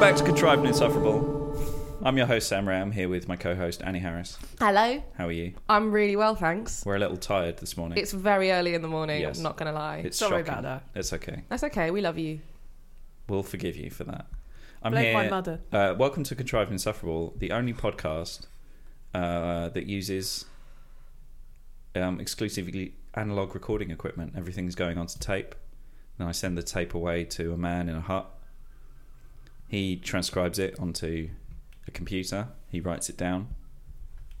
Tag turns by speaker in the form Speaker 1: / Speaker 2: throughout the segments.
Speaker 1: back to Contrived and Insufferable. I'm your host, Sam Ray. I'm here with my co host, Annie Harris.
Speaker 2: Hello.
Speaker 1: How are you?
Speaker 3: I'm really well, thanks.
Speaker 1: We're a little tired this morning.
Speaker 3: It's very early in the morning,
Speaker 1: Yes.
Speaker 3: I'm not going to lie.
Speaker 1: It's
Speaker 3: Sorry
Speaker 1: shocking.
Speaker 3: about that.
Speaker 1: It's okay.
Speaker 3: That's okay, we love you.
Speaker 1: We'll forgive you for that. I'm
Speaker 3: Blame
Speaker 1: here.
Speaker 3: my mother.
Speaker 1: Uh, welcome to Contrived and Insufferable, the only podcast uh, that uses um, exclusively analog recording equipment. Everything's going onto tape. Then I send the tape away to a man in a hut. He transcribes it onto a computer. He writes it down.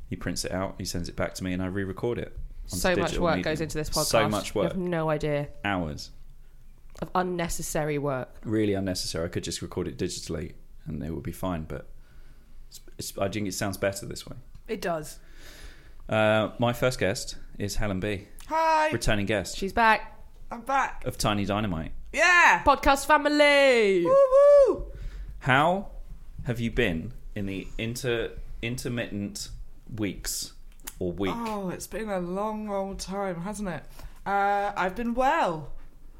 Speaker 1: He prints it out. He sends it back to me, and I re-record it. onto
Speaker 3: So much
Speaker 1: digital
Speaker 3: work
Speaker 1: medium.
Speaker 3: goes into this podcast.
Speaker 1: So much
Speaker 3: You
Speaker 1: work,
Speaker 3: have no idea
Speaker 1: hours.
Speaker 3: of unnecessary work.
Speaker 1: really unnecessary. I could just record it digitally and it would be fine, but it's, it's, I think it sounds better this way.
Speaker 4: It does.
Speaker 1: Uh, my first guest is Helen B,
Speaker 4: Hi,
Speaker 1: returning guest
Speaker 3: She's back.
Speaker 4: I'm back.
Speaker 1: of Tiny Dynamite.
Speaker 4: Yeah.
Speaker 3: Podcast family.
Speaker 4: Woo-woo.
Speaker 1: How have you been in the inter intermittent weeks or week?
Speaker 4: Oh, it's been a long old time, hasn't it? Uh, I've been well.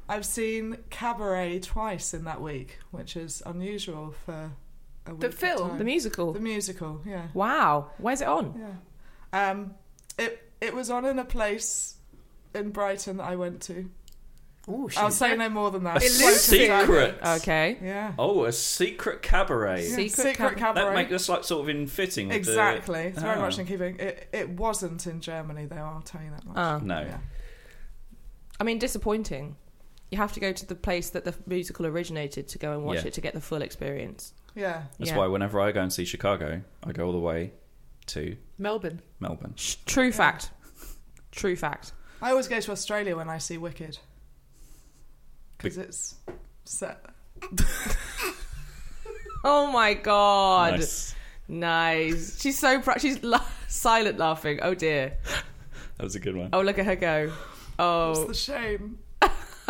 Speaker 4: I've seen Cabaret twice in that week, which is unusual for a week.
Speaker 3: The
Speaker 4: of
Speaker 3: film,
Speaker 4: time.
Speaker 3: the musical.
Speaker 4: the musical, yeah,
Speaker 3: wow. Where's it on?
Speaker 4: yeah. Um, it it was on in a place in Brighton that I went to.
Speaker 3: Oh,
Speaker 4: I'll say no more than that.
Speaker 1: a
Speaker 4: It's close to that.
Speaker 1: secret.
Speaker 3: Okay.
Speaker 4: Yeah.
Speaker 1: Oh, a secret cabaret.
Speaker 4: Yeah,
Speaker 3: Secret
Speaker 4: Secret
Speaker 3: cab-
Speaker 4: cabaret.
Speaker 1: That makes us like sort of in fitting. with the-
Speaker 4: Exactly. It's very
Speaker 1: Oh.
Speaker 4: much in keeping. It, it wasn't in Germany, though, I'll tell you that much.
Speaker 3: Uh,
Speaker 1: No.
Speaker 4: Yeah.
Speaker 3: I mean, disappointing. You have to go to the place that the musical originated to go and watch
Speaker 1: Yeah.
Speaker 3: it to get the full experience.
Speaker 4: yeah.
Speaker 1: That's
Speaker 3: Yeah.
Speaker 1: why whenever I go and see Chicago, I go all the way to
Speaker 5: Melbourne.
Speaker 1: Melbourne.
Speaker 3: Sh- True fact. True fact.
Speaker 4: I always go to Australia when I see Wicked. Because it's set.
Speaker 3: Oh my god.
Speaker 1: Nice.
Speaker 3: Nice. She's so proud. She's la- silent laughing. Oh dear.
Speaker 1: That was a good one.
Speaker 3: Oh look at her go.
Speaker 4: It's
Speaker 3: Oh,
Speaker 4: the shame.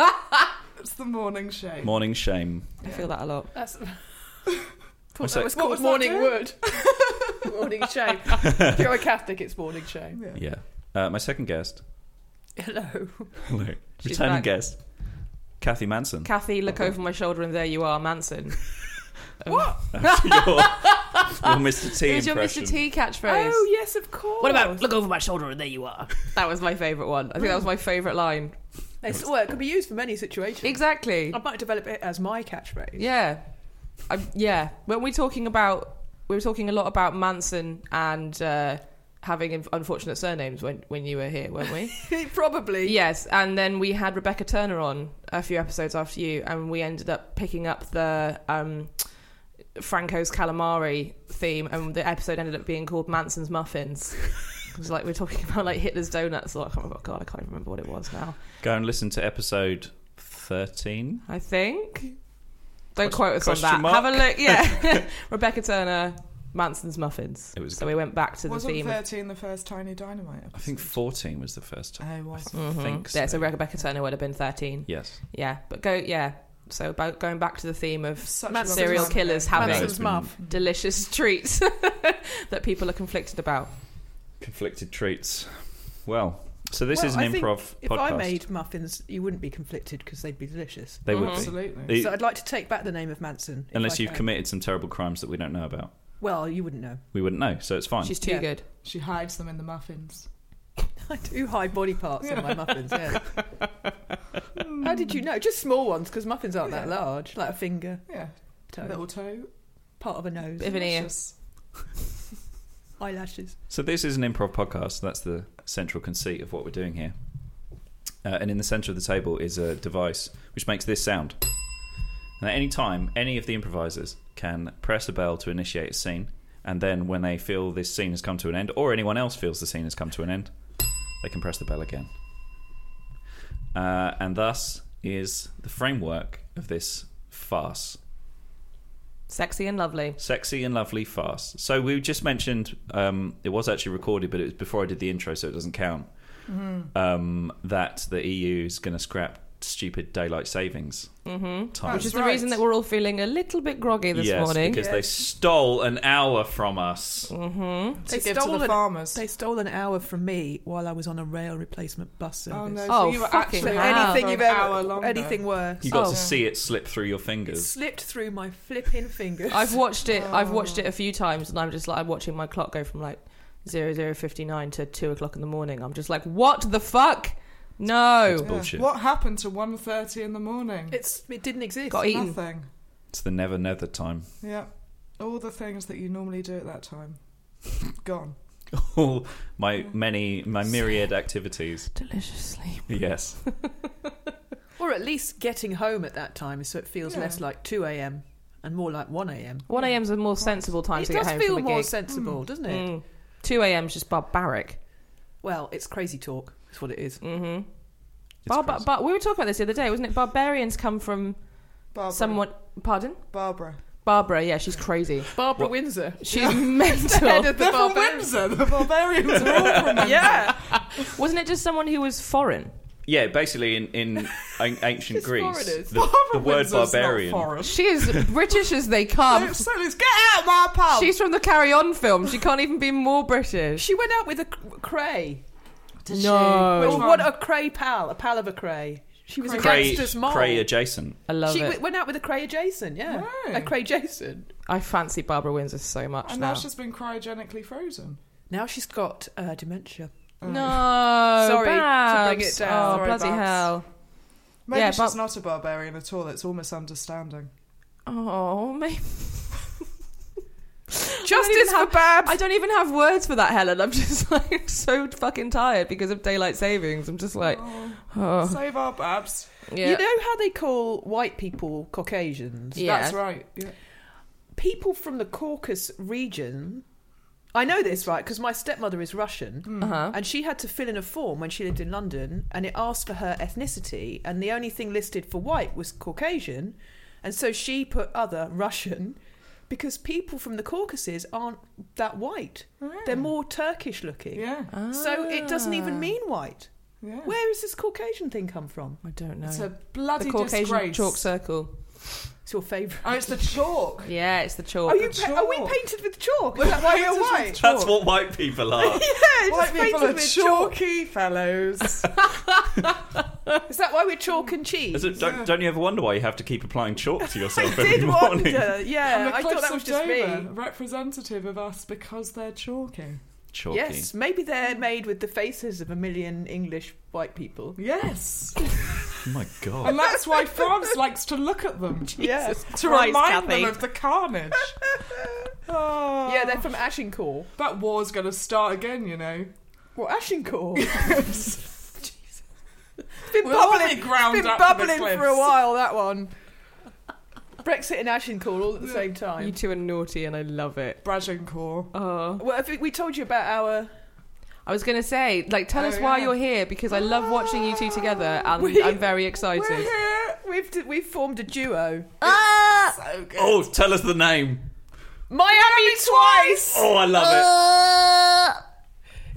Speaker 4: it's the morning shame.
Speaker 1: Morning shame.
Speaker 3: I feel that a lot.
Speaker 5: That's.
Speaker 1: What's
Speaker 5: that
Speaker 1: that-
Speaker 4: What
Speaker 5: was called
Speaker 4: was that
Speaker 5: Morning
Speaker 4: doing?
Speaker 5: Wood. morning Shame. If you're a Catholic, it's Morning Shame.
Speaker 4: Yeah.
Speaker 1: Yeah. Uh, my second guest,
Speaker 5: Hello.
Speaker 1: hello,
Speaker 3: She's
Speaker 1: returning
Speaker 3: back.
Speaker 1: guest, Kathy Manson.
Speaker 3: Kathy, look over my shoulder and there you are, Manson.
Speaker 4: What?
Speaker 1: your, your Mr. T
Speaker 3: It was your
Speaker 1: impression.
Speaker 3: Mr. T catchphrase.
Speaker 5: Oh, yes, of course.
Speaker 3: What about look over my shoulder and there you are? That was my favourite one. I think that was my favourite line.
Speaker 5: It's, well, it can be used for many situations.
Speaker 3: Exactly.
Speaker 5: I might develop it as my catchphrase.
Speaker 3: Yeah. I, yeah. When we talking about, we were talking a lot about Manson and uh, having inf- unfortunate surnames when, when you were here, weren't we?
Speaker 5: Probably.
Speaker 3: Yes, and then we had Rebecca Turner on a few episodes after you, and we ended up picking up the um, Franco's calamari theme, and the episode ended up being called Manson's Muffins. It was like we are talking about like Hitler's donuts. Or I can't remember. God, I can't even remember what it was now.
Speaker 1: Go and listen to episode thirteen.
Speaker 3: I think. Don't
Speaker 1: Question-
Speaker 3: quote us on
Speaker 1: question
Speaker 3: that.
Speaker 1: mark?
Speaker 3: Have a look. Yeah, Rebecca Turner, Manson's Muffins.
Speaker 1: It was
Speaker 3: so we went back to the
Speaker 4: Wasn't
Speaker 3: theme. of-
Speaker 4: 13 the first Tiny Dynamite?
Speaker 1: I think fourteen was the first time.
Speaker 4: I was.
Speaker 3: Mhm.
Speaker 1: think
Speaker 3: Yeah, so
Speaker 1: so.
Speaker 3: Rebecca Turner would have been thirteen.
Speaker 1: Yes.
Speaker 3: Yeah, but go yeah. So about going back to the theme of
Speaker 4: Such a
Speaker 5: Matt's
Speaker 4: long
Speaker 3: serial
Speaker 4: time
Speaker 3: killers
Speaker 4: ago.
Speaker 3: having
Speaker 1: No, it's
Speaker 5: Manson's
Speaker 1: been
Speaker 5: Muff.
Speaker 3: delicious treats that people are conflicted about.
Speaker 1: Conflicted treats. Well, so this
Speaker 5: Well,
Speaker 1: is an
Speaker 5: I think
Speaker 1: improv
Speaker 5: If
Speaker 1: podcast.
Speaker 5: I made muffins, you wouldn't be conflicted because they'd be delicious.
Speaker 1: they would be.
Speaker 4: Absolutely.
Speaker 1: It-
Speaker 5: so I'd like to take back the name of Manson. if
Speaker 1: Unless
Speaker 5: Mhm. I
Speaker 1: you've
Speaker 5: can.
Speaker 1: committed some terrible crimes that we don't know about,
Speaker 5: Well, you wouldn't know.
Speaker 1: we wouldn't know. So it's fine.
Speaker 3: She's too
Speaker 5: Yeah.
Speaker 3: good.
Speaker 4: She hides them in the muffins.
Speaker 5: I do hide body parts in my muffins, yeah.
Speaker 1: Mm.
Speaker 5: How did you know? Just small ones because muffins aren't that
Speaker 4: Yeah.
Speaker 5: large. Like a finger,
Speaker 4: Yeah.
Speaker 5: toe,
Speaker 4: Little toe.
Speaker 5: part of a nose,
Speaker 3: Bit of an ear.
Speaker 4: Delicious.
Speaker 5: eyelashes.
Speaker 1: So this is an improv podcast. That's the central conceit of what we're doing here. Uh, and in the centre of the table is a device which makes this sound. And at any time, any of the improvisers can press a bell to initiate a scene. And then, when they feel this scene has come to an end, or anyone else feels the scene has come to an end, they can press the bell again. Uh, and thus is the framework of this farce
Speaker 3: Sexy and lovely.
Speaker 1: sexy and lovely fast. So we just mentioned um, it was actually recorded, but it was before I did the intro, so it doesn't count. Um, that the EU E is going to scrap stupid daylight savings
Speaker 3: Mm-hmm.
Speaker 1: time.
Speaker 3: Which is the
Speaker 4: right.
Speaker 3: reason that we're all feeling a little bit groggy this
Speaker 1: yes,
Speaker 3: morning.
Speaker 1: because
Speaker 5: Yes.
Speaker 1: they stole an hour from us.
Speaker 3: Mm-hmm.
Speaker 4: to
Speaker 5: They
Speaker 4: give to
Speaker 5: stole
Speaker 4: the
Speaker 5: an-
Speaker 4: farmers. Oh,
Speaker 5: They stole an hour from me while I was on a rail replacement bus service.
Speaker 4: oh no!
Speaker 3: Oh,
Speaker 4: so you were
Speaker 3: fucking
Speaker 4: actually
Speaker 3: hell.
Speaker 5: So
Speaker 4: out
Speaker 5: anything
Speaker 4: for
Speaker 5: you've
Speaker 4: an
Speaker 5: ever,
Speaker 4: hour longer.
Speaker 5: anything worse,
Speaker 1: You got
Speaker 3: Oh.
Speaker 1: to see it slip through your
Speaker 5: it
Speaker 1: fingers.
Speaker 5: slipped through my flipping fingers.
Speaker 3: I've watched it. I've
Speaker 4: Oh.
Speaker 3: watched it a few times, and I'm just like I'm watching my clock go from like zero zero fifty nine to two o'clock in the morning. I'm just like, what the fuck?
Speaker 1: It's
Speaker 3: No,
Speaker 1: bullshit.
Speaker 4: What happened to 1.30 in the morning?
Speaker 5: It's it didn't exist.
Speaker 3: Got eaten.
Speaker 4: Nothing.
Speaker 1: It's the never nether time.
Speaker 4: Yeah. All the things that you normally do at that time. Gone.
Speaker 1: All my many, my myriad activities.
Speaker 3: delicious sleep.
Speaker 1: Yes.
Speaker 5: Or at least getting home at that time, so it feels
Speaker 4: Yeah.
Speaker 5: less like two a.m. and more like one a.m.
Speaker 3: One a.m.'s a more sensible time
Speaker 5: It
Speaker 3: to get
Speaker 5: does
Speaker 3: home
Speaker 5: feel
Speaker 3: from a
Speaker 5: more
Speaker 3: gig.
Speaker 5: sensible, doesn't it?
Speaker 3: Mm. Two a.m.'s just barbaric.
Speaker 5: Well, it's crazy talk. That's what it is.
Speaker 3: Mm-hmm.
Speaker 1: It's
Speaker 3: Bar-
Speaker 1: crazy.
Speaker 3: but we were talking about this the other day, wasn't it? Barbarians come from
Speaker 4: Barbara.
Speaker 3: someone. Pardon,
Speaker 4: Barbara.
Speaker 3: Barbara. Yeah, she's crazy.
Speaker 5: Barbara
Speaker 1: What-
Speaker 5: Windsor,
Speaker 3: She's
Speaker 5: the head
Speaker 3: mental.
Speaker 5: of the
Speaker 4: They're from
Speaker 5: barbarians.
Speaker 4: Windsor. The barbarians are all from Windsor.
Speaker 5: Yeah,
Speaker 3: Wasn't it just someone who was foreign?
Speaker 1: Yeah, basically in, in an- ancient
Speaker 5: It's
Speaker 1: Greece,
Speaker 5: foreigners.
Speaker 1: the, the
Speaker 4: Barbara
Speaker 1: word
Speaker 4: Windsor's not
Speaker 1: barbarian.
Speaker 4: foreign.
Speaker 3: She is British as they come.
Speaker 4: So let's get out of my pub.
Speaker 3: Um, She's from the Carry On film. She can't even be more British.
Speaker 5: she went out with a cr- cray.
Speaker 4: Did she?
Speaker 1: Oh,
Speaker 3: No.
Speaker 4: Which
Speaker 5: Well,
Speaker 4: one?
Speaker 5: Oh, what a cray pal, a pal of a cray. She was a
Speaker 1: Cray,
Speaker 5: gangster's mole.
Speaker 1: cray adjacent.
Speaker 3: I love
Speaker 5: she
Speaker 3: it.
Speaker 5: w- went out with a cray Jason, yeah,
Speaker 4: Right.
Speaker 5: a cray Jason.
Speaker 3: I fancy Barbara Windsor so much
Speaker 4: And
Speaker 3: now.
Speaker 4: now she's been cryogenically frozen.
Speaker 5: Now she's got uh, dementia.
Speaker 4: Oh.
Speaker 3: No,
Speaker 5: Sorry to
Speaker 3: Babs.
Speaker 5: bring it down.
Speaker 3: Oh,
Speaker 4: Sorry,
Speaker 3: bloody
Speaker 4: Babs.
Speaker 3: hell!
Speaker 4: Maybe
Speaker 3: Yeah,
Speaker 4: she's
Speaker 3: but-
Speaker 4: not a barbarian at all. It's all misunderstanding.
Speaker 3: Oh, maybe.
Speaker 5: Justice for
Speaker 3: have-
Speaker 5: Babs.
Speaker 3: I don't even have words for that, Helen. I'm just like so fucking tired because of daylight savings. I'm just like,
Speaker 4: Oh,
Speaker 3: oh,
Speaker 4: save our babs.
Speaker 3: yeah.
Speaker 5: You know how they call white people Caucasians?
Speaker 3: Yeah.
Speaker 4: That's right. Yeah.
Speaker 5: People from the Caucasus region. I know this, right? Because my stepmother is Russian.
Speaker 3: uh-huh.
Speaker 5: And she had to fill in a form when she lived in London, and it asked for her ethnicity, and the only thing listed for white was Caucasian, and so she put other Russian, because people from the Caucasus aren't that white; they're more Turkish looking.
Speaker 4: Ah. Yeah.
Speaker 3: Uh,
Speaker 5: So it doesn't
Speaker 3: Ah.
Speaker 5: even mean white.
Speaker 4: Yeah.
Speaker 5: Where does this Caucasian thing come from?
Speaker 3: I don't know.
Speaker 4: It's a
Speaker 3: the
Speaker 4: bloody
Speaker 3: Caucasian
Speaker 4: disgrace.
Speaker 3: chalk circle.
Speaker 5: It's your favourite.
Speaker 4: Oh, it's the chalk.
Speaker 3: Yeah, it's the chalk.
Speaker 5: Are you?
Speaker 4: the
Speaker 5: pa- are we
Speaker 4: chalk.
Speaker 5: painted with chalk? Is that why you're
Speaker 4: Painted with
Speaker 5: white?
Speaker 1: That's what white people are.
Speaker 5: Yeah,
Speaker 4: White
Speaker 5: just
Speaker 4: people
Speaker 5: painted
Speaker 4: are
Speaker 5: with chalk.
Speaker 4: chalky fellows.
Speaker 5: Is that why we're chalk and cheese?
Speaker 1: Is it- don't, don't you ever wonder why you have to keep applying chalk to
Speaker 5: I
Speaker 1: yourself every
Speaker 5: did
Speaker 1: morning?
Speaker 5: wonder.
Speaker 4: And
Speaker 5: Yeah,
Speaker 4: the
Speaker 5: I thought
Speaker 4: Cliffs
Speaker 5: that was
Speaker 4: of
Speaker 5: just
Speaker 4: Dover,
Speaker 5: me.
Speaker 4: Representative of us because they're chalky.
Speaker 1: Chalky.
Speaker 5: Yes, maybe they're made with the faces of a million English white people.
Speaker 4: Yes.
Speaker 1: Oh my god.
Speaker 4: and that's why France likes to look at them.
Speaker 5: Yeah.
Speaker 4: To
Speaker 3: Christ,
Speaker 4: remind
Speaker 3: Kathy.
Speaker 4: them of the carnage. Oh.
Speaker 5: Yeah, they're from Ashencourt.
Speaker 4: That war's going to start again, you know.
Speaker 5: Well, Ashencourt. It's been
Speaker 4: We'll all
Speaker 5: bubbling,
Speaker 4: be ground
Speaker 5: been
Speaker 4: up in the
Speaker 5: bubbling for a
Speaker 4: cliffs.
Speaker 5: while, that one. Brexit and Ashencourt all at the same time.
Speaker 3: You two are naughty, and I love it.
Speaker 4: Bragincourt.
Speaker 3: Oh.
Speaker 5: Well, I think we told you about our.
Speaker 3: I was going to say, like, tell
Speaker 4: Oh,
Speaker 3: us why
Speaker 4: yeah.
Speaker 3: you're here because I love watching you two together and
Speaker 5: We-
Speaker 3: I'm very
Speaker 5: We're
Speaker 3: excited.
Speaker 5: here. uh, We've d- we've formed a duo.
Speaker 3: Ah!
Speaker 4: So good.
Speaker 1: Oh, tell us the name.
Speaker 5: Miami, twice.
Speaker 1: Oh, I love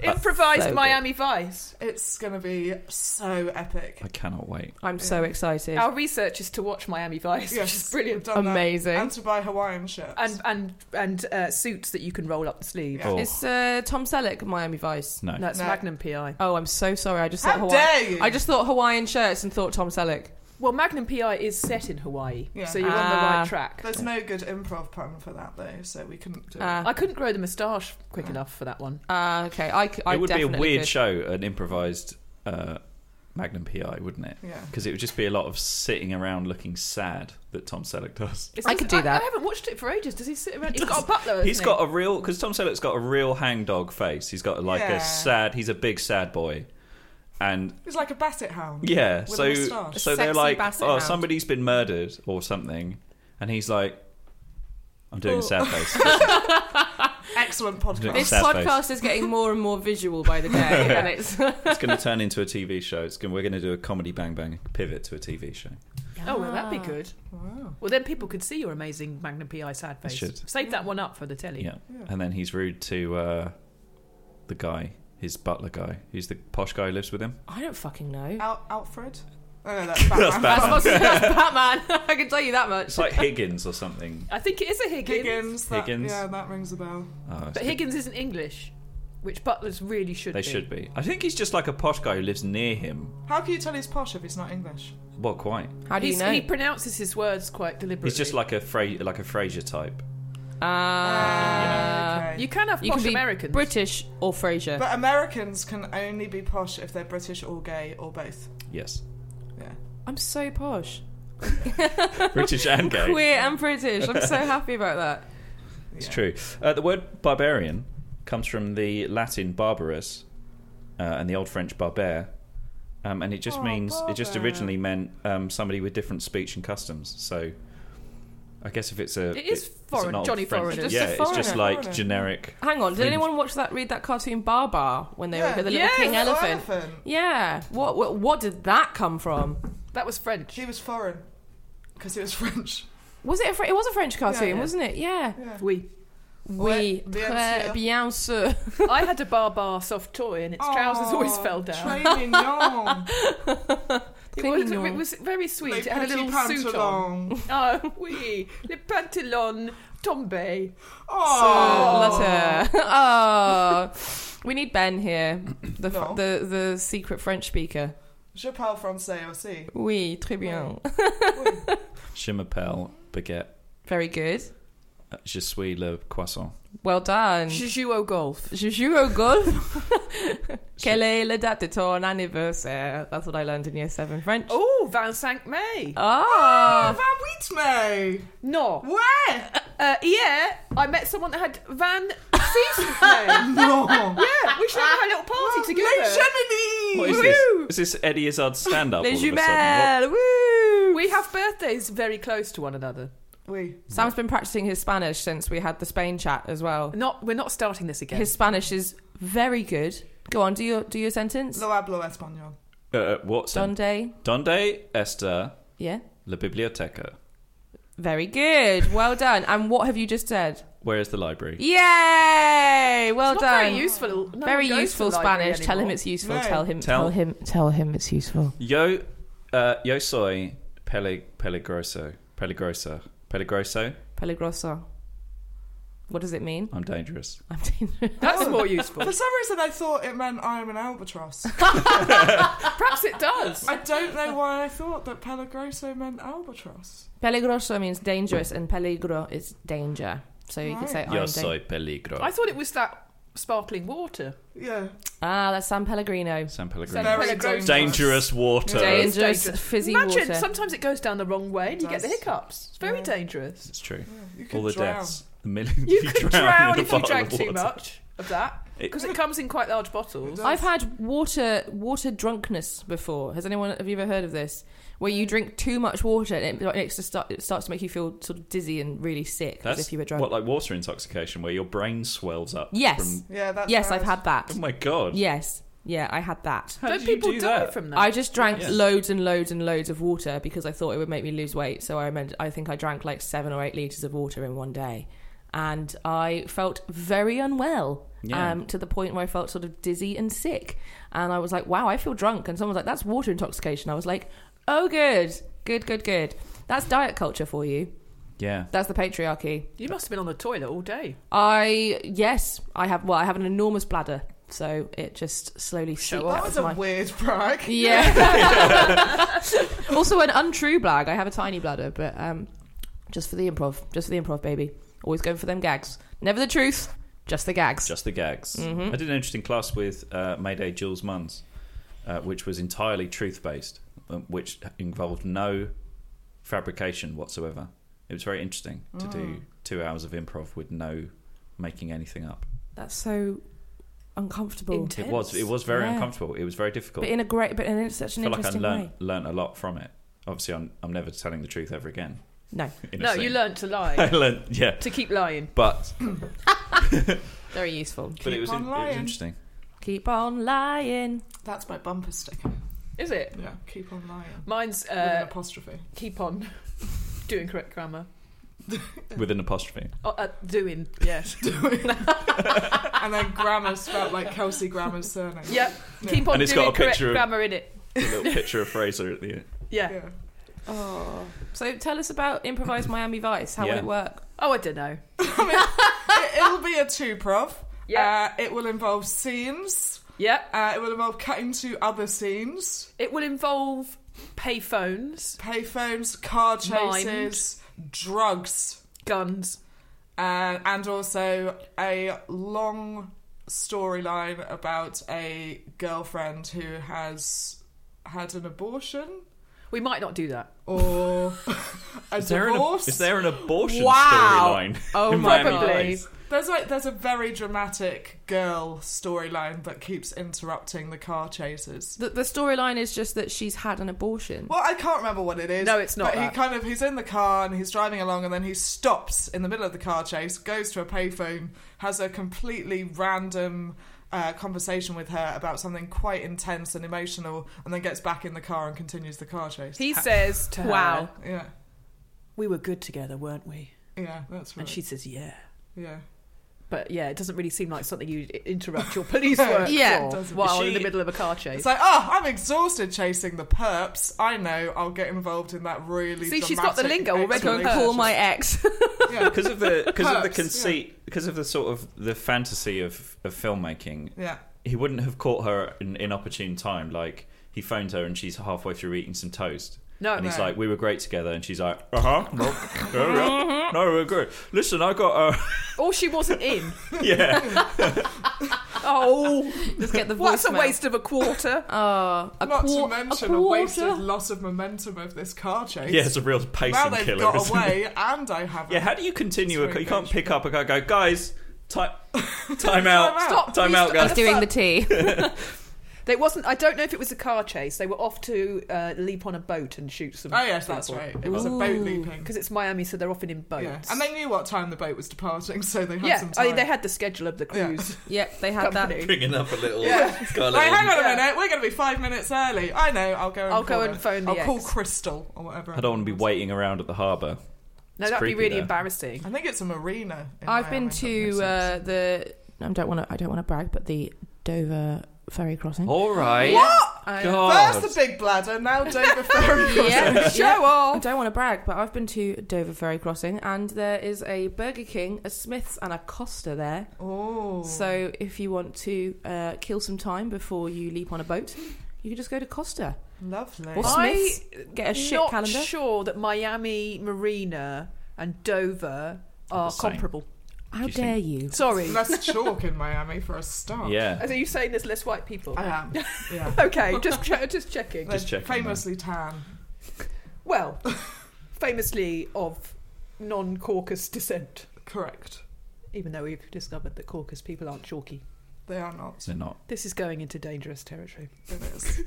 Speaker 5: Improvised
Speaker 3: so good.
Speaker 5: Miami Vice.
Speaker 4: It's going to be so epic.
Speaker 1: it. I cannot wait.
Speaker 3: I'm so excited.
Speaker 5: Our research is to watch Miami Vice, which is brilliant.
Speaker 4: we've done that.
Speaker 3: Amazing.
Speaker 4: And to buy Hawaiian shirts.
Speaker 5: and and and uh, suits that you can roll up the sleeve.
Speaker 1: Oh,
Speaker 3: It's uh, Tom Selleck, Miami Vice.
Speaker 1: no.
Speaker 5: No, it's
Speaker 4: No.
Speaker 5: Magnum PI.
Speaker 3: Oh, I'm so sorry. I just thought
Speaker 4: How
Speaker 3: Hawaii.
Speaker 4: dare you?
Speaker 3: I just thought Hawaiian shirts and thought Tom Selleck.
Speaker 5: Well, Magnum PI is set in Hawaii,
Speaker 4: Yeah.
Speaker 5: so you're on the
Speaker 3: Ah.
Speaker 5: right track.
Speaker 4: There's no good improv pun for that, though, so we couldn't do it.
Speaker 3: Ah,
Speaker 5: I couldn't grow the moustache quick enough for that one.
Speaker 3: ah, okay. I, c- I
Speaker 1: it would be a
Speaker 3: definitely
Speaker 1: weird
Speaker 3: could.
Speaker 1: show, an improvised uh, Magnum PI, wouldn't it?
Speaker 4: Yeah.
Speaker 1: Because it would just be a lot of sitting around looking sad that Tom Selleck does.
Speaker 5: Is
Speaker 3: I
Speaker 5: this-
Speaker 3: could do
Speaker 5: I,
Speaker 3: that.
Speaker 5: I haven't watched it for ages. Does he sit around? He's got a butler. hasn't
Speaker 1: He's
Speaker 5: he?
Speaker 1: got a real because Tom Selleck's got a real hangdog face. He's got like
Speaker 4: Yeah.
Speaker 1: a sad. He's a big sad boy, and
Speaker 4: It's like a basset hound.
Speaker 1: yeah.
Speaker 4: With a
Speaker 1: so
Speaker 4: moustache.
Speaker 1: so they're
Speaker 3: Sexy
Speaker 1: like,
Speaker 3: basset
Speaker 1: oh,
Speaker 3: hound.
Speaker 1: somebody's been murdered or something, and he's like, I'm doing
Speaker 4: Oh.
Speaker 1: a sad face.
Speaker 4: Excellent podcast.
Speaker 3: This
Speaker 1: Sad face.
Speaker 3: podcast is getting more and more visual by the day, and it's
Speaker 1: it's going to turn into a TV show. It's going. We're going to do a comedy bang bang pivot to a TV show.
Speaker 5: Oh, well, that'd be good.
Speaker 4: Wow.
Speaker 5: Well, then people could see your amazing Magnum PI sad face.
Speaker 1: should.
Speaker 5: Save that one up for the telly.
Speaker 1: Yeah.
Speaker 4: Yeah.
Speaker 1: And then he's rude to uh, the guy, his butler guy, who's the posh guy who lives with him.
Speaker 3: I don't fucking know.
Speaker 4: Al- Alfred? Oh, no, that's Batman.
Speaker 1: That's Batman.
Speaker 3: That's, that's Batman. I can tell you that much.
Speaker 1: It's like Higgins or something.
Speaker 5: I think it is a Higgins.
Speaker 4: Higgins. That,
Speaker 1: Higgins.
Speaker 4: Yeah, that rings a bell.
Speaker 1: Oh, it's
Speaker 5: But Higgins isn't English, which Butlers really should
Speaker 1: they
Speaker 5: be.
Speaker 1: should be. I think he's just like a posh guy who lives near him.
Speaker 4: How can you tell he's posh if he's not English?
Speaker 1: Well, quite.
Speaker 3: How do you
Speaker 5: He's,
Speaker 3: know?
Speaker 5: He pronounces his words quite deliberately.
Speaker 1: He's just like a Fra- like a Fraser type.
Speaker 3: Ah.
Speaker 4: okay.
Speaker 5: You can have
Speaker 3: Uh, You
Speaker 5: posh
Speaker 3: can be
Speaker 5: Americans.
Speaker 3: British or Frasier.
Speaker 4: But Americans can only be posh if they're British or gay or both.
Speaker 1: Yes,
Speaker 4: Yeah.
Speaker 3: I'm so posh.
Speaker 1: British and gay.
Speaker 3: Queer and British. I'm so happy about that.
Speaker 1: It's
Speaker 4: Yeah.
Speaker 1: true. Uh, the word barbarian comes from the Latin barbarus uh, and the Old French barbare, um, and it just
Speaker 4: Oh,
Speaker 1: means it just
Speaker 4: barbare.
Speaker 1: originally meant um, somebody with different speech and customs. So, I guess if it's a
Speaker 5: It is
Speaker 1: it's an
Speaker 5: foreign-
Speaker 1: old
Speaker 5: Johnny
Speaker 1: French-
Speaker 5: Foreigner. Just
Speaker 1: yeah,
Speaker 3: a
Speaker 1: it's just
Speaker 4: foreigner.
Speaker 1: like
Speaker 4: Foreigner.
Speaker 1: generic.
Speaker 3: Hang on. Did
Speaker 1: Fringe.
Speaker 3: anyone watch that? Read that cartoon Barbar when they
Speaker 4: Yeah.
Speaker 3: were with the little
Speaker 5: Yes.
Speaker 3: king
Speaker 4: Little
Speaker 3: elephant?
Speaker 4: elephant.
Speaker 3: Yeah. What, what what did that come from?
Speaker 5: That was French.
Speaker 4: He was foreign because he was French.
Speaker 3: Was it? A Fr- it was a French cartoon,
Speaker 4: yeah.
Speaker 3: wasn't it? Yeah.
Speaker 4: Yeah.
Speaker 5: Oui.
Speaker 3: Oui,
Speaker 4: bien
Speaker 3: très
Speaker 4: sûr.
Speaker 3: bien sûr.
Speaker 5: I had a bar bar soft toy and its trousers always fell down.
Speaker 4: Très mignon.
Speaker 5: It was,
Speaker 3: mignon.
Speaker 5: it was very sweet.
Speaker 4: Les
Speaker 5: it had a
Speaker 4: petits
Speaker 5: little suit on.
Speaker 4: pantalons.
Speaker 5: Oh, oui. Le pantalon tombe.
Speaker 4: Oh,
Speaker 3: Letter. Oh. We need Ben here, the, fr-
Speaker 4: No.
Speaker 3: the the secret French speaker.
Speaker 4: Je parle français aussi.
Speaker 3: Oui, très bien.
Speaker 4: Oui.
Speaker 1: Chimapel baguette.
Speaker 3: Very good.
Speaker 1: uh, Je suis le croissant.
Speaker 3: Well done.
Speaker 5: Je joue au golf.
Speaker 3: Je joue au golf. Quelle est la date de ton anniversaire? That's what I learned in year seven French.
Speaker 5: Oh, Vincent May.
Speaker 3: Ah.
Speaker 4: Oh, Van Wheatmay.
Speaker 5: No.
Speaker 4: Where?
Speaker 5: Uh, yeah, I met someone that had Van Season's name.
Speaker 4: No.
Speaker 5: Yeah, we should have had a little party
Speaker 4: Les
Speaker 5: together.
Speaker 4: Geminies.
Speaker 1: What is this? Is this Eddie Izzard's stand up?
Speaker 3: Les jumelles. Woo.
Speaker 5: We have birthdays very close to one another.
Speaker 4: Oui.
Speaker 3: Sam's been practicing his Spanish since we had the Spain chat as well.
Speaker 5: Not, we're not starting this again.
Speaker 3: His Spanish is very good. Go on, do your do your sentence.
Speaker 4: Lo hablo español.
Speaker 1: Uh, what's
Speaker 3: Donde?
Speaker 1: Donde esta
Speaker 3: Yeah.
Speaker 1: la biblioteca?
Speaker 3: Very good. Well done. And what have you just said?
Speaker 1: Where is the library?
Speaker 3: Yay! Well
Speaker 5: It's not
Speaker 3: done.
Speaker 5: Very useful. No one
Speaker 3: Very
Speaker 5: goes to
Speaker 3: useful
Speaker 5: the library
Speaker 3: Spanish. Tell him
Speaker 5: anymore.
Speaker 3: it's useful.
Speaker 4: Right.
Speaker 3: Tell him.
Speaker 1: Tell-
Speaker 3: Tell him. Tell him it's useful.
Speaker 1: Yo, uh, yo soy peli, peligroso. Peligroso. Peligroso.
Speaker 3: Peligroso. What does it mean?
Speaker 1: I'm dangerous.
Speaker 3: I'm dangerous.
Speaker 5: That's more useful.
Speaker 4: For some reason, I thought it meant I'm an albatross.
Speaker 5: Perhaps it does.
Speaker 4: I don't know why I thought that Pellegroso meant albatross.
Speaker 3: Peligroso means dangerous, and peligro is danger. So you could say
Speaker 1: Yo
Speaker 3: I'm
Speaker 1: soy
Speaker 3: dan-
Speaker 1: peligro.
Speaker 5: I thought it was that sparkling water.
Speaker 4: Yeah.
Speaker 3: Ah, that's San Pellegrino.
Speaker 1: San
Speaker 5: San
Speaker 1: Pellegrino.
Speaker 4: Very
Speaker 5: Pellegrino.
Speaker 4: dangerous.
Speaker 1: Dangerous water.
Speaker 5: Dang.
Speaker 3: Dangerous,
Speaker 5: It's dangerous.
Speaker 3: fizzy
Speaker 5: Imagine
Speaker 3: water.
Speaker 5: sometimes it goes down the wrong way and you get the
Speaker 4: Does.
Speaker 5: hiccups. It's very
Speaker 4: Yeah.
Speaker 5: dangerous.
Speaker 1: It's true.
Speaker 4: You could
Speaker 1: All the
Speaker 4: drown.
Speaker 1: deaths. The millions
Speaker 5: You, could drown
Speaker 1: in a
Speaker 5: if
Speaker 1: bottle
Speaker 5: you
Speaker 1: of
Speaker 5: drank too
Speaker 1: water.
Speaker 5: much of that
Speaker 1: It-
Speaker 5: because it comes in quite large bottles.
Speaker 3: I've had water water drunkenness before. Has anyone have you ever heard of this? Where you drink too much water and it, it, just start, it starts to make you feel sort of dizzy and really sick, as
Speaker 1: That's
Speaker 3: if you were drunk.
Speaker 1: what, like water intoxication, where your brain swells up.
Speaker 3: yes,
Speaker 1: From,
Speaker 4: Yeah, that's
Speaker 3: yes,
Speaker 4: bad.
Speaker 3: I've had that.
Speaker 1: oh my god.
Speaker 3: Yes, yeah, I had that.
Speaker 1: How
Speaker 5: Don't
Speaker 1: did you
Speaker 5: people
Speaker 1: do
Speaker 5: die
Speaker 1: that?
Speaker 5: from that?
Speaker 3: I just drank
Speaker 1: Yes.
Speaker 3: loads and loads and loads of water because I thought it would make me lose weight. So I remember, I think I drank like seven or eight liters of water in one day, and I felt very unwell.
Speaker 1: Yeah.
Speaker 3: Um, to the point where I felt sort of dizzy and sick, and I was like, "Wow, I feel drunk." And someone was like, "That's water intoxication." I was like, "Oh, good, good, good, good." That's diet culture for you.
Speaker 1: Yeah.
Speaker 3: That's the patriarchy.
Speaker 5: You must have been on the toilet all day.
Speaker 3: I yes, I have. Well, I have an enormous bladder, so it just slowly
Speaker 5: Show
Speaker 3: seeps
Speaker 5: off.
Speaker 4: That
Speaker 3: up
Speaker 4: was
Speaker 3: to
Speaker 4: a
Speaker 3: my-
Speaker 4: weird brag.
Speaker 3: Yeah. also, an untrue blag. I have a tiny bladder, but um, just for the improv, just for the improv, baby. Always going for them gags. Never the truth, just the gags.
Speaker 1: Just the gags. I did an interesting class with uh, Mayday Jules Munns, uh, which was entirely truth based, which involved no fabrication whatsoever. It was very interesting to do two hours of improv with no making anything up.
Speaker 3: That's so uncomfortable,
Speaker 5: Intense.
Speaker 1: It was it was very
Speaker 3: Yeah.
Speaker 1: uncomfortable. It was very difficult.
Speaker 3: but in a great, but in such
Speaker 1: I
Speaker 3: an
Speaker 1: feel like I
Speaker 3: interesting
Speaker 1: learned
Speaker 3: way.
Speaker 1: learned a lot from it. Obviously, I'm I'm never telling the truth ever again.
Speaker 3: No,
Speaker 1: in a
Speaker 5: No,
Speaker 1: scene.
Speaker 5: you learnt to
Speaker 1: I
Speaker 5: lie.
Speaker 1: learned, yeah,
Speaker 5: to keep lying.
Speaker 1: but
Speaker 3: very useful.
Speaker 1: but it
Speaker 4: Keep
Speaker 1: was,
Speaker 4: on
Speaker 1: in- it was
Speaker 4: lying.
Speaker 1: interesting.
Speaker 3: Keep on lying.
Speaker 4: That's my bumper sticker.
Speaker 5: Is it?
Speaker 4: Yeah. Keep on lying.
Speaker 5: Mine's
Speaker 4: With an
Speaker 5: uh,
Speaker 4: apostrophe.
Speaker 5: keep on doing correct grammar.
Speaker 1: With an apostrophe.
Speaker 5: Oh, uh, doing, yeah.
Speaker 4: and then grammar spelled like Kelsey Grammer's surname.
Speaker 5: Yep. Keep on
Speaker 1: And it's
Speaker 5: doing
Speaker 1: got a
Speaker 5: correct
Speaker 1: picture of-
Speaker 5: grammar in it.
Speaker 1: The little picture of Fraser at the end.
Speaker 5: Yeah.
Speaker 3: Oh. So tell us about improvised Miami Vice. How
Speaker 1: Yeah.
Speaker 3: will it work?
Speaker 5: Oh, I don't know.
Speaker 4: it, will be a two prov.
Speaker 5: Yeah.
Speaker 4: Uh, it will involve scenes.
Speaker 5: Yeah.
Speaker 4: Uh, it will involve cutting to other scenes,
Speaker 5: It will involve payphones,
Speaker 4: payphones, car chases, drugs,
Speaker 5: guns.
Speaker 4: uh, and also a long storyline about a girlfriend who has had an abortion
Speaker 5: We might not do that.
Speaker 4: or a
Speaker 1: Is there, an,
Speaker 4: divorce.
Speaker 1: is there an abortion
Speaker 4: Wow.
Speaker 1: storyline?
Speaker 3: Oh
Speaker 1: in
Speaker 3: my
Speaker 1: Miami
Speaker 3: God.
Speaker 1: Vice?
Speaker 4: There's like there's a very dramatic girl storyline that keeps interrupting the car chases.
Speaker 3: The, the storyline is just that she's had an abortion.
Speaker 4: Well, I can't remember what it is.
Speaker 5: No, it's not
Speaker 4: But
Speaker 5: that.
Speaker 4: he kind of he's in the car and he's driving along and then he stops in the middle of the car chase, goes to a payphone, has a completely random uh, conversation with her about something quite intense and emotional, and then gets back in the car and continues the car chase.
Speaker 5: He says to her,
Speaker 3: Wow.
Speaker 4: yeah,
Speaker 5: we were good together, weren't we?
Speaker 4: yeah, that's right.
Speaker 5: And she says, yeah.
Speaker 4: yeah.
Speaker 5: But yeah, it doesn't really seem like something you'd interrupt your police work
Speaker 3: Yeah.
Speaker 5: for
Speaker 4: Doesn't-
Speaker 5: while in
Speaker 1: She-
Speaker 5: the middle of a car chase.
Speaker 4: It's like, oh, I'm exhausted chasing the perps. I know, I'll get involved in that really.
Speaker 5: See, she's got the
Speaker 4: dramatic
Speaker 5: lingo already.
Speaker 3: Go and
Speaker 5: Perps.
Speaker 3: call
Speaker 4: explanation.
Speaker 3: my ex.
Speaker 4: Yeah,
Speaker 1: Because of the because of the
Speaker 4: Perps, yeah.
Speaker 1: conceit, because of the sort of the fantasy of of filmmaking,
Speaker 4: yeah,
Speaker 1: he wouldn't have caught her in inopportune time. Like he phoned her and she's halfway through eating some toast.
Speaker 5: No,
Speaker 1: and he's
Speaker 4: no.
Speaker 1: like, "We were great together," and she's like, "Uh huh, no, yeah,
Speaker 4: Mm-hmm.
Speaker 1: yeah. no, we we're good." Listen, I got uh,
Speaker 5: or she wasn't in.
Speaker 1: yeah,
Speaker 5: Oh,
Speaker 3: Let's get the voice.
Speaker 5: what's a waste of a quarter?
Speaker 3: Oh, a,
Speaker 4: Not
Speaker 3: quar-
Speaker 4: to mention
Speaker 3: a
Speaker 4: a,
Speaker 3: quarter.
Speaker 4: wasted loss of momentum of this car chase.
Speaker 1: yeah. It's a real pacing
Speaker 4: now they've
Speaker 1: killer.
Speaker 4: got
Speaker 1: isn't it?
Speaker 4: away, and I haven't.
Speaker 1: Yeah, how do you continue? A,
Speaker 4: It's
Speaker 1: you
Speaker 4: very
Speaker 1: can't
Speaker 4: vengeful.
Speaker 1: pick up a guy. and Go, guys, time, time out,
Speaker 5: Stop.
Speaker 1: time
Speaker 5: Please
Speaker 1: out,
Speaker 5: stop.
Speaker 1: guys.
Speaker 3: He's doing the tea.
Speaker 5: They wasn't. I don't know if it was a car chase. They were off to uh, leap on a boat and shoot some.
Speaker 4: Oh yes, that's right. It was a boat
Speaker 3: Ooh.
Speaker 4: leaping.
Speaker 5: Because it's Miami, so they're often in boats.
Speaker 4: Yeah, and they knew what time the boat was departing, so they had
Speaker 5: Yeah,
Speaker 4: some
Speaker 5: I
Speaker 4: time.
Speaker 5: mean, they had the schedule of the
Speaker 4: Yeah.
Speaker 5: cruise.
Speaker 3: yep, they had that.
Speaker 5: company.
Speaker 1: Bringing up a little,
Speaker 4: Yeah.
Speaker 1: got a
Speaker 4: Wait, hang on a
Speaker 5: Yeah.
Speaker 4: minute. We're going to be five minutes early. I know. I'll go. And
Speaker 5: I'll go
Speaker 4: call
Speaker 5: and
Speaker 4: her.
Speaker 5: phone the
Speaker 4: I'll call
Speaker 5: ex.
Speaker 4: Crystal or whatever.
Speaker 1: I don't want to be waiting around at the harbour.
Speaker 5: No,
Speaker 1: It's
Speaker 5: that'd be
Speaker 1: creepy,
Speaker 5: really
Speaker 1: though.
Speaker 5: embarrassing.
Speaker 4: I think it's a marina. in
Speaker 3: I've been
Speaker 4: Miami, if
Speaker 3: to
Speaker 4: that
Speaker 3: uh, the. I don't want to. I don't want to brag, but the Dover ferry crossing. Uh,
Speaker 1: All right,
Speaker 4: What?
Speaker 3: I-
Speaker 1: Oh God.
Speaker 4: makes sense. First the big bladder, now Dover Ferry.
Speaker 3: yeah,
Speaker 5: Show
Speaker 3: yeah. I
Speaker 5: off.
Speaker 3: don't want to brag, but I've been to Dover Ferry Crossing, and there is a Burger King, a Smith's, and a Costa there.
Speaker 4: Oh,
Speaker 3: So if you want to uh, kill some time before you leap on a boat, you can just go to Costa
Speaker 4: lovely.
Speaker 3: or
Speaker 5: I-
Speaker 3: Smith's. Get a shit
Speaker 5: Not
Speaker 3: calendar.
Speaker 5: sure that Miami Marina and
Speaker 1: Are
Speaker 5: Dover
Speaker 1: the
Speaker 5: are
Speaker 1: same.
Speaker 5: comparable.
Speaker 3: How
Speaker 1: Do you
Speaker 3: dare you?
Speaker 5: Sorry.
Speaker 4: Less chalk in Miami for a start.
Speaker 1: Yeah,
Speaker 5: Are you saying there's less white people?
Speaker 4: I am. Yeah.
Speaker 5: Okay, just che- just checking.
Speaker 4: They're
Speaker 1: Just checking,
Speaker 4: Famously tan.
Speaker 5: Well, famously of non-Caucus descent,
Speaker 4: Correct.
Speaker 5: even though we've discovered that Caucus people aren't chalky.
Speaker 4: They are not.
Speaker 1: they're not.
Speaker 5: This is going into dangerous territory.
Speaker 4: It is.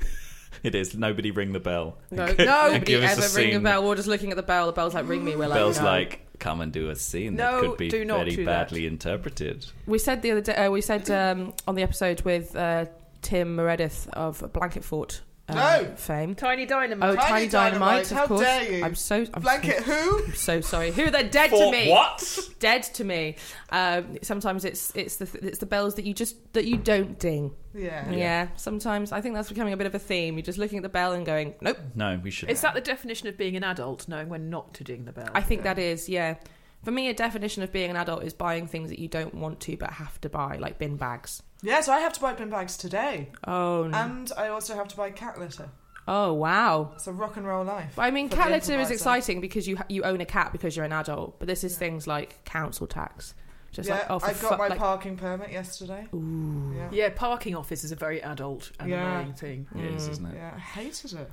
Speaker 1: It is. Nobody ring the bell.
Speaker 3: No,
Speaker 1: And
Speaker 3: nobody
Speaker 1: give us
Speaker 3: ever
Speaker 1: a
Speaker 3: ring the
Speaker 1: scene.
Speaker 3: bell. We're just looking at the bell. The bell's like, ring me. We're like,
Speaker 1: Bell's
Speaker 3: no.
Speaker 1: like, come and do a scene that
Speaker 5: No,
Speaker 1: could be
Speaker 5: do not
Speaker 1: very
Speaker 5: do that.
Speaker 1: badly interpreted.
Speaker 3: We said the other day. Uh, we said um, on the episode with uh, Tim Meredith of Blanket Fort uh,
Speaker 4: No.
Speaker 3: fame.
Speaker 5: Tiny dynamite.
Speaker 3: Oh,
Speaker 4: Tiny
Speaker 3: Tiny, Dynamite,
Speaker 4: Dynamite,
Speaker 3: of
Speaker 4: how
Speaker 3: course.
Speaker 4: dare you.
Speaker 3: I'm so I'm
Speaker 4: Blanket who?
Speaker 3: So, I'm so sorry. Who they're dead
Speaker 1: For
Speaker 3: to me?
Speaker 1: what?
Speaker 3: Dead to me. Um, sometimes it's it's the it's the bells that you just that you don't ding.
Speaker 4: Yeah.
Speaker 3: Yeah. Sometimes I think that's becoming a bit of a theme. You're just looking at the bell and going, nope.
Speaker 1: No, we should.
Speaker 5: Is that the definition of being an adult, knowing when not to ding the bell?
Speaker 3: I think that is yeah. For me, a definition of being an adult is buying things that you don't want to but have to buy, like bin bags.
Speaker 4: Yeah, so I have to buy bin bags today.
Speaker 3: Oh no.
Speaker 4: And I also have to buy cat litter.
Speaker 3: oh wow.
Speaker 4: It's a rock and roll life.
Speaker 3: But I mean,
Speaker 4: for
Speaker 3: cat
Speaker 4: the
Speaker 3: litter is
Speaker 4: improviser.
Speaker 3: exciting because you you own a cat because you're an adult. But this is things like council tax. Just
Speaker 4: yeah,
Speaker 3: like oh, for
Speaker 4: I
Speaker 3: fuck,
Speaker 4: got my
Speaker 3: like,
Speaker 4: parking permit yesterday.
Speaker 3: ooh.
Speaker 4: Yeah.
Speaker 5: Yeah, parking offices is a very adult and
Speaker 4: Yeah.
Speaker 5: annoying thing.
Speaker 1: It is,
Speaker 3: Mm.
Speaker 1: isn't it?
Speaker 4: Yeah, I hated it.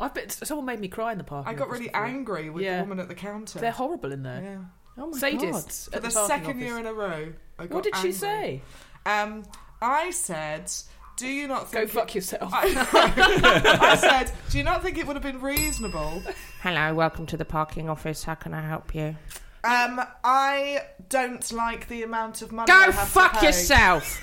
Speaker 5: I've been, someone made me cry in the parking.
Speaker 4: I got
Speaker 5: office
Speaker 4: really
Speaker 5: before.
Speaker 4: angry with
Speaker 5: Yeah.
Speaker 4: the woman at the counter.
Speaker 5: They're horrible in there.
Speaker 4: yeah.
Speaker 3: Oh my god.
Speaker 5: Sadists.
Speaker 4: For
Speaker 5: at
Speaker 4: the,
Speaker 5: parking
Speaker 4: second
Speaker 5: office.
Speaker 4: year in a row, I got
Speaker 5: What did she
Speaker 4: angry.
Speaker 5: say?
Speaker 4: Um, I said, "Do you not
Speaker 5: Go
Speaker 4: think?"
Speaker 5: fuck yourself.
Speaker 4: I, I said, "Do you not think it would have been reasonable?"
Speaker 3: Hello, welcome to the parking office. How can I help you?
Speaker 4: Um, I don't like the amount of money. I
Speaker 3: Go
Speaker 4: have to
Speaker 3: fuck
Speaker 4: pay.
Speaker 3: yourself.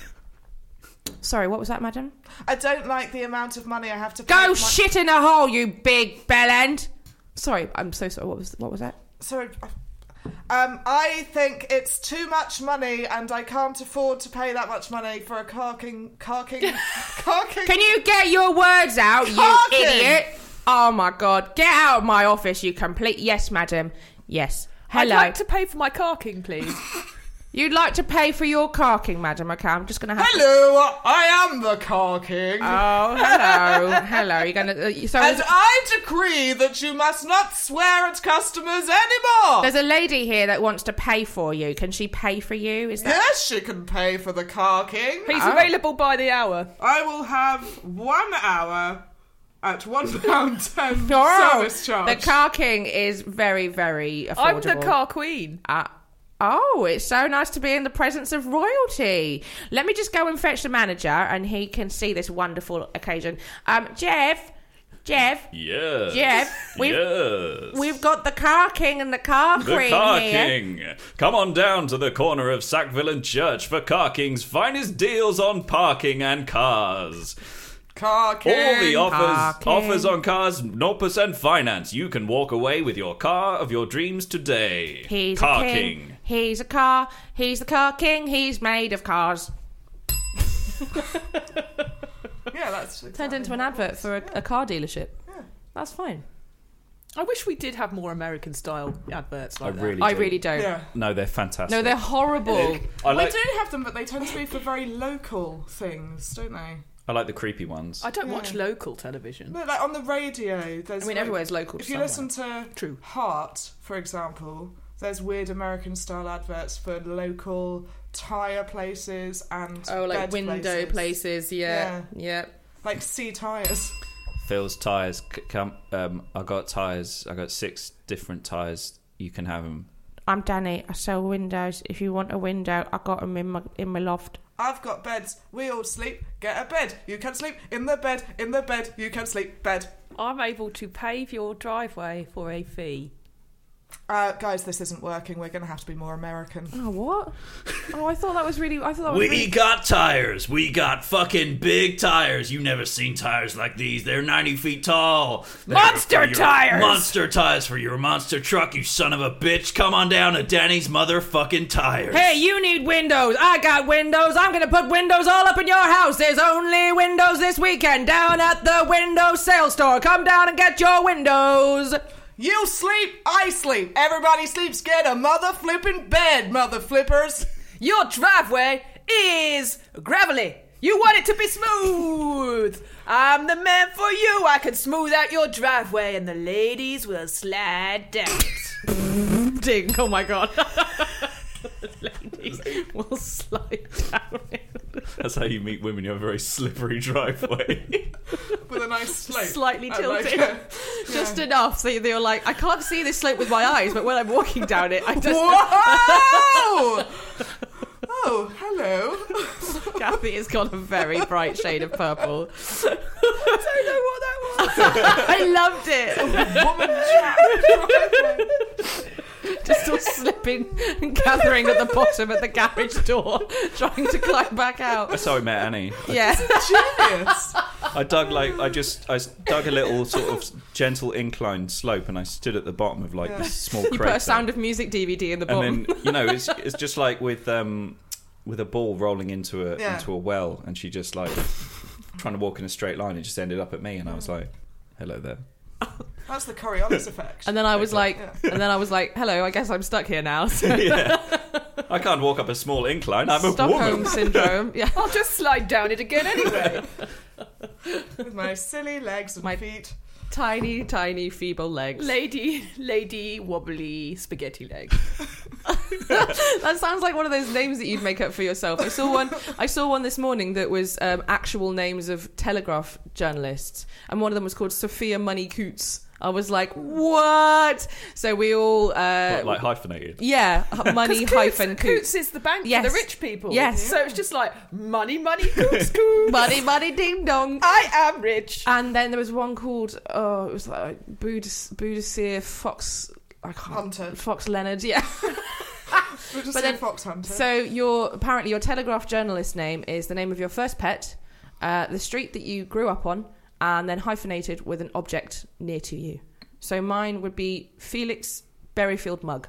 Speaker 3: Sorry, what was that, madam?
Speaker 4: I don't like the amount of money I have to. pay
Speaker 3: Go
Speaker 4: for my-
Speaker 3: shit in a hole, you big bellend. Sorry, I'm so sorry. What was what was that?
Speaker 4: Sorry, I- Um, I think it's too much money, and I can't afford to pay that much money for a carking, carking, carking.
Speaker 3: Can you get your words out,
Speaker 4: Carking.
Speaker 3: you idiot? Oh my god, get out of my office, you complete. Yes, madam. Yes. Hello.
Speaker 5: I'd like to pay for my carking, please.
Speaker 3: You'd like to pay for your carking, madam. Okay, I'm just going to have. to-
Speaker 4: Hello, I am the car king.
Speaker 3: Oh, hello. hello. You're going to. Uh, so
Speaker 4: and
Speaker 3: there's,
Speaker 4: I decree that you must not swear at customers anymore.
Speaker 3: there's a lady here that wants to pay for you. Can she pay for you? Is that.
Speaker 4: Yes, she can pay for the car king.
Speaker 5: He's available by the hour.
Speaker 4: I will have one hour at one pound ten service
Speaker 3: Oh, the
Speaker 4: charge.
Speaker 3: carking is very, very affordable.
Speaker 5: I'm the car queen.
Speaker 3: Uh, oh, it's so nice to be in the presence of royalty. Let me just go and fetch the manager, and he can see this wonderful occasion. Um, Jeff, Jeff,
Speaker 1: Yeah.
Speaker 3: Jeff, we've
Speaker 1: Yes.
Speaker 3: we've got the car king and the car
Speaker 1: The
Speaker 3: queen
Speaker 1: Car
Speaker 3: here.
Speaker 1: King. Come on down to the corner of Sackville and Church for Car King's finest deals on parking and cars.
Speaker 4: car king.
Speaker 1: All the offers
Speaker 3: Car King.
Speaker 1: offers on cars, 0% finance. You can walk away with your car of your dreams today.
Speaker 3: He's
Speaker 1: car
Speaker 3: a king.
Speaker 1: King.
Speaker 3: He's a car. He's the car king. He's made of cars.
Speaker 4: yeah, that's exactly.
Speaker 3: Turned into an advert for a, a car dealership. That's fine.
Speaker 5: I wish we did have more American style adverts
Speaker 1: I
Speaker 5: like that.
Speaker 1: really
Speaker 3: I
Speaker 1: do.
Speaker 3: really don't.
Speaker 4: Yeah.
Speaker 1: No, they're fantastic.
Speaker 3: No, they're horrible.
Speaker 1: I
Speaker 4: We
Speaker 1: like
Speaker 4: do have them, but they tend to be for very local things, don't they?
Speaker 1: I like the creepy ones.
Speaker 5: I don't watch local television.
Speaker 4: No, like on the radio. There's
Speaker 3: I mean,
Speaker 4: like-
Speaker 3: everywhere's local. to
Speaker 4: If you
Speaker 3: somewhere.
Speaker 4: listen to
Speaker 5: True.
Speaker 4: Heart, for example, there's weird American style adverts for local tire places and
Speaker 3: oh, like
Speaker 4: bed
Speaker 3: window places. Yeah, yeah.
Speaker 4: like sea tires.
Speaker 1: Phil's tires. c- Come, um, I got tires. I got six different tires. You can have them.
Speaker 3: I'm Danny. I sell windows. If you want a window, I got them in my in my loft.
Speaker 4: I've got beds. We all sleep. Get a bed. You can sleep in the bed. In the bed. You can sleep. Bed.
Speaker 5: I'm able to pave your driveway for a fee.
Speaker 4: Uh, guys, this isn't working. We're going to have to be more American.
Speaker 3: Oh what? oh, I thought that was really. I thought that was.
Speaker 2: We
Speaker 3: really...
Speaker 2: got tires. We got fucking big tires. You never seen tires like these. They're 90 feet tall. They're
Speaker 5: Monster
Speaker 2: for your-
Speaker 5: tires!
Speaker 2: Monster tires for your monster truck, you son of a bitch. Come on down to Danny's motherfucking tires.
Speaker 3: Hey, you need windows. I got windows. I'm gonna put windows all up in your house. There's only windows this weekend down at the window sale store. Come down and get your windows.
Speaker 4: You sleep. I sleep. Everybody sleeps. Get a mother flipping bed, mother flippers.
Speaker 5: Your driveway is gravelly. You want it to be smooth. I'm the man for you. I can smooth out your driveway and the ladies will slide down. it.
Speaker 3: Ding! Oh my god. Ladies will slide down.
Speaker 1: That's how you meet women. You have a very slippery driveway.
Speaker 4: With a nice slope.
Speaker 3: Slightly
Speaker 4: And, like,
Speaker 3: tilted.
Speaker 4: a-
Speaker 3: Just enough so you're like, I can't see this slope with my eyes, but when I'm walking down it, I just.
Speaker 4: Whoa! oh, hello.
Speaker 3: Kathy has got a very bright shade of purple. I don't know what that was. I loved it.
Speaker 4: Woman trap.
Speaker 3: Just all slipping and gathering at the bottom at the garage door, trying to climb back out.
Speaker 1: That's how I met Annie.
Speaker 3: Yeah.
Speaker 4: Genius.
Speaker 1: I dug like I just I s- dug a little sort of gentle incline slope, and I stood at the bottom of like this small
Speaker 3: You
Speaker 1: crater.
Speaker 3: put a Sound of Music DVD in the
Speaker 1: and
Speaker 3: bottom.
Speaker 1: then you know it's it's just like with um with a ball rolling into a
Speaker 4: Yeah.
Speaker 1: into a well, and she just like trying to walk in a straight line. It just ended up at me, and I was like, "Hello there."
Speaker 4: That's the Coriolis effect.
Speaker 3: and then I was like, and then I was like, hello, I guess I'm stuck here now. So
Speaker 1: I can't walk up a small incline. I'm a
Speaker 3: Stockholm
Speaker 1: woman.
Speaker 3: syndrome. Yeah.
Speaker 5: I'll just slide down it again anyway.
Speaker 4: With my silly legs and
Speaker 3: My-
Speaker 4: feet.
Speaker 3: Tiny, tiny, feeble legs.
Speaker 5: lady, lady, wobbly spaghetti legs.
Speaker 3: That sounds like one of those names that you'd make up for yourself. I saw one. I saw one this morning that was um, actual names of Telegraph journalists, and one of them was called Sophia Money Coots. I was like, what? So we all, uh,
Speaker 1: But, like hyphenated.
Speaker 3: yeah, money hyphen
Speaker 5: Coots
Speaker 3: Coots.
Speaker 5: is the bank
Speaker 3: Yes.
Speaker 5: for the rich people.
Speaker 3: Yes.
Speaker 5: So it's just like money, money, Coots, Coots.
Speaker 3: Money, money, ding dong.
Speaker 5: I am rich.
Speaker 3: And then there was one called, oh, it was like Boudis- Boudicca Fox. I can't.
Speaker 4: Hunter.
Speaker 3: Fox Leonard, yeah.
Speaker 4: We're just
Speaker 3: But
Speaker 4: doing
Speaker 3: then-
Speaker 4: fox hunter.
Speaker 3: So your apparently your Telegraph journalist name is the name of your first pet, uh, the street that you grew up on, and then hyphenated with an object near to you. So mine would be Felix Berryfield Mug.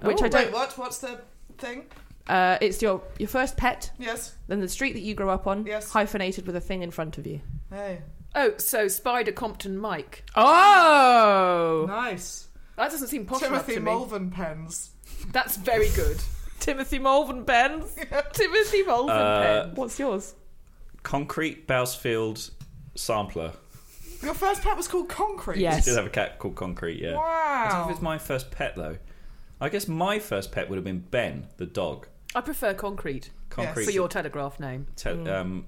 Speaker 3: which
Speaker 4: Oh,
Speaker 3: I don't.
Speaker 4: Wait, what? What's the thing?
Speaker 3: Uh, it's your your first pet,
Speaker 4: Yes.
Speaker 3: then the street that you grew up on,
Speaker 4: Yes.
Speaker 3: hyphenated with a thing in front of you.
Speaker 4: Hey.
Speaker 5: Oh, so Spider Compton Mike.
Speaker 3: Oh,
Speaker 4: Nice.
Speaker 5: That doesn't seem posh enough
Speaker 4: Timothy
Speaker 5: to me.
Speaker 4: Malvern pens.
Speaker 5: That's very good.
Speaker 3: Timothy Malvenbens.
Speaker 5: Timothy
Speaker 4: Uh,
Speaker 5: Malvern.
Speaker 3: What's yours?
Speaker 1: Concrete Bousfield sampler.
Speaker 4: Your first pet was called Concrete.
Speaker 3: Yes.
Speaker 1: I did have a cat called Concrete, yeah. I don't know if
Speaker 4: Wow.
Speaker 1: it's my first pet though. I guess my first pet would have been Ben, the dog.
Speaker 5: I prefer concrete
Speaker 1: Concrete.
Speaker 5: for your Mm. telegraph name.
Speaker 1: te- um,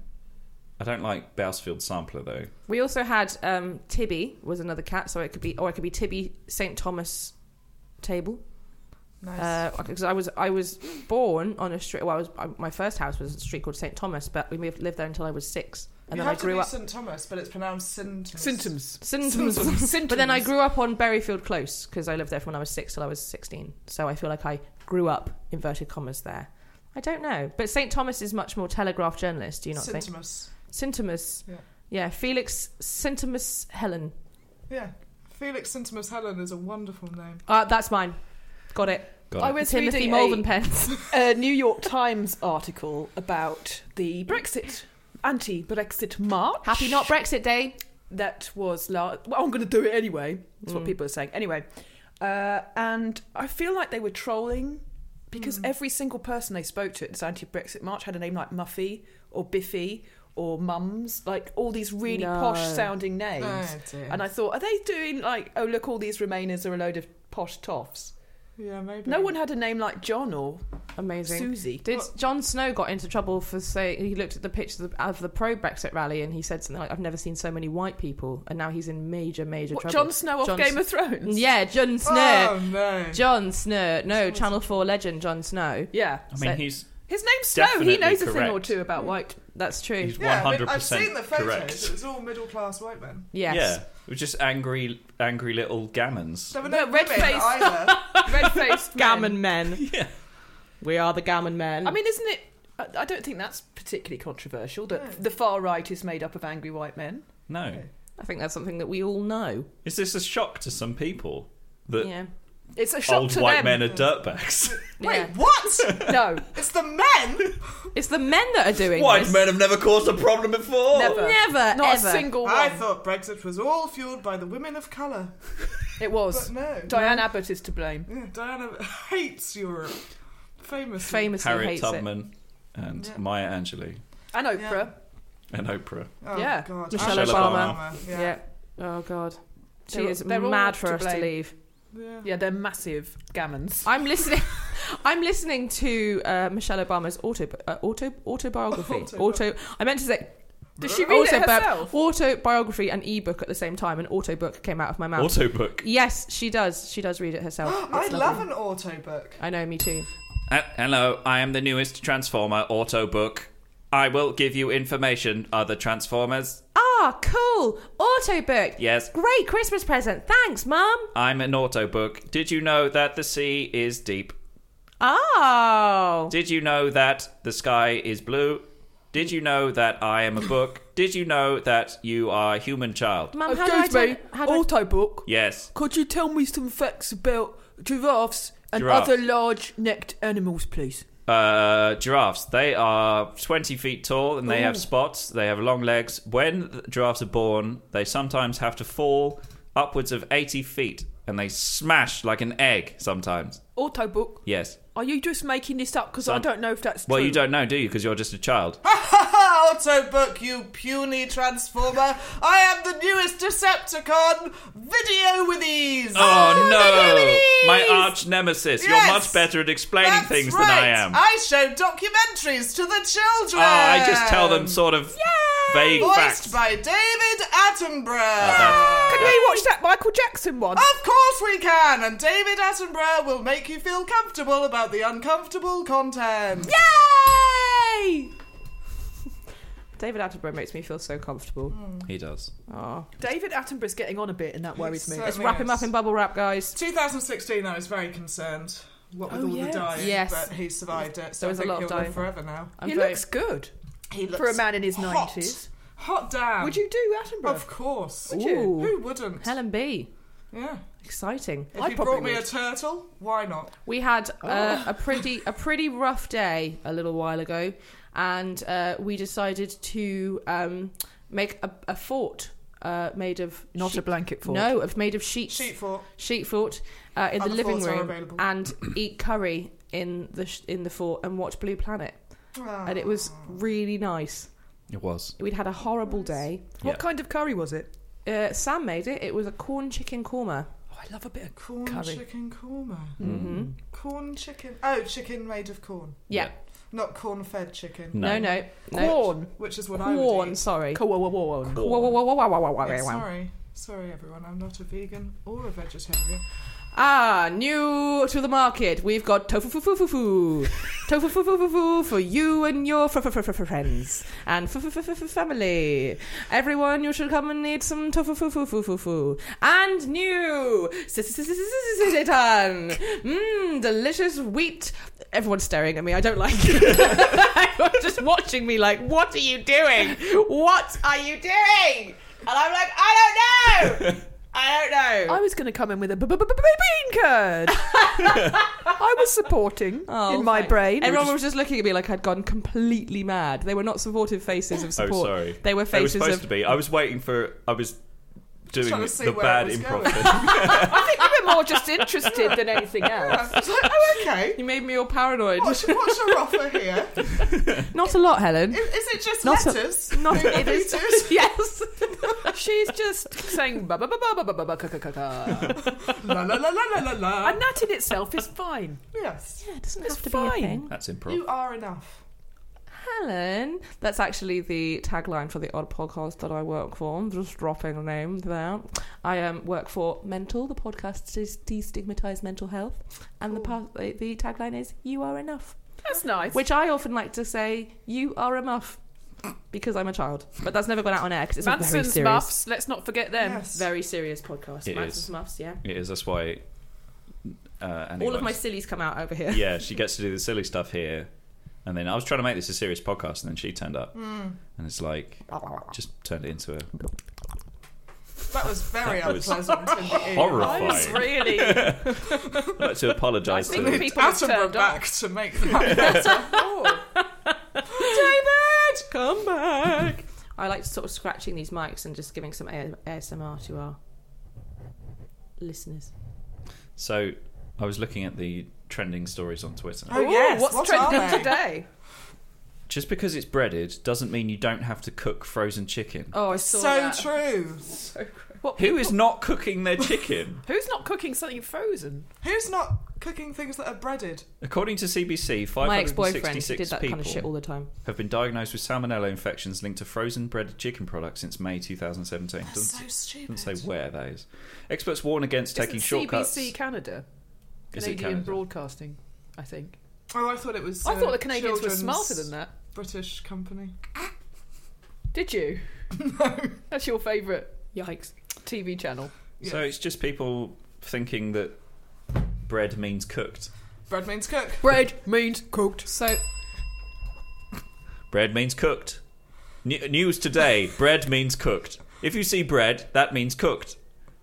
Speaker 1: I don't like Bousfield sampler though.
Speaker 3: We also had um, Tibby was another cat, so it could be or it could be Tibby St Thomas table. Uh,
Speaker 4: Nice.
Speaker 3: Because I was I was born on a street. Well, I was I, my first house was a street called St Thomas, but we moved, lived there until I was six, and
Speaker 4: you
Speaker 3: then I
Speaker 4: have to
Speaker 3: grew
Speaker 4: be
Speaker 3: up.
Speaker 4: St Thomas, but it's pronounced Sint.
Speaker 5: Symptoms.
Speaker 3: Symptoms. But then I grew up on Berryfield Close because I lived there from when I was six till I was 16. So I feel like I grew up, inverted commas, there. I don't know. But St. Thomas is much more telegraph journalist, do you not think?
Speaker 4: Sintimus.
Speaker 3: Sintimus.
Speaker 4: Yeah.
Speaker 3: Yeah, Felix Sintimus Helen.
Speaker 4: Yeah. Felix Sintimus Helen is a wonderful name.
Speaker 3: Uh, that's mine. Got it.
Speaker 1: God,
Speaker 5: I was
Speaker 3: Timothy
Speaker 5: reading
Speaker 3: Malvern
Speaker 5: a-
Speaker 3: Pence.
Speaker 5: a New York Times article about the Brexit, anti-Brexit march.
Speaker 3: Happy not Brexit Day.
Speaker 5: That was last. Well, I'm going to do it anyway. That's what
Speaker 3: Mm.
Speaker 5: people are saying. Anyway, uh, and I feel like they were trolling because every single person they spoke to at this anti-Brexit march had a name like Muffy or Biffy or Mums, like all these really
Speaker 3: No.
Speaker 5: posh-sounding names.
Speaker 4: dear.
Speaker 5: And I thought, are they doing like, oh look, all these Remainers are a load of posh toffs?
Speaker 4: yeah, maybe.
Speaker 5: No one had a name like John or
Speaker 3: Hmm. Amazing.
Speaker 5: Susie.
Speaker 3: Did John Snow got into trouble for say he looked at the picture of the, of the pro Brexit rally and he said something like, "I've never seen so many white people," and now he's in major, major
Speaker 5: What,
Speaker 3: trouble.
Speaker 5: Jon Snow off
Speaker 3: Jon S-
Speaker 5: Game of Thrones?
Speaker 3: Yeah, Jon Snow.
Speaker 4: Oh no.
Speaker 3: Jon Snow. No,
Speaker 4: Someone's-
Speaker 3: Channel 4 legend Jon Snow.
Speaker 5: Yeah.
Speaker 1: I mean,
Speaker 3: so-
Speaker 1: he's
Speaker 5: His name's Snow.
Speaker 1: Definitely
Speaker 5: he knows a thing
Speaker 1: correct.
Speaker 5: or two
Speaker 3: Hmm.
Speaker 5: about white.
Speaker 3: That's true.
Speaker 1: he's
Speaker 4: yeah,
Speaker 1: one
Speaker 4: I mean,
Speaker 1: hundred
Speaker 4: I've seen
Speaker 1: percent
Speaker 4: the photos.
Speaker 1: correct.
Speaker 4: It was all middle class white men.
Speaker 3: Yes.
Speaker 1: Yeah, it was just angry, angry little gammons.
Speaker 4: There were no
Speaker 5: No, red
Speaker 4: women
Speaker 5: face.
Speaker 4: either.
Speaker 5: Red faced
Speaker 3: Gammon men.
Speaker 1: Yeah.
Speaker 3: We are the gammon men.
Speaker 5: I mean, isn't it? I- I don't think that's particularly controversial that
Speaker 4: No.
Speaker 3: Hmm.
Speaker 5: the far right is made up of angry white men.
Speaker 1: No,
Speaker 3: I think that's something that we all know.
Speaker 1: is this a shock to some people that
Speaker 3: yeah.
Speaker 5: It's a shock
Speaker 1: old
Speaker 5: to
Speaker 1: white
Speaker 5: them.
Speaker 1: men are dirtbags?
Speaker 4: Wait,
Speaker 3: yeah.
Speaker 4: what?
Speaker 5: No,
Speaker 4: it's the men.
Speaker 3: It's the men that are doing
Speaker 1: White
Speaker 3: this.
Speaker 1: men have never caused a problem before.
Speaker 5: never,
Speaker 3: Never,
Speaker 5: not
Speaker 3: ever.
Speaker 5: a single one.
Speaker 4: I thought Brexit was all fueled by the women of colour,
Speaker 5: it
Speaker 4: but
Speaker 5: was.
Speaker 4: no.
Speaker 5: Diane Abbott is to blame.
Speaker 4: Yeah, Diana hates Europe. Famously.
Speaker 3: Famously
Speaker 1: Harriet
Speaker 3: hates it.
Speaker 1: Tubman and
Speaker 4: Yeah.
Speaker 1: Maya Angelou
Speaker 5: And Oprah.
Speaker 1: and Oprah.
Speaker 4: Oh,
Speaker 5: Yeah.
Speaker 4: God.
Speaker 3: Michelle
Speaker 1: Michelle
Speaker 3: Obama.
Speaker 4: Yeah.
Speaker 3: Yeah. Oh God. She
Speaker 5: They're-
Speaker 3: is
Speaker 5: they're all
Speaker 3: mad for
Speaker 5: to
Speaker 3: us
Speaker 5: blame.
Speaker 3: to leave.
Speaker 4: Yeah.
Speaker 5: Yeah, they're massive gammons.
Speaker 3: I'm listening. I'm listening to uh, Michelle Obama's auto uh, auto autobiography.
Speaker 4: Autobi-
Speaker 3: auto. I meant to say
Speaker 5: Does she read
Speaker 3: also
Speaker 5: it
Speaker 3: burp.
Speaker 5: herself?
Speaker 3: autobiography and ebook at the same time. An auto book came out of my mouth.
Speaker 1: Auto book.
Speaker 3: yes, she does. She does read it herself.
Speaker 4: I
Speaker 3: It's
Speaker 4: love
Speaker 3: lovely.
Speaker 4: an auto book.
Speaker 3: I know, me too.
Speaker 1: Uh, hello, I am the newest Transformer auto book. I will give you information, other Transformers.
Speaker 3: Ah, cool. Autobook.
Speaker 1: Yes.
Speaker 3: Great Christmas present. Thanks, Mum.
Speaker 1: I'm an auto book. Did you know that the sea is deep?
Speaker 3: Oh.
Speaker 1: Did you know that the sky is blue? Did you know that I am a book? Did you know that you are a human child?
Speaker 5: Oh,
Speaker 3: Mum, how do I do, how do I-
Speaker 5: book.
Speaker 1: Yes.
Speaker 5: Could you tell me some facts about giraffes and
Speaker 1: Giraffes.
Speaker 5: other large necked animals, please?
Speaker 1: Uh, giraffes. They are 20 feet tall and they have spots. They have long legs. When giraffes are born, they sometimes have to fall upwards of 80 feet and they smash like an egg sometimes.
Speaker 5: Autobook,
Speaker 1: Yes.
Speaker 5: are you just making this up? Because I
Speaker 1: Some-
Speaker 5: don't know if that's
Speaker 1: Well,
Speaker 5: true.
Speaker 1: you don't know, do you? Because you're just a child.
Speaker 4: Auto book, you puny transformer. I am the newest Decepticon. Video with ease. Ah,
Speaker 1: Oh no! My
Speaker 4: Video with ease.
Speaker 1: arch nemesis.
Speaker 4: Yes.
Speaker 1: You're much better at explaining
Speaker 4: That's
Speaker 1: things
Speaker 4: right.
Speaker 1: than I am.
Speaker 4: I show documentaries to the children.
Speaker 1: Ah, I just tell them sort of vague
Speaker 4: Um, Voiced
Speaker 1: facts. Oh,
Speaker 4: by David
Speaker 1: that's-
Speaker 4: Attenborough.
Speaker 5: Can we watch that Michael Jackson one?
Speaker 4: Of course we can, and David Attenborough will make you feel comfortable about the uncomfortable content.
Speaker 5: Yay!
Speaker 3: David Attenborough makes me feel so comfortable.
Speaker 1: he does.
Speaker 3: Oh.
Speaker 5: David Attenborough's getting on a bit, and that worries me.
Speaker 4: Yes,
Speaker 3: Let's wrap him up
Speaker 4: Yes.
Speaker 3: in bubble wrap, guys.
Speaker 4: 2016, I was very concerned. What with
Speaker 5: Oh,
Speaker 4: all
Speaker 5: yes.
Speaker 4: the dying,
Speaker 3: Yes.
Speaker 4: but he survived it. So
Speaker 3: There was
Speaker 4: I
Speaker 3: a
Speaker 4: think
Speaker 3: lot of
Speaker 4: he'll
Speaker 3: dying.
Speaker 4: live forever now.
Speaker 3: I'm
Speaker 5: he
Speaker 3: very-
Speaker 5: looks good
Speaker 4: He
Speaker 5: for a man in his
Speaker 4: hot.
Speaker 5: nineties.
Speaker 4: hot damn.
Speaker 5: Would you do Attenborough?
Speaker 4: Of course.
Speaker 5: Would you?
Speaker 3: Ooh.
Speaker 4: Who wouldn't?
Speaker 3: Helen B.
Speaker 4: Yeah.
Speaker 3: Exciting.
Speaker 4: If
Speaker 5: I
Speaker 4: you
Speaker 5: probably
Speaker 4: brought me a
Speaker 5: would.
Speaker 4: turtle, why not?
Speaker 3: We had uh, a pretty a pretty rough day a little while ago, and uh, we decided to um, make a, a fort uh, made of
Speaker 5: Not a
Speaker 3: sheep-
Speaker 5: blanket fort.
Speaker 3: no of made of sheets
Speaker 4: Sheep fort.
Speaker 3: sheet fort uh, in
Speaker 4: Other
Speaker 3: the living
Speaker 4: forts are
Speaker 3: room
Speaker 4: available.
Speaker 3: and eat curry in the sh- in the fort and watch Blue Planet, and
Speaker 4: Ah.
Speaker 3: it was really nice.
Speaker 1: It was.
Speaker 3: We'd had a horrible day.
Speaker 5: What
Speaker 1: Yeah.
Speaker 5: kind of curry was it?
Speaker 3: Uh, Sam made it. It was a corn chicken korma.
Speaker 5: Oh, I love a bit of.
Speaker 4: corn
Speaker 5: Curry.
Speaker 4: chicken korma.
Speaker 3: Mm-hmm.
Speaker 4: Corn chicken. Oh, chicken made of corn,
Speaker 3: Yeah.
Speaker 4: not corn-fed chicken,
Speaker 1: No.
Speaker 3: No. No. No.
Speaker 5: Corn.
Speaker 4: which is what I would
Speaker 3: Corn.
Speaker 4: eat.
Speaker 3: Sorry.
Speaker 5: Corn.
Speaker 3: Whoa, whoa, whoa, whoa, whoa, whoa, whoa,
Speaker 4: Yeah,
Speaker 3: whoa, whoa.
Speaker 4: sorry, sorry everyone. I'm not a vegan or a vegetarian.
Speaker 3: Ah, new to the market. We've got tofu fu fu fu fu. Tofu fu fu fu fu for you and your fr- fr- fr- fr- fr- friends and f- f- f- f- family. Everyone, you should come and eat some tofu fu fu fu fu fu. And new seitan. Mmm, delicious wheat. Everyone's staring at me. I don't like it. Everyone's just watching me like, what are you doing? What are you doing? And I'm like, I don't know. I don't know.
Speaker 5: I was going to come in with a b- b- b- b- bean curd. I was supporting
Speaker 3: Oh,
Speaker 5: in my
Speaker 3: thanks.
Speaker 5: brain.
Speaker 3: Everyone was just looking at me like I'd gone completely mad. They were not supportive faces of support.
Speaker 1: Oh, sorry.
Speaker 3: They were
Speaker 1: They were
Speaker 3: faces
Speaker 1: supposed
Speaker 3: of.
Speaker 1: to be. I was waiting for. I was doing
Speaker 4: trying to see
Speaker 1: the
Speaker 4: where
Speaker 1: bad
Speaker 4: it was
Speaker 1: improv.
Speaker 4: going.
Speaker 1: thing.
Speaker 5: I think we were more just interested than anything else.
Speaker 4: I was like, oh, okay.
Speaker 3: You made me all paranoid.
Speaker 4: What's, what's your offer here? Is,
Speaker 3: Not a lot, Helen.
Speaker 4: is it just
Speaker 3: Not a-
Speaker 4: lettuce?
Speaker 3: Not
Speaker 4: No
Speaker 3: it is.
Speaker 4: potatoes?
Speaker 3: yes.
Speaker 5: She's just saying ba ba ba ba ba ba ba ka ka ka ka.
Speaker 4: la la la la la la la.
Speaker 5: And that in itself is fine.
Speaker 4: Yes,
Speaker 3: Yeah, it doesn't
Speaker 5: It's
Speaker 3: have to be
Speaker 5: fine.
Speaker 3: a thing.
Speaker 1: That's improv.
Speaker 4: you are enough.
Speaker 3: Helen. That's actually the tagline for the odd podcast that I work for. I'm just dropping a name there. I um, work for Mental, the podcast to destigmatize mental health. And the, pa- the, the tagline is You Are Enough.
Speaker 5: That's nice.
Speaker 3: Which I often like to say, you are a muff. Because I'm a child. But that's never gone out on air 'cause it's a very
Speaker 5: Manson's
Speaker 3: serious,
Speaker 5: muffs. Let's not forget them.
Speaker 4: Yes.
Speaker 3: very serious podcast.
Speaker 1: It
Speaker 3: Manson's
Speaker 1: is.
Speaker 3: muffs, yeah.
Speaker 1: It is. That's why. Uh, Annie
Speaker 3: All of my
Speaker 1: likes-
Speaker 3: sillies come out over here.
Speaker 1: yeah, she gets to do the silly stuff here, and then I was trying to make this a serious podcast, and then she turned up,
Speaker 4: Hmm.
Speaker 1: and it's like just turned it into a
Speaker 4: That was very
Speaker 1: That was
Speaker 4: unpleasant. in the ear.
Speaker 5: I was
Speaker 1: horrifying.
Speaker 5: really.
Speaker 1: I'd like to apologise
Speaker 5: I
Speaker 1: to.
Speaker 5: think
Speaker 4: Need
Speaker 1: the-
Speaker 5: people have
Speaker 4: Attenborough
Speaker 5: turned
Speaker 4: back to make that.
Speaker 3: David, come back. I like sort of scratching these mics and just giving some A- ASMR to our listeners.
Speaker 1: So I was looking at the trending stories on Twitter.
Speaker 4: Oh, yes,
Speaker 5: what's
Speaker 4: what
Speaker 5: trending
Speaker 4: are they?
Speaker 5: today?
Speaker 1: Just because it's breaded doesn't mean you don't have to cook frozen chicken.
Speaker 3: Oh, I saw
Speaker 4: so
Speaker 3: that.
Speaker 4: true.
Speaker 5: What,
Speaker 1: Who is not cooking their chicken?
Speaker 5: Who's not cooking something frozen?
Speaker 4: Who's not cooking things that are breaded?
Speaker 1: According to CBC,
Speaker 3: My ex-boyfriend
Speaker 1: 566
Speaker 3: did that
Speaker 1: people
Speaker 3: kind of shit all the time.
Speaker 1: have been diagnosed with salmonella infections linked to frozen breaded chicken products since May 2017.
Speaker 4: That's
Speaker 1: Doesn't,
Speaker 4: so stupid.
Speaker 1: doesn't say where that is. Experts warn against taking
Speaker 5: Isn't
Speaker 1: shortcuts.
Speaker 5: CBC Canada,
Speaker 1: Is
Speaker 5: Canadian
Speaker 1: it Canada?
Speaker 5: Broadcasting. I think.
Speaker 4: Oh, I thought it was.
Speaker 5: I
Speaker 4: uh,
Speaker 5: thought the Canadians were
Speaker 4: children's
Speaker 5: smarter than that.
Speaker 4: British company.
Speaker 5: Did you? No. That's your favourite
Speaker 3: Yikes.
Speaker 5: TV channel.
Speaker 1: So it's just people thinking that bread means cooked.
Speaker 4: Bread means cook.
Speaker 5: Bread means cooked.
Speaker 3: So
Speaker 1: Bread means cooked. New- news today: bread means cooked. If you see bread, that means cooked.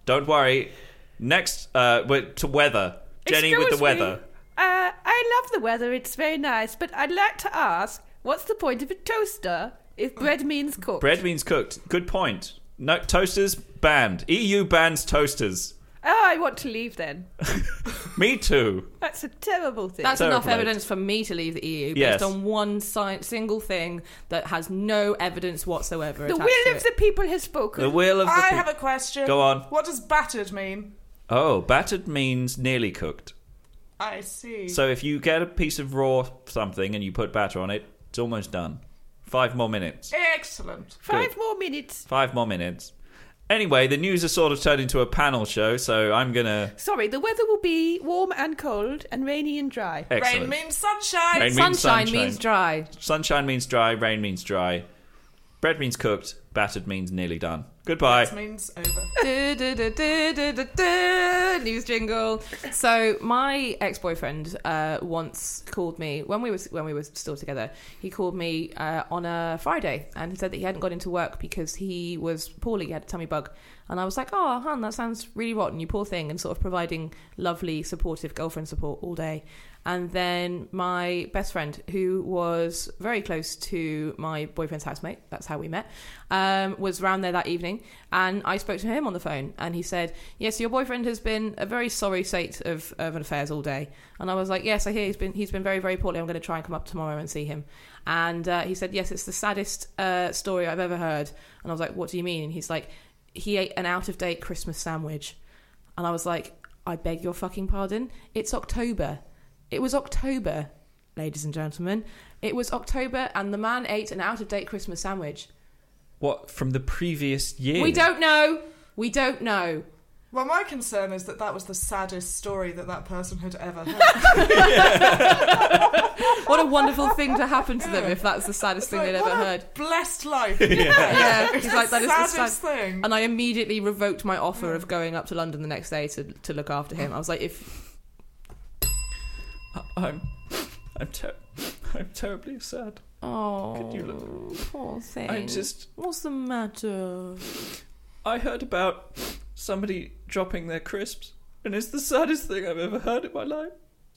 Speaker 1: Don't worry. Next, uh, we're to weather. Jenny with the
Speaker 5: Excuse
Speaker 1: weather.
Speaker 5: me. Uh, I love the weather. It's very nice. But I'd like to ask, what's the point of a toaster if bread means cooked?
Speaker 1: Bread means cooked. Good point. No toasters banned. EU bans toasters.
Speaker 5: Oh, I want to leave then.
Speaker 1: Me too.
Speaker 5: That's a terrible thing.
Speaker 3: That's
Speaker 1: Terrible
Speaker 3: enough
Speaker 1: idea.
Speaker 3: evidence for me to leave the EU
Speaker 1: Yes.
Speaker 3: based on one si- single thing that has no evidence whatsoever.
Speaker 5: the
Speaker 3: attached
Speaker 5: will
Speaker 3: to
Speaker 5: of
Speaker 3: it.
Speaker 5: the people has spoken.
Speaker 1: The will of the.
Speaker 4: I
Speaker 1: peop-
Speaker 4: have a question.
Speaker 1: Go on.
Speaker 4: What does battered mean?
Speaker 1: oh, battered means nearly cooked.
Speaker 4: I see.
Speaker 1: So if you get a piece of raw something and you put batter on it, it's almost done. Five more minutes.
Speaker 4: Excellent.
Speaker 5: Five
Speaker 1: Good.
Speaker 5: more minutes.
Speaker 1: Five more minutes. Anyway, the news has sort of turned into a panel show, so I'm gonna.
Speaker 5: Sorry, the weather will be warm and cold and rainy and dry.
Speaker 1: Excellent.
Speaker 4: Rain means sunshine.
Speaker 1: Rain means
Speaker 3: sunshine
Speaker 1: sunshine.
Speaker 3: means dry.
Speaker 1: Sunshine means dry. Rain means dry. Bread means cooked. Battered means nearly done. Goodbye.
Speaker 4: This means over.
Speaker 3: Du- du- du- du- du- du- du, News jingle. So my ex boyfriend uh, once called me when we was when we were still together. He called me uh, on a Friday and he said that he hadn't got into work because he was poorly. He had a tummy bug, and I was like, "Oh, hun, that sounds really rotten. You poor thing." And sort of providing lovely, supportive girlfriend support all day. And then my best friend, who was very close to my boyfriend's housemate, that's how we met, um, was round there that evening. And I spoke to him on the phone, and he said, "Yes, your boyfriend has been a very sorry state of, of affairs all day." And I was like, "Yes, I hear he's been he's been very very poorly. I'm going to try and come up tomorrow and see him." And uh, he said, "Yes, it's the saddest uh, story I've ever heard." And I was like, "What do you mean?" And he's like, "He ate an out of date Christmas sandwich," and I was like, "I beg your fucking pardon. It's October. It was October, ladies and gentlemen. It was October, and the man ate an out of date Christmas sandwich."
Speaker 1: What from the previous year?
Speaker 3: We don't know. We don't know.
Speaker 4: Well, my concern is that that was the saddest story that that person had ever heard.
Speaker 3: What a wonderful thing to happen to them if that's the saddest
Speaker 4: It's
Speaker 3: thing
Speaker 4: like,
Speaker 3: they'd
Speaker 4: what
Speaker 3: ever
Speaker 4: a
Speaker 3: heard.
Speaker 4: Blessed life.
Speaker 3: Yeah,
Speaker 4: It's
Speaker 3: he's
Speaker 4: the
Speaker 3: like that is the
Speaker 4: saddest
Speaker 3: sad.
Speaker 4: thing.
Speaker 3: And I immediately revoked my offer of going up to London the next day to to look after him. I was like, if
Speaker 1: I- I'm. I'm, ter- I'm terribly sad.
Speaker 3: oh,
Speaker 1: Could you look-
Speaker 3: poor thing.
Speaker 4: Oh.
Speaker 1: I just.
Speaker 3: What's the matter?
Speaker 1: I heard about somebody dropping their crisps, and it's the saddest thing I've ever heard in my life.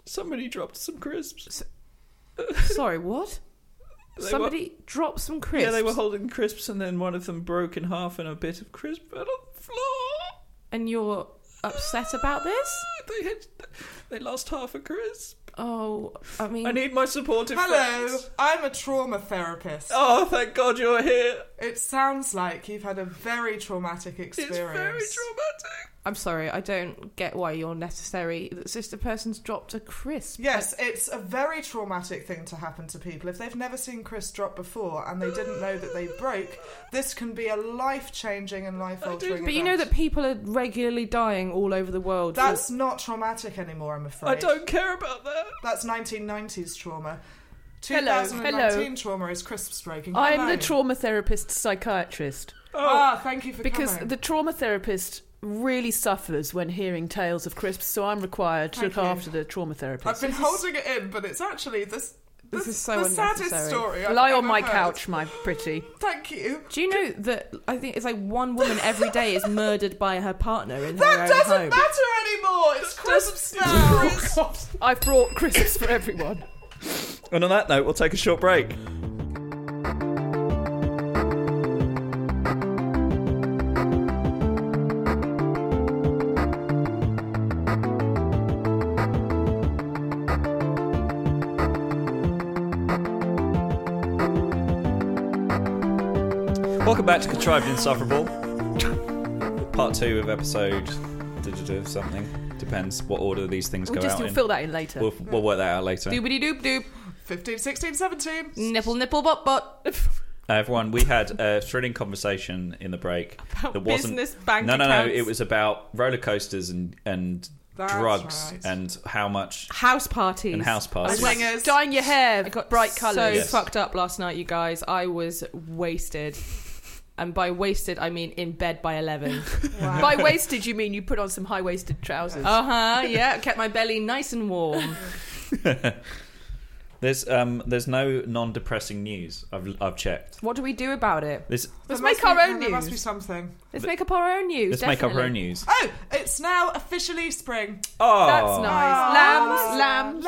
Speaker 1: Somebody dropped some crisps.
Speaker 3: Sorry, what?
Speaker 1: They were-
Speaker 3: Somebody dropped some crisps.
Speaker 1: Yeah, they were holding crisps, and then one of them broke in half, and a bit of crisp fell on the floor.
Speaker 3: and you're upset about this?
Speaker 1: They had, they lost half a crisp.
Speaker 3: Oh, I mean,
Speaker 1: I need my supportive
Speaker 4: Hello,
Speaker 1: friends.
Speaker 4: I'm a trauma therapist.
Speaker 1: Oh, thank God you're here.
Speaker 4: It sounds like you've had a very traumatic
Speaker 1: It's
Speaker 4: experience.
Speaker 1: very traumatic.
Speaker 3: I'm sorry, I don't get why you're necessary. It's just a person's dropped a crisp.
Speaker 4: Yes, it's a very traumatic thing to happen to people. If they've never seen Chris drop before and they didn't know that they broke, this can be a life changing and life altering.
Speaker 3: But you know that people are regularly dying all over the world. for-
Speaker 4: That's not traumatic anymore, I'm afraid.
Speaker 1: I don't care about that.
Speaker 4: That's 1990s trauma.
Speaker 5: Hello,
Speaker 4: 2019
Speaker 5: hello.
Speaker 4: trauma is crisps breaking.
Speaker 5: I'm
Speaker 4: Hello.
Speaker 5: the trauma therapist psychiatrist
Speaker 1: Oh,
Speaker 4: Ah, thank you for
Speaker 5: because
Speaker 4: coming.
Speaker 5: the trauma therapist really suffers when hearing tales of crisps, so I'm required to
Speaker 4: Thank
Speaker 5: look
Speaker 4: you.
Speaker 5: after the trauma
Speaker 4: I've
Speaker 5: therapist.
Speaker 4: been holding it in, but it's actually this.
Speaker 3: This
Speaker 4: the-
Speaker 3: is so
Speaker 4: the saddest
Speaker 3: unnecessary.
Speaker 4: story. I've
Speaker 5: Lie on
Speaker 4: ever
Speaker 5: my
Speaker 4: heard.
Speaker 5: couch, my pretty.
Speaker 4: Thank you.
Speaker 3: Do you know that I think it's like one woman every day is murdered by her partner in her
Speaker 4: That
Speaker 3: own
Speaker 4: doesn't
Speaker 3: home.
Speaker 4: matter anymore. It's crisps now.
Speaker 5: I've brought crisps for everyone.
Speaker 1: And on that note, we'll take a short break. Welcome back to Contrived Insufferable, part two of episode digital something. Depends what order these things go
Speaker 5: We'll just
Speaker 1: out
Speaker 5: you'll
Speaker 1: in.
Speaker 5: fill that in later.
Speaker 1: We'll, we'll work that out later.
Speaker 3: Doobity doop doop.
Speaker 4: 15, 16, 17.
Speaker 5: Mm.
Speaker 3: Nipple nipple bot bot.
Speaker 1: Uh, everyone, we had a thrilling conversation in the break.
Speaker 3: About
Speaker 1: That wasn't-
Speaker 3: business bank
Speaker 1: no, no, no.
Speaker 3: accounts.
Speaker 1: It was about roller coasters and and
Speaker 4: That's
Speaker 1: drugs
Speaker 4: right.
Speaker 1: and how much
Speaker 3: house parties.
Speaker 1: and house
Speaker 4: I
Speaker 1: parties.
Speaker 4: was like- Swingers.
Speaker 5: Dyeing your hair
Speaker 3: I got
Speaker 5: bright
Speaker 3: So
Speaker 5: colours.
Speaker 1: Yes.
Speaker 3: fucked up last night, you guys. I was wasted. And by wasted, I mean in bed by 11.
Speaker 4: Wow.
Speaker 5: By wasted, you mean you put on some high waisted trousers.
Speaker 3: uh huh, yeah. Kept my belly nice and warm.
Speaker 1: there's um there's no non-depressing news. I've I've checked.
Speaker 3: What do we do about it?
Speaker 1: This
Speaker 4: There
Speaker 5: Let's make
Speaker 4: must be-
Speaker 5: our own
Speaker 4: There must be
Speaker 5: news.
Speaker 4: something.
Speaker 3: Let's make up our own news.
Speaker 1: let's make up our
Speaker 3: definitely.
Speaker 1: own news.
Speaker 4: Oh, it's now officially spring.
Speaker 1: Oh,
Speaker 5: That's nice.
Speaker 4: Ah.
Speaker 5: Lambs, lambs.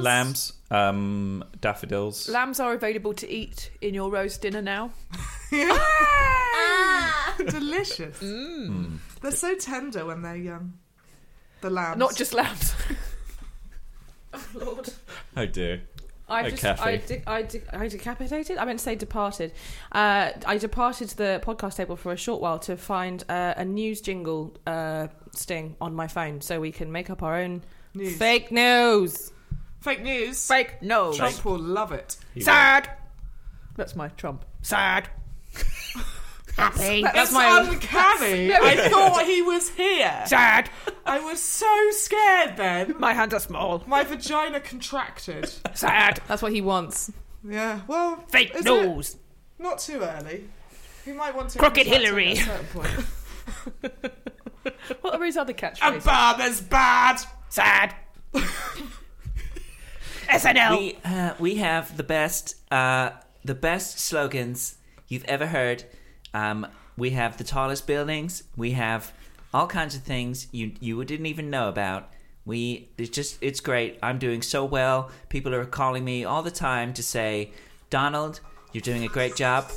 Speaker 4: Lambs.
Speaker 1: Lambs, um, daffodils.
Speaker 5: Lambs are available to eat in your roast dinner now.
Speaker 4: Yay!
Speaker 5: Ah.
Speaker 4: Delicious.
Speaker 1: Hmm.
Speaker 4: They're so tender when they're young. The lambs.
Speaker 5: Not just lambs.
Speaker 1: oh dear.
Speaker 3: I
Speaker 1: Oh,
Speaker 3: just,
Speaker 1: Kathy.
Speaker 3: I, de- I, de- I decapitated. I meant to say departed. Uh, I departed the podcast table for a short while to find uh, a news jingle uh, sting on my phone, so we can make up our own
Speaker 4: News.
Speaker 3: fake news.
Speaker 4: Fake news.
Speaker 5: Fake no.
Speaker 1: Trump.
Speaker 4: Trump will love it.
Speaker 1: He
Speaker 5: Sad. That's my Trump. Sad.
Speaker 3: Happy. That's
Speaker 4: That's
Speaker 3: my.
Speaker 4: uncanny. I thought he was here.
Speaker 5: Sad.
Speaker 4: I was so scared then.
Speaker 5: My hands are small.
Speaker 4: My vagina contracted.
Speaker 5: Sad.
Speaker 3: That's what he wants.
Speaker 4: Yeah, well,
Speaker 5: Fake
Speaker 4: is it
Speaker 5: news.
Speaker 4: Not too early. Who might want to
Speaker 3: Crooked
Speaker 4: interact
Speaker 3: Hillary.
Speaker 4: at a certain point.
Speaker 5: What are his other
Speaker 4: A
Speaker 5: catchphrases?
Speaker 4: barber's bad.
Speaker 3: Sad. SNL.
Speaker 6: We uh, we have the best uh, the best slogans you've ever heard. Um, we have the tallest buildings. We have all kinds of things you you didn't even know about. We it's just it's great. I'm doing so well. People are calling me all the time to say, Donald, you're doing a great job.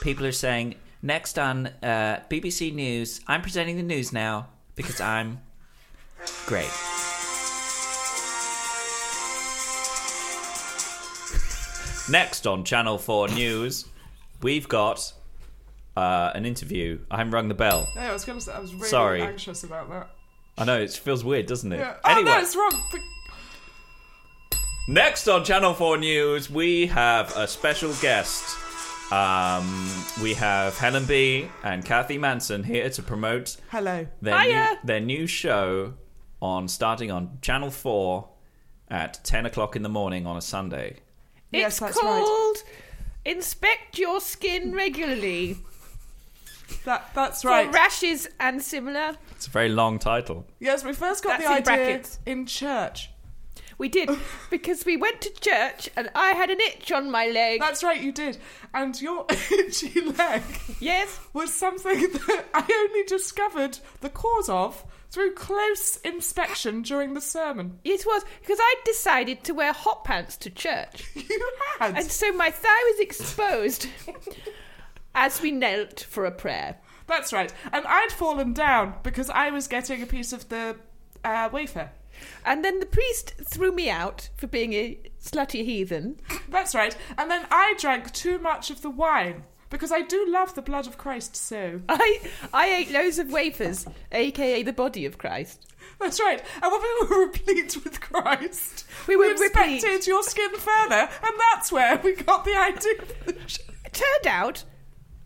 Speaker 6: People are saying next on uh, BBC News. I'm presenting the news now because I'm great.
Speaker 1: Next on Channel 4 News, we've got uh, an interview. I haven't rung the bell.
Speaker 4: No, I was gonna say I was really
Speaker 1: Sorry.
Speaker 4: anxious about that.
Speaker 1: I know, it feels weird, doesn't it?
Speaker 4: Yeah.
Speaker 1: Anyway,
Speaker 4: Oh no, it's wrong. But-
Speaker 1: next on Channel 4 News, we have a special guest. Um, we have Helen B. and Kathy Manson here to promote
Speaker 4: Hello.
Speaker 1: their new,
Speaker 5: Hiya.
Speaker 1: their new show on starting on Channel 4 at 10 o'clock in the morning on a Sunday.
Speaker 5: It's
Speaker 4: Yes, that's right.
Speaker 5: called Inspect Your Skin Regularly
Speaker 4: That that's right.
Speaker 5: for rashes and similar.
Speaker 1: It's a very long title.
Speaker 4: yes, we first got
Speaker 5: That's
Speaker 4: the
Speaker 5: in
Speaker 4: idea
Speaker 5: brackets.
Speaker 4: in church.
Speaker 5: We did because we went to church and I had an itch on my leg.
Speaker 4: That's right, you did. And your itchy leg
Speaker 5: yes,
Speaker 4: was something that I only discovered the cause of through close inspection during the sermon.
Speaker 5: it was because I decided to wear hot pants to church,
Speaker 4: You had.
Speaker 5: and so my thigh was exposed as we knelt for a prayer.
Speaker 4: That's right. And I'd fallen down because I was getting a piece of the uh, wafer.
Speaker 5: And then the priest threw me out for being a slutty heathen.
Speaker 4: That's right. And then I drank too much of the wine because I do love the blood of Christ so.
Speaker 5: I I ate loads of wafers, aka the body of Christ.
Speaker 4: That's right. And when we were replete with Christ,
Speaker 5: We were
Speaker 4: inspected
Speaker 5: replete.
Speaker 4: your skin further, and that's where we got the idea. for the show.
Speaker 5: It turned out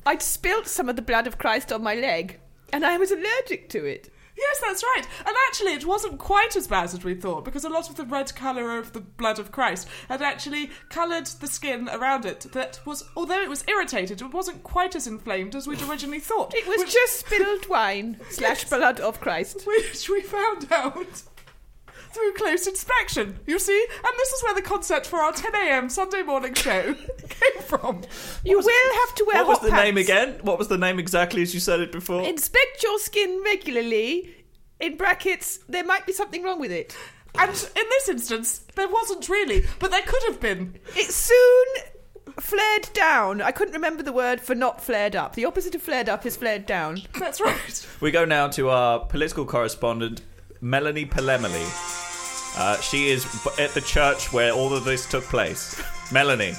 Speaker 5: I'd spilt some of the blood of Christ on my leg, and I was allergic to it.
Speaker 4: Yes, that's right. And actually, it wasn't quite as bad as we thought because a lot of the red colour of the blood of Christ had actually coloured the skin around it. That was, although it was irritated, it wasn't quite as inflamed as we'd originally thought.
Speaker 5: It was
Speaker 4: which,
Speaker 5: just spilled wine slash blood of Christ.
Speaker 4: which we found out. Through close inspection, you see? And this is where the concept for our 10 a.m. Sunday morning show came from.
Speaker 5: You will have to wear
Speaker 1: What was
Speaker 5: hot
Speaker 1: the name
Speaker 5: pants.
Speaker 1: again? What was the name exactly as you said it before?
Speaker 5: Inspect your skin regularly. In brackets, there might be something wrong with it.
Speaker 4: And in this instance, there wasn't really, but there could have been.
Speaker 5: It soon flared down. I couldn't remember the word for not flared up. The opposite of flared up is flared down.
Speaker 4: That's right.
Speaker 1: We go now to our political correspondent, Melanie Palemely. Uh, she is b- at the church where all of this took place. Melanie,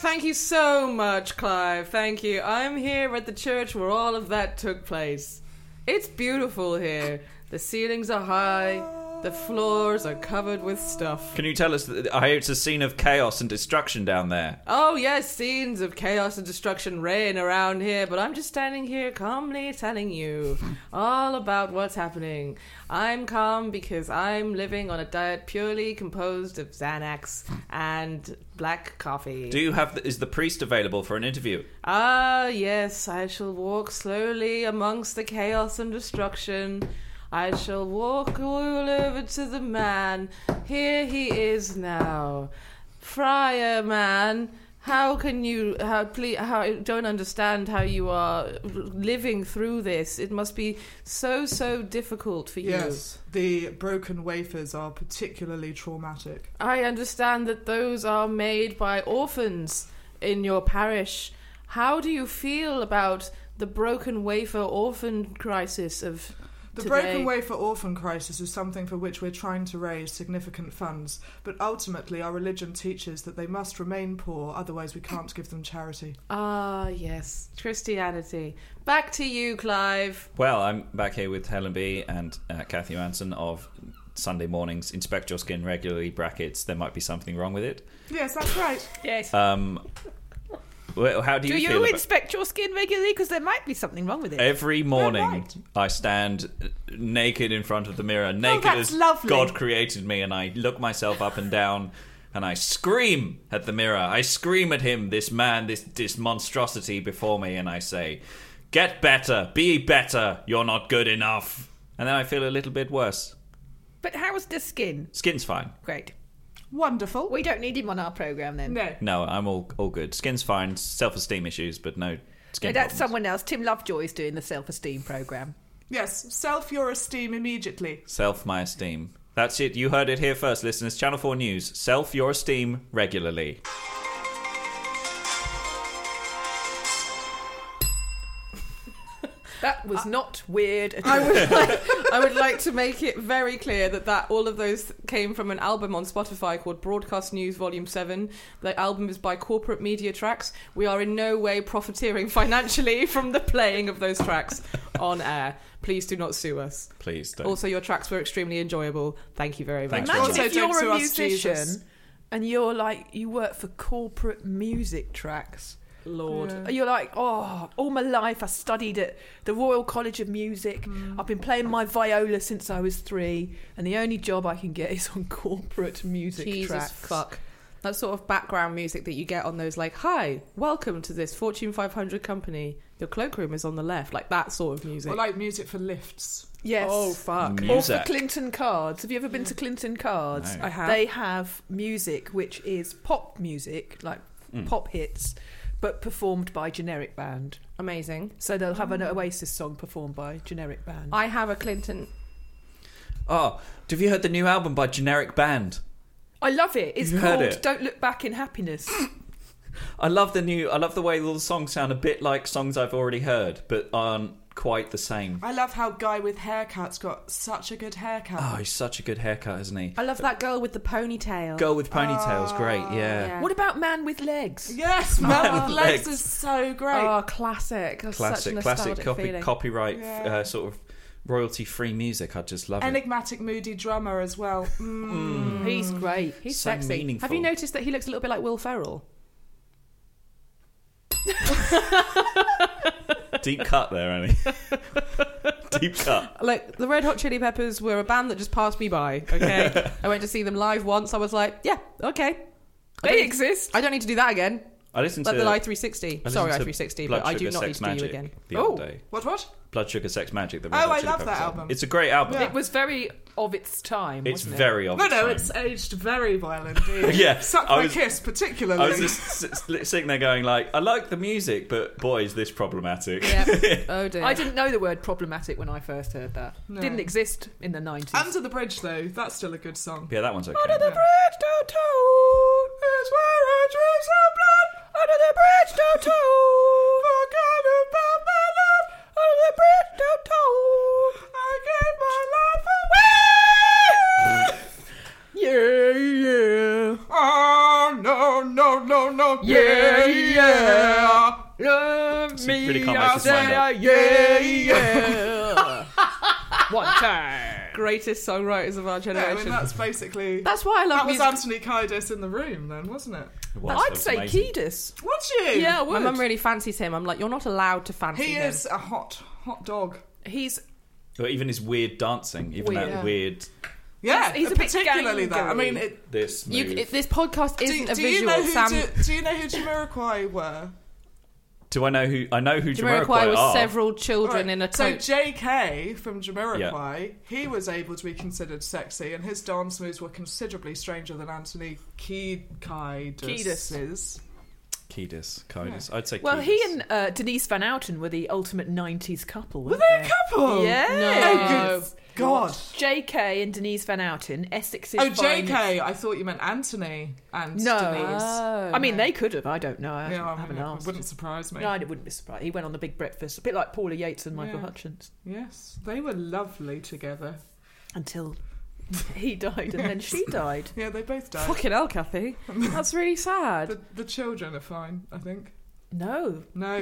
Speaker 3: Thank you so much, Clive. Thank you. I'm here at the church where all of that took place. It's beautiful here. The ceilings are high, the floors are covered with stuff.
Speaker 1: can you tell us? th- I hear it's a scene of chaos and destruction down there.
Speaker 3: Oh, yes, scenes of chaos and destruction reign around here, but I'm just standing here calmly telling you all about what's happening. I'm calm because I'm living on a diet purely composed of Xanax and black coffee.
Speaker 1: Do you have? The, is the priest available for an interview?
Speaker 3: Ah, yes, I shall walk slowly amongst the chaos and destruction. I shall walk all over to the man. Here he is now. Friar man, how can you how please how I don't understand how you are living through this. It must be so so difficult for you.
Speaker 4: Yes, the broken wafers are particularly traumatic.
Speaker 3: I understand that those are made by orphans in your parish. How do you feel about the broken wafer orphan crisis of
Speaker 4: The
Speaker 3: today?
Speaker 4: broken wafer orphan crisis is something for which we're trying to raise significant funds, but ultimately our religion teaches that they must remain poor, otherwise we can't give them charity.
Speaker 3: Ah, yes, Christianity. Back to you, Clive.
Speaker 1: Well, I'm back here with Helen B and uh, Kathy Manson of Sunday mornings. Inspect your skin regularly. Brackets. There might be something wrong with it.
Speaker 4: Yes, that's right.
Speaker 5: Yes.
Speaker 1: Um, well, how do
Speaker 5: Do
Speaker 1: you
Speaker 5: you,
Speaker 1: feel? about- Eh.
Speaker 5: inspect your skin regularly? Because there might be something wrong with it.
Speaker 1: Every morning,
Speaker 4: right. Oh,
Speaker 1: I stand naked in front of the mirror, naked
Speaker 4: that's
Speaker 1: as
Speaker 4: lovely.
Speaker 1: God created me, and I look myself up and down, and I scream at the mirror. I scream at him, this man, this, this monstrosity before me, and I say, Get better, be better, you're not good enough. And then I feel a little bit worse.
Speaker 5: But how was the skin?
Speaker 1: Skin's fine.
Speaker 5: Great.
Speaker 4: Wonderful.
Speaker 5: We don't need him on our program then.
Speaker 4: no.
Speaker 1: No, I'm all, all good. Skin's fine, self esteem issues, but no
Speaker 5: No,
Speaker 1: skin.
Speaker 5: that's
Speaker 1: problems.
Speaker 5: someone else. Tim Lovejoy's doing the self-esteem program.
Speaker 4: Yes, self your esteem immediately.
Speaker 1: Self my esteem. That's it. You heard it here first, listeners. Channel 4 News. Self your esteem regularly.
Speaker 5: That was not weird at all.
Speaker 3: I would, like, I would like to make it very clear that, that all of those came from an album on Spotify called Broadcast News Volume 7. The album is by Corporate Media Tracks. We are in no way profiteering financially from the playing of those tracks on air. Please do not sue us.
Speaker 1: Please don't.
Speaker 3: Also, your tracks were extremely enjoyable. Thank you very much.
Speaker 1: Thanks,
Speaker 5: Imagine
Speaker 4: Also
Speaker 5: if
Speaker 4: don't
Speaker 5: you're
Speaker 4: sue
Speaker 5: a
Speaker 4: us,
Speaker 5: musician
Speaker 4: Jesus.
Speaker 5: and you're like you work for corporate music tracks.
Speaker 3: Lord.
Speaker 5: And You're like, oh, all my life I studied at the Royal College of Music.
Speaker 3: Mm.
Speaker 5: I've been playing my viola since I was three, and the only job I can get is on corporate music
Speaker 3: Jesus
Speaker 5: tracks.
Speaker 3: fuck. That sort of background music that you get on those, like, hi, welcome to this Fortune 500 company. Your cloakroom is on the left. Like that sort of music.
Speaker 4: Or like music for lifts.
Speaker 5: Yes.
Speaker 3: Oh, fuck.
Speaker 5: Or
Speaker 1: Music.
Speaker 5: for Clinton Cards. Have you ever been to Clinton Cards?
Speaker 1: No.
Speaker 3: I have.
Speaker 5: They have music which is pop music, like
Speaker 1: Mm.
Speaker 5: pop hits, but performed by generic band.
Speaker 3: Amazing.
Speaker 5: So they'll have an Oasis song performed by generic band.
Speaker 3: I have a Clinton.
Speaker 1: Oh, have you heard the new album by Generic Band?
Speaker 5: I love it. It's
Speaker 1: You heard
Speaker 5: called
Speaker 1: it.
Speaker 5: Don't Look Back in Happiness.
Speaker 1: I love the new. I love the way all the songs sound a bit like songs I've already heard, but aren't quite the same.
Speaker 4: I love how guy with haircuts got such a good haircut.
Speaker 1: Oh, he's such a good haircut, isn't he?
Speaker 3: I love that girl with the ponytail.
Speaker 1: Girl with ponytails, great. Yeah.
Speaker 3: Yeah.
Speaker 5: What about Man with Legs?
Speaker 4: Yes, man
Speaker 1: Oh.
Speaker 4: with legs
Speaker 1: Legs.
Speaker 4: is so great.
Speaker 3: Oh, classic. That's such
Speaker 1: classic,
Speaker 3: a
Speaker 1: classic
Speaker 3: nostalgic
Speaker 1: copy,
Speaker 3: feeling.
Speaker 1: copyright
Speaker 4: Yeah.
Speaker 1: uh, sort of royalty-free music. I just love it.
Speaker 4: Enigmatic, moody drummer as well. Mm.
Speaker 5: He's great.
Speaker 3: He's
Speaker 1: So
Speaker 3: sexy.
Speaker 1: meaningful.
Speaker 3: Have you noticed that he looks a little bit like Will Ferrell?
Speaker 1: Deep cut there, Annie. Deep cut.
Speaker 3: Like the Red Hot Chili Peppers were a band that just passed me by. Okay, I went to see them live once. I was like, yeah, okay, I
Speaker 5: They
Speaker 3: don't-
Speaker 5: exist.
Speaker 3: I don't need to do that again.
Speaker 1: I listened
Speaker 3: Like
Speaker 1: to
Speaker 3: the I360.
Speaker 1: I
Speaker 3: Sorry,
Speaker 1: listened to
Speaker 3: I360,
Speaker 1: Blood
Speaker 3: but I do
Speaker 1: Sugar
Speaker 3: not need
Speaker 1: Sex
Speaker 3: to do you
Speaker 1: Magic
Speaker 3: again.
Speaker 1: The
Speaker 4: Oh,
Speaker 1: other day,
Speaker 4: what, what?
Speaker 1: Blood Sugar Sex Magic. The Red
Speaker 4: Oh,
Speaker 1: Hot
Speaker 4: I
Speaker 1: Chili
Speaker 4: love
Speaker 1: Peppers
Speaker 4: that album.
Speaker 1: It's a great album.
Speaker 4: Yeah.
Speaker 5: It was very of its time.
Speaker 1: It's
Speaker 5: wasn't
Speaker 1: very obvious.
Speaker 4: no, no, it's aged very well indeed.
Speaker 1: Yeah,
Speaker 4: Suck
Speaker 1: I
Speaker 4: my
Speaker 1: was-
Speaker 4: kiss, particularly.
Speaker 1: I was just s- s- sitting there going like, I like the music, but boy, is this problematic.
Speaker 3: Yeah. Oh dear.
Speaker 5: It? I didn't know the word problematic when I first heard that.
Speaker 4: No.
Speaker 5: Didn't exist in the nineties.
Speaker 4: Under the Bridge, though, that's still a good song.
Speaker 1: Yeah, that one's okay.
Speaker 4: the bridge downtown is where I dream some blood. Under the bridge downtown, forgot about my love. Under the bridge downtown, I gave my life away.
Speaker 5: yeah, yeah.
Speaker 4: Oh no no no no!
Speaker 5: Yeah, yeah.
Speaker 1: It's
Speaker 5: Love
Speaker 1: a- really
Speaker 5: me,
Speaker 1: can't make
Speaker 5: I'll
Speaker 1: his mind
Speaker 5: say
Speaker 1: up.
Speaker 5: I- yeah, yeah. One time.
Speaker 3: Greatest songwriters of our
Speaker 4: Yeah, I
Speaker 3: generation.
Speaker 4: mean that's basically
Speaker 3: that's why I love
Speaker 4: that was
Speaker 3: music.
Speaker 4: Anthony Kiedis in the room then, wasn't it?
Speaker 1: It was, that
Speaker 5: I'd
Speaker 1: was
Speaker 5: say
Speaker 1: amazing.
Speaker 5: Kiedis.
Speaker 4: Was you?
Speaker 5: Yeah, I
Speaker 3: My
Speaker 5: would.
Speaker 3: mum really fancies him. I'm like, you're not allowed to fancy
Speaker 4: He
Speaker 3: him.
Speaker 4: is a hot hot dog.
Speaker 5: He's
Speaker 1: But even his weird dancing, even
Speaker 5: Weird.
Speaker 1: that
Speaker 5: Yeah.
Speaker 1: weird
Speaker 4: Yeah,
Speaker 5: He's- he's a bit
Speaker 4: particularly that. I
Speaker 5: gangy.
Speaker 4: mean, it,
Speaker 1: this move.
Speaker 3: You, it, this podcast
Speaker 4: do,
Speaker 3: isn't a
Speaker 4: do
Speaker 3: visual.
Speaker 4: you know who
Speaker 3: Sam,
Speaker 4: do, do you know who Jamiroquai were?
Speaker 1: Do I know who? I know who Jamiroquai,
Speaker 3: Jamiroquai was
Speaker 1: are.
Speaker 3: several children
Speaker 4: Alright,
Speaker 3: in a
Speaker 4: so
Speaker 3: coat.
Speaker 4: J.K. from Jamiroquai, he was able to be considered sexy, and his dance moves were considerably stranger than Anthony Kiedis's.
Speaker 1: Kiedis, Kiedis. I'd say.
Speaker 5: well.
Speaker 1: Kiedis.
Speaker 5: He and uh, Denise Van Outen were the ultimate nineties couple.
Speaker 4: Were
Speaker 5: Weren't
Speaker 4: they a
Speaker 5: they?
Speaker 4: couple?
Speaker 5: Yeah.
Speaker 4: Oh, good Oh, God.
Speaker 5: J.K. and Denise Van Outen, Essex's.
Speaker 4: Oh,
Speaker 5: finest-
Speaker 4: J.K. I thought you meant Anthony and
Speaker 5: No.
Speaker 4: Denise.
Speaker 5: I mean, they could have. I don't know. I
Speaker 4: yeah, I
Speaker 5: haven't
Speaker 4: mean, it
Speaker 5: asked.
Speaker 4: wouldn't surprise me.
Speaker 5: No, it wouldn't be surprised. He went on the Big Breakfast, a bit like Paula Yates and Michael
Speaker 4: Yeah.
Speaker 5: Hutchins,
Speaker 4: Yes, they were lovely together.
Speaker 5: until he died and then she died.
Speaker 4: Yeah, they both died.
Speaker 3: fucking hell, Kathy. That's really sad.
Speaker 4: The, the children are fine, I think.
Speaker 5: No,
Speaker 4: No,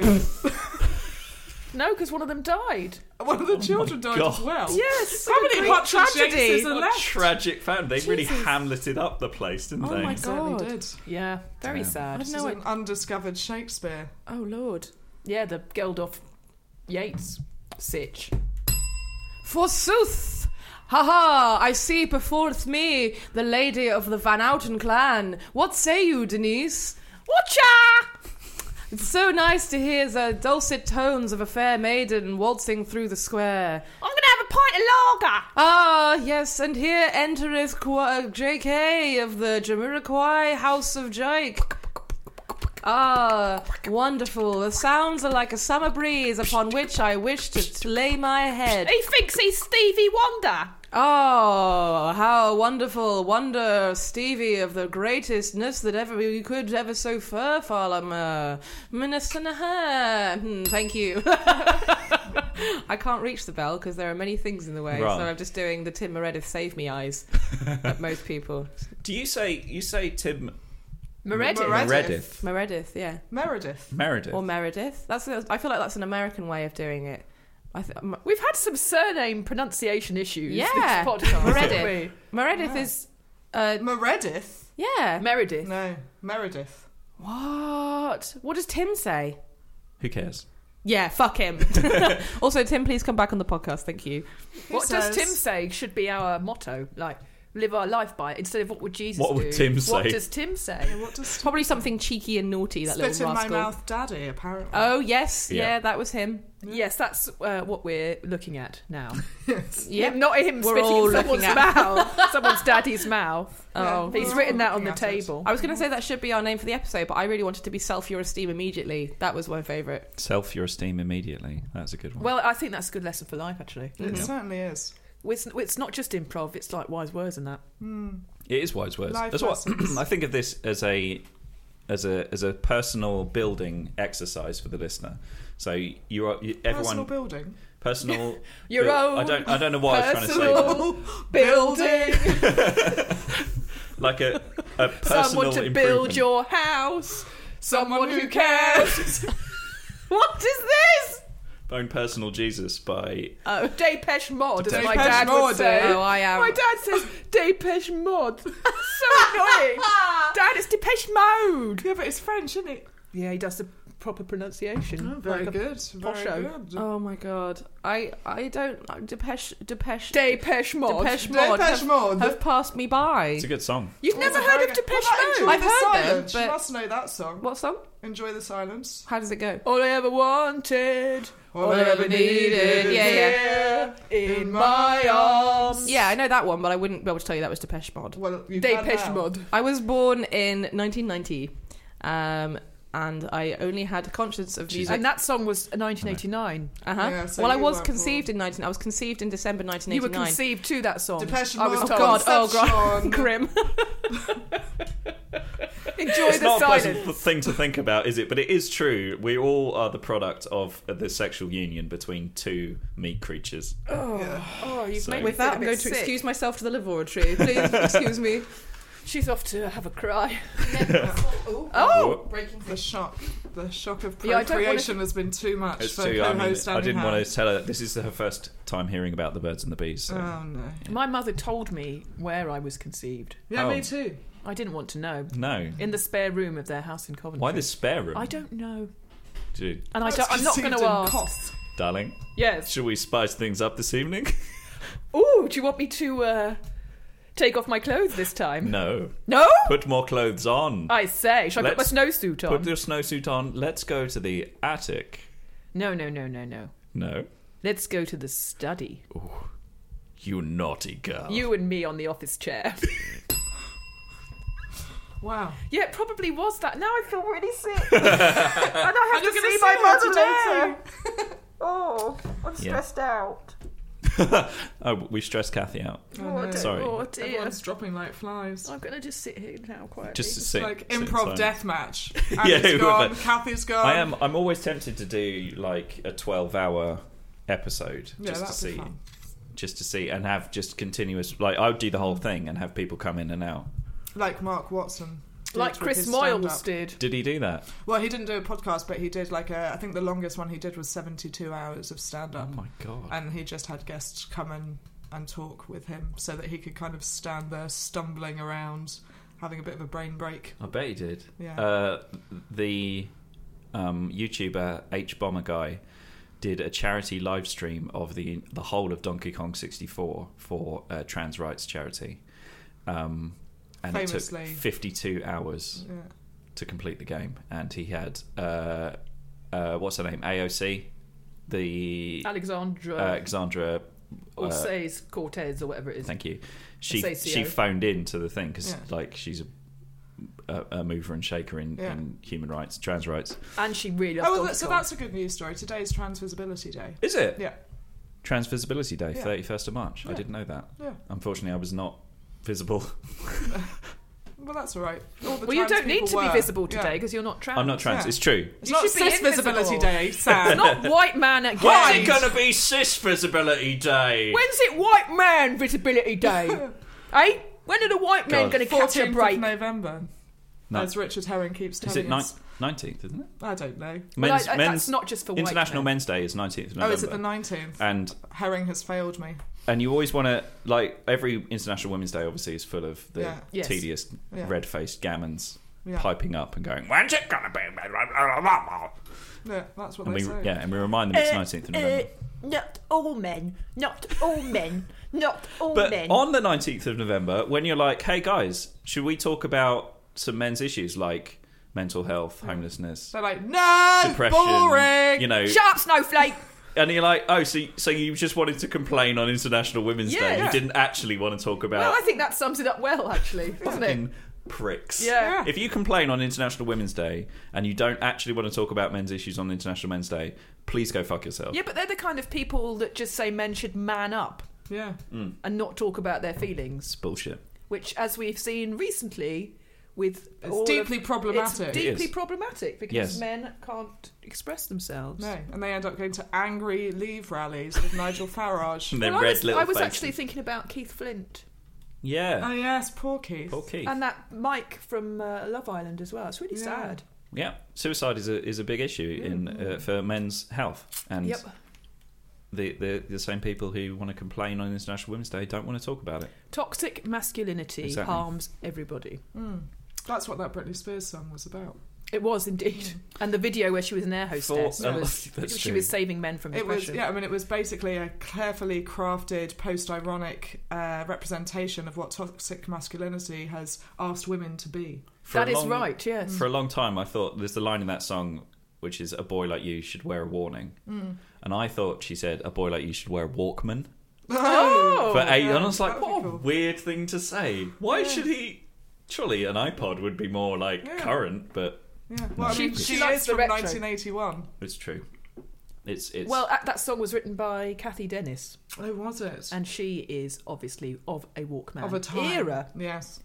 Speaker 5: no, because one of them died.
Speaker 4: one of the children died
Speaker 1: God.
Speaker 4: as well.
Speaker 5: Yes,
Speaker 4: How many hot tragedies are
Speaker 1: What a
Speaker 4: left?
Speaker 1: tragic fan. They really hamleted up the place, didn't
Speaker 3: Oh
Speaker 1: they?
Speaker 3: my
Speaker 4: It certainly
Speaker 3: God.
Speaker 4: did.
Speaker 5: Yeah, very
Speaker 1: Damn.
Speaker 5: sad.
Speaker 4: This
Speaker 3: know
Speaker 4: is
Speaker 3: it-
Speaker 4: an undiscovered Shakespeare.
Speaker 3: Oh lord.
Speaker 5: Yeah, the Geldof Yates sitch.
Speaker 3: Forsooth, Ha ha! I see before me the lady of the Van Outen clan. What say you, Denise? Watcha! It's so nice to hear the dulcet tones of a fair maiden waltzing through the square.
Speaker 5: I'm gonna have a pint of lager.
Speaker 3: Ah, yes, and here entereth Qu- uh, J.K. of the Jamiroquai House of Jake. Ah, wonderful. The sounds are like a summer breeze upon which I wish to t- lay my head.
Speaker 5: He thinks he's Stevie Wonder.
Speaker 3: Oh, how wonderful. Wonder, Stevie, of the greatestness that ever you could ever so far, Farlamer. Minnesota. Hmm, thank you. I can't reach the bell because there are many things in the way,
Speaker 1: Right.
Speaker 3: so I'm just doing the Tim Meredith save me eyes at most people.
Speaker 1: Do you say you say Tim
Speaker 3: Meredith.
Speaker 4: Meredith.
Speaker 1: Meredith?
Speaker 3: Meredith, yeah.
Speaker 4: Meredith.
Speaker 1: Meredith.
Speaker 3: Or Meredith. That's I feel like that's an American way of doing it. I th-
Speaker 5: We've had some surname pronunciation issues.
Speaker 3: Yeah.
Speaker 5: this podcast. haven't
Speaker 3: Meredith.
Speaker 5: we?
Speaker 3: Meredith is uh
Speaker 4: Meredith?
Speaker 3: yeah.
Speaker 5: Meredith.
Speaker 4: No, Meredith.
Speaker 3: What? What does Tim say?
Speaker 1: Who cares?
Speaker 3: Yeah, fuck him. also, Tim, please come back on the podcast. Thank you.
Speaker 5: what
Speaker 4: says-
Speaker 5: does Tim say should be our motto? Like, live our life by it instead of what would Jesus
Speaker 1: What
Speaker 5: do?
Speaker 1: would Tim
Speaker 5: What
Speaker 1: say?
Speaker 5: does Tim say?
Speaker 4: What does
Speaker 3: Probably something cheeky and naughty. That
Speaker 4: spit in
Speaker 3: little
Speaker 4: my
Speaker 3: rascal.
Speaker 4: mouth, Daddy? Apparently.
Speaker 3: Oh yes, yeah.
Speaker 1: Yeah.
Speaker 3: that was him.
Speaker 5: yes, that's uh, what we're looking at now.
Speaker 3: Yep.
Speaker 5: Him- not him
Speaker 3: We're
Speaker 5: spitting
Speaker 3: all
Speaker 5: in someone's
Speaker 3: looking at-
Speaker 5: mouth, someone's daddy's mouth.
Speaker 3: Oh.
Speaker 5: He's
Speaker 4: We're
Speaker 5: written
Speaker 4: all
Speaker 5: that on the
Speaker 4: looking at it.
Speaker 5: table.
Speaker 3: I was going to say that should be our name for the episode, but I really wanted to be self your esteem immediately. That was my favourite.
Speaker 1: Self your esteem immediately. That's a good one.
Speaker 5: Well, I think that's a good lesson for life, actually.
Speaker 4: It
Speaker 1: Yeah.
Speaker 4: certainly is.
Speaker 5: It's, it's not just improv; it's like wise words and that.
Speaker 1: It is wise words.
Speaker 4: Life
Speaker 1: That's what
Speaker 4: lessons.
Speaker 1: I think of this as a as a as a personal building exercise for the listener. So you are you,
Speaker 4: Personal
Speaker 1: everyone personal.
Speaker 4: building.
Speaker 5: Your
Speaker 1: buil- I
Speaker 5: own
Speaker 1: don't I don't know what I was trying to say.
Speaker 5: personal building.
Speaker 1: Like a a personal
Speaker 5: Someone to
Speaker 1: improvement.
Speaker 5: build your house. Someone who cares. what is this?
Speaker 1: own personal Jesus by
Speaker 5: Oh, Depeche Mode, as my
Speaker 4: Depeche
Speaker 5: dad would
Speaker 4: Mode.
Speaker 5: say.
Speaker 3: Oh, I am.
Speaker 5: My dad says Depeche Mode. so annoying. dad, it's Depeche Mode.
Speaker 4: Yeah, but it's French, isn't it?
Speaker 5: Yeah, he does the proper pronunciation.
Speaker 4: Oh, very
Speaker 5: Like a
Speaker 4: good. Very
Speaker 5: posho.
Speaker 4: good.
Speaker 3: Oh my god, I I don't Depeche Depeche
Speaker 5: Depeche Mode.
Speaker 3: Depeche Mode,
Speaker 4: Depeche
Speaker 3: have,
Speaker 4: Mode.
Speaker 3: have passed me by.
Speaker 1: It's a good song.
Speaker 5: You've never
Speaker 4: That's a
Speaker 5: heard
Speaker 4: very
Speaker 5: of
Speaker 4: good-
Speaker 5: Depeche
Speaker 4: What about
Speaker 5: Mode?
Speaker 4: Enjoy
Speaker 3: I've
Speaker 4: the
Speaker 3: heard them,
Speaker 4: silence.
Speaker 3: but-
Speaker 4: You must know that song.
Speaker 3: What song?
Speaker 4: Enjoy the silence.
Speaker 3: How does it go?
Speaker 5: All I ever wanted, all I ever needed,
Speaker 3: Yeah,
Speaker 5: yeah, in my arms.
Speaker 3: Yeah, I know that one, but I wouldn't be able to tell you that was Depeche Mode.
Speaker 4: Well, you can
Speaker 5: Depeche
Speaker 4: now.
Speaker 5: Mode.
Speaker 3: I was born in 1990, um, and I only had conscience of music.
Speaker 5: And that song was 1989.
Speaker 3: Uh-huh.
Speaker 4: Yeah, so
Speaker 3: well, I
Speaker 4: you
Speaker 3: was
Speaker 4: weren't
Speaker 3: conceived in 19. I was conceived in December
Speaker 5: You were
Speaker 3: 1989.
Speaker 5: conceived to that song.
Speaker 4: Depeche
Speaker 5: I was
Speaker 4: Mode.
Speaker 5: told.
Speaker 3: God, oh god,
Speaker 4: Conception.
Speaker 3: grim.
Speaker 5: Enjoy
Speaker 1: It's
Speaker 5: the
Speaker 1: not a
Speaker 5: silence.
Speaker 1: pleasant thing to think about, is it? But it is true. We all are the product of the sexual union between two meat creatures.
Speaker 5: Oh, you've
Speaker 1: So- With
Speaker 5: made me
Speaker 3: With
Speaker 5: feel a
Speaker 3: that, I'm
Speaker 5: bit
Speaker 3: going
Speaker 5: sick.
Speaker 3: to excuse myself to the laboratory. Please excuse me.
Speaker 5: She's off to have a cry.
Speaker 4: Ooh.
Speaker 5: Oh,
Speaker 4: Breaking the shock. The shock of
Speaker 5: Yeah, I don't wanna-
Speaker 4: procreation has been too much
Speaker 1: It's
Speaker 4: for
Speaker 1: too. I,
Speaker 4: co-host
Speaker 1: mean, I
Speaker 4: Annie
Speaker 1: didn't
Speaker 4: Howe.
Speaker 1: want to tell her. This is her first time hearing about the birds and the bees. So.
Speaker 4: Oh no.
Speaker 5: my mother told me where I was conceived.
Speaker 4: Yeah,
Speaker 1: Oh.
Speaker 4: me too.
Speaker 5: I didn't want to know.
Speaker 1: no.
Speaker 5: In the spare room of their house in Coventry.
Speaker 1: Why the spare room?
Speaker 5: I don't know,
Speaker 1: Dude,
Speaker 5: and I
Speaker 4: was
Speaker 5: don't, I'm not
Speaker 4: conceived
Speaker 5: going to
Speaker 4: in
Speaker 5: ask.
Speaker 4: Cost.
Speaker 1: darling,
Speaker 5: Yes.
Speaker 1: should we spice things up this evening?
Speaker 5: Ooh, do you want me to uh, take off my clothes this time?
Speaker 1: no.
Speaker 5: No?
Speaker 1: Put more clothes on.
Speaker 5: I say, shall I put my
Speaker 1: Let's
Speaker 5: snowsuit on?
Speaker 1: Put your snowsuit on. Let's go to the attic.
Speaker 5: No, no, no, no, no.
Speaker 1: No.
Speaker 5: Let's go to the study.
Speaker 1: You naughty girl.
Speaker 5: You and me on the office chair.
Speaker 4: Wow.
Speaker 5: yeah, it probably was that. Now I feel really sick. and I have to
Speaker 4: gonna
Speaker 5: see
Speaker 4: say
Speaker 5: my
Speaker 4: it
Speaker 5: mother
Speaker 4: later.
Speaker 5: later. oh, I'm stressed out.
Speaker 1: oh, we stressed Kathy out.
Speaker 4: Oh, no.
Speaker 1: Sorry.
Speaker 5: Oh dear.
Speaker 4: Everyone's dropping like flies.
Speaker 5: I'm gonna just sit here now quietly.
Speaker 1: Just
Speaker 5: Just
Speaker 1: sit.
Speaker 4: like
Speaker 1: sit
Speaker 4: improv
Speaker 1: silent.
Speaker 4: death match.
Speaker 1: Yeah,
Speaker 4: Annie's
Speaker 1: it would,
Speaker 4: gone.
Speaker 1: but-
Speaker 4: Kathy's gone.
Speaker 1: I am. I'm always tempted to do like a twelve-hour episode
Speaker 4: Yeah,
Speaker 1: just
Speaker 4: that'd
Speaker 1: to
Speaker 4: be
Speaker 1: see,
Speaker 4: fun.
Speaker 1: just to see, and have just continuous. Like I would do the whole thing and have people come in and out.
Speaker 4: Like Mark Watson. did
Speaker 5: like
Speaker 4: with
Speaker 5: Chris
Speaker 4: his
Speaker 5: Moyles
Speaker 4: stand-up.
Speaker 5: did.
Speaker 1: Did he do that?
Speaker 4: Well, he didn't do a podcast, but he did like a. I think the longest one he did was seventy-two hours of
Speaker 1: Oh
Speaker 4: stand-up,
Speaker 1: my god!
Speaker 4: and he just had guests come in and talk with him so that he could kind of stand there stumbling around, having a bit of a brain break.
Speaker 1: I bet he did.
Speaker 4: Yeah.
Speaker 1: Uh, the um, YouTuber H Bomber guy did a charity live stream of the the whole of Donkey Kong 64 for uh, trans rights charity. Um, and
Speaker 4: Famously.
Speaker 1: it took 52 hours
Speaker 4: Yeah.
Speaker 1: to complete the game, and he had uh, uh, what's her name, AOC, the uh,
Speaker 5: Alexandra
Speaker 1: Alexandra.
Speaker 5: or
Speaker 1: uh,
Speaker 5: says Cortez or whatever it is.
Speaker 1: thank you. She
Speaker 5: Sacio.
Speaker 1: she phoned in to the thing because
Speaker 4: Yeah.
Speaker 1: like she's a, a, a mover and shaker in,
Speaker 4: Yeah.
Speaker 1: in human rights, trans rights.
Speaker 5: And she really loved
Speaker 4: Oh, well,
Speaker 5: Donkey
Speaker 4: so
Speaker 5: Kong.
Speaker 4: that's a good news story. Today's Trans Visibility Day.
Speaker 1: Is it?
Speaker 4: Yeah.
Speaker 1: Trans Visibility Day,
Speaker 4: Yeah.
Speaker 1: thirty first of March. I
Speaker 4: Yeah.
Speaker 1: didn't know that.
Speaker 4: Yeah.
Speaker 1: Unfortunately, I was not visible.
Speaker 4: Well, that's all right. All the
Speaker 5: Well, you
Speaker 4: trans
Speaker 5: don't need
Speaker 4: people
Speaker 5: to be
Speaker 4: were.
Speaker 5: visible
Speaker 4: Yeah.
Speaker 5: today because you're not trans.
Speaker 1: I'm not trans.
Speaker 4: Yeah.
Speaker 1: It's true.
Speaker 4: It's
Speaker 5: You
Speaker 4: not
Speaker 5: should be
Speaker 4: Cis Visibility
Speaker 5: invisible.
Speaker 4: Day, Sam.
Speaker 5: It's not white man at
Speaker 4: Why?
Speaker 5: gay.
Speaker 4: gonna
Speaker 1: be cis visibility day.
Speaker 5: When's it white man visibility day? eh? When are the white men
Speaker 1: God.
Speaker 5: going to catch a
Speaker 4: 14th
Speaker 5: break?
Speaker 4: of November.
Speaker 1: No.
Speaker 4: As Richard Herring keeps
Speaker 1: Is
Speaker 4: telling
Speaker 1: it
Speaker 4: us.
Speaker 1: nineteenth? Isn't it?
Speaker 4: I don't know.
Speaker 5: Well,
Speaker 1: Men's,
Speaker 5: I- I-
Speaker 1: men's
Speaker 5: that's not just for white
Speaker 1: International
Speaker 5: men.
Speaker 1: Men's Day is nineteenth of
Speaker 4: Oh,
Speaker 1: November. Uh,
Speaker 4: is it the 19th?
Speaker 1: and
Speaker 4: Herring has failed me.
Speaker 1: and you always want to like every International Women's Day obviously is full of the
Speaker 4: Yeah.
Speaker 5: Yes.
Speaker 1: tedious
Speaker 4: Yeah.
Speaker 1: red faced gammons
Speaker 4: Yeah.
Speaker 1: piping up and going.
Speaker 7: When's it gonna be?
Speaker 4: Yeah, that's what
Speaker 1: And we
Speaker 4: they say.
Speaker 1: yeah, and we remind them it's nineteenth of
Speaker 5: uh,
Speaker 1: November.
Speaker 8: not all men. Not all men. Not all
Speaker 1: But
Speaker 8: men.
Speaker 1: on the 19th of November, when you're like, hey guys, should we talk about some men's issues like mental health, homelessness,
Speaker 4: They're like, no,
Speaker 1: depression?
Speaker 4: boring.
Speaker 1: You know,
Speaker 5: Shut up, snowflake.
Speaker 1: and you're like, oh, so, so you just wanted to complain on International Women's
Speaker 5: Yeah,
Speaker 1: Day.
Speaker 4: yeah.
Speaker 1: You didn't actually want to talk
Speaker 5: well,
Speaker 1: about
Speaker 5: I think that sums it up well, actually, doesn't it?
Speaker 1: fucking pricks.
Speaker 5: Yeah.
Speaker 1: If you complain on International Women's Day and you don't actually want to talk about men's issues on International Men's Day, please go fuck yourself.
Speaker 5: Yeah, but they're the kind of people that just say men should man up
Speaker 4: Yeah.
Speaker 5: and not talk about their feelings,
Speaker 1: It's bullshit.
Speaker 5: which, as we've seen recently, with
Speaker 4: It's
Speaker 5: all of-
Speaker 4: deeply problematic.
Speaker 5: It's deeply
Speaker 1: is.
Speaker 5: problematic because
Speaker 1: Yes.
Speaker 5: men can't express themselves.
Speaker 4: no, and they end up going to angry leave rallies with Nigel Farage.
Speaker 1: And their
Speaker 5: Well, I
Speaker 1: red
Speaker 5: was,
Speaker 1: little
Speaker 5: I was
Speaker 1: faces.
Speaker 5: actually thinking about Keith Flint
Speaker 1: Yeah.
Speaker 4: Oh, yes, poor Keith.
Speaker 1: Poor Keith.
Speaker 5: and that Mike from uh, Love Island as well. It's really
Speaker 4: Yeah.
Speaker 5: sad.
Speaker 1: Yeah, suicide is a is a big issue in uh, for men's health, and
Speaker 5: Yep.
Speaker 1: the, the the same people who want to complain on International Women's Day don't want to talk about it.
Speaker 5: Toxic masculinity
Speaker 1: Exactly.
Speaker 5: harms everybody.
Speaker 4: Mm. That's what that Britney Spears song was about.
Speaker 5: It was indeed. And the video where she was an air hostess
Speaker 1: For-
Speaker 5: was,
Speaker 1: That's
Speaker 5: she
Speaker 1: true.
Speaker 5: was saving men from
Speaker 4: It was,
Speaker 5: depression.
Speaker 4: yeah, I mean, it was basically a carefully crafted, post ironic uh, representation of what toxic masculinity has asked women to be.
Speaker 1: For
Speaker 5: That
Speaker 1: a
Speaker 5: is
Speaker 1: long-
Speaker 5: right, yes.
Speaker 4: Mm.
Speaker 1: For a long time, I thought there's the line in that song which is "A boy like you should wear a warning,"
Speaker 5: Mm.
Speaker 1: and I thought she said "A boy like you should wear a Walkman."
Speaker 5: Oh,
Speaker 1: for eight,
Speaker 4: yeah,
Speaker 1: and I was like,
Speaker 4: that'd be
Speaker 1: what a
Speaker 4: cool.
Speaker 1: weird thing to say. Why should he? Surely an iPod would be more like
Speaker 4: Yeah.
Speaker 1: current, but
Speaker 4: Yeah. Well, I
Speaker 5: She-
Speaker 4: mean, she,
Speaker 5: she likes
Speaker 4: is
Speaker 5: the
Speaker 4: from
Speaker 5: retro.
Speaker 4: 1981.
Speaker 1: it's true. It's it's
Speaker 5: well, uh, that song was written by Kathy Dennis,
Speaker 4: Oh, was it?
Speaker 5: and she is obviously of a Walkman
Speaker 4: of a time.
Speaker 5: era
Speaker 4: Yes.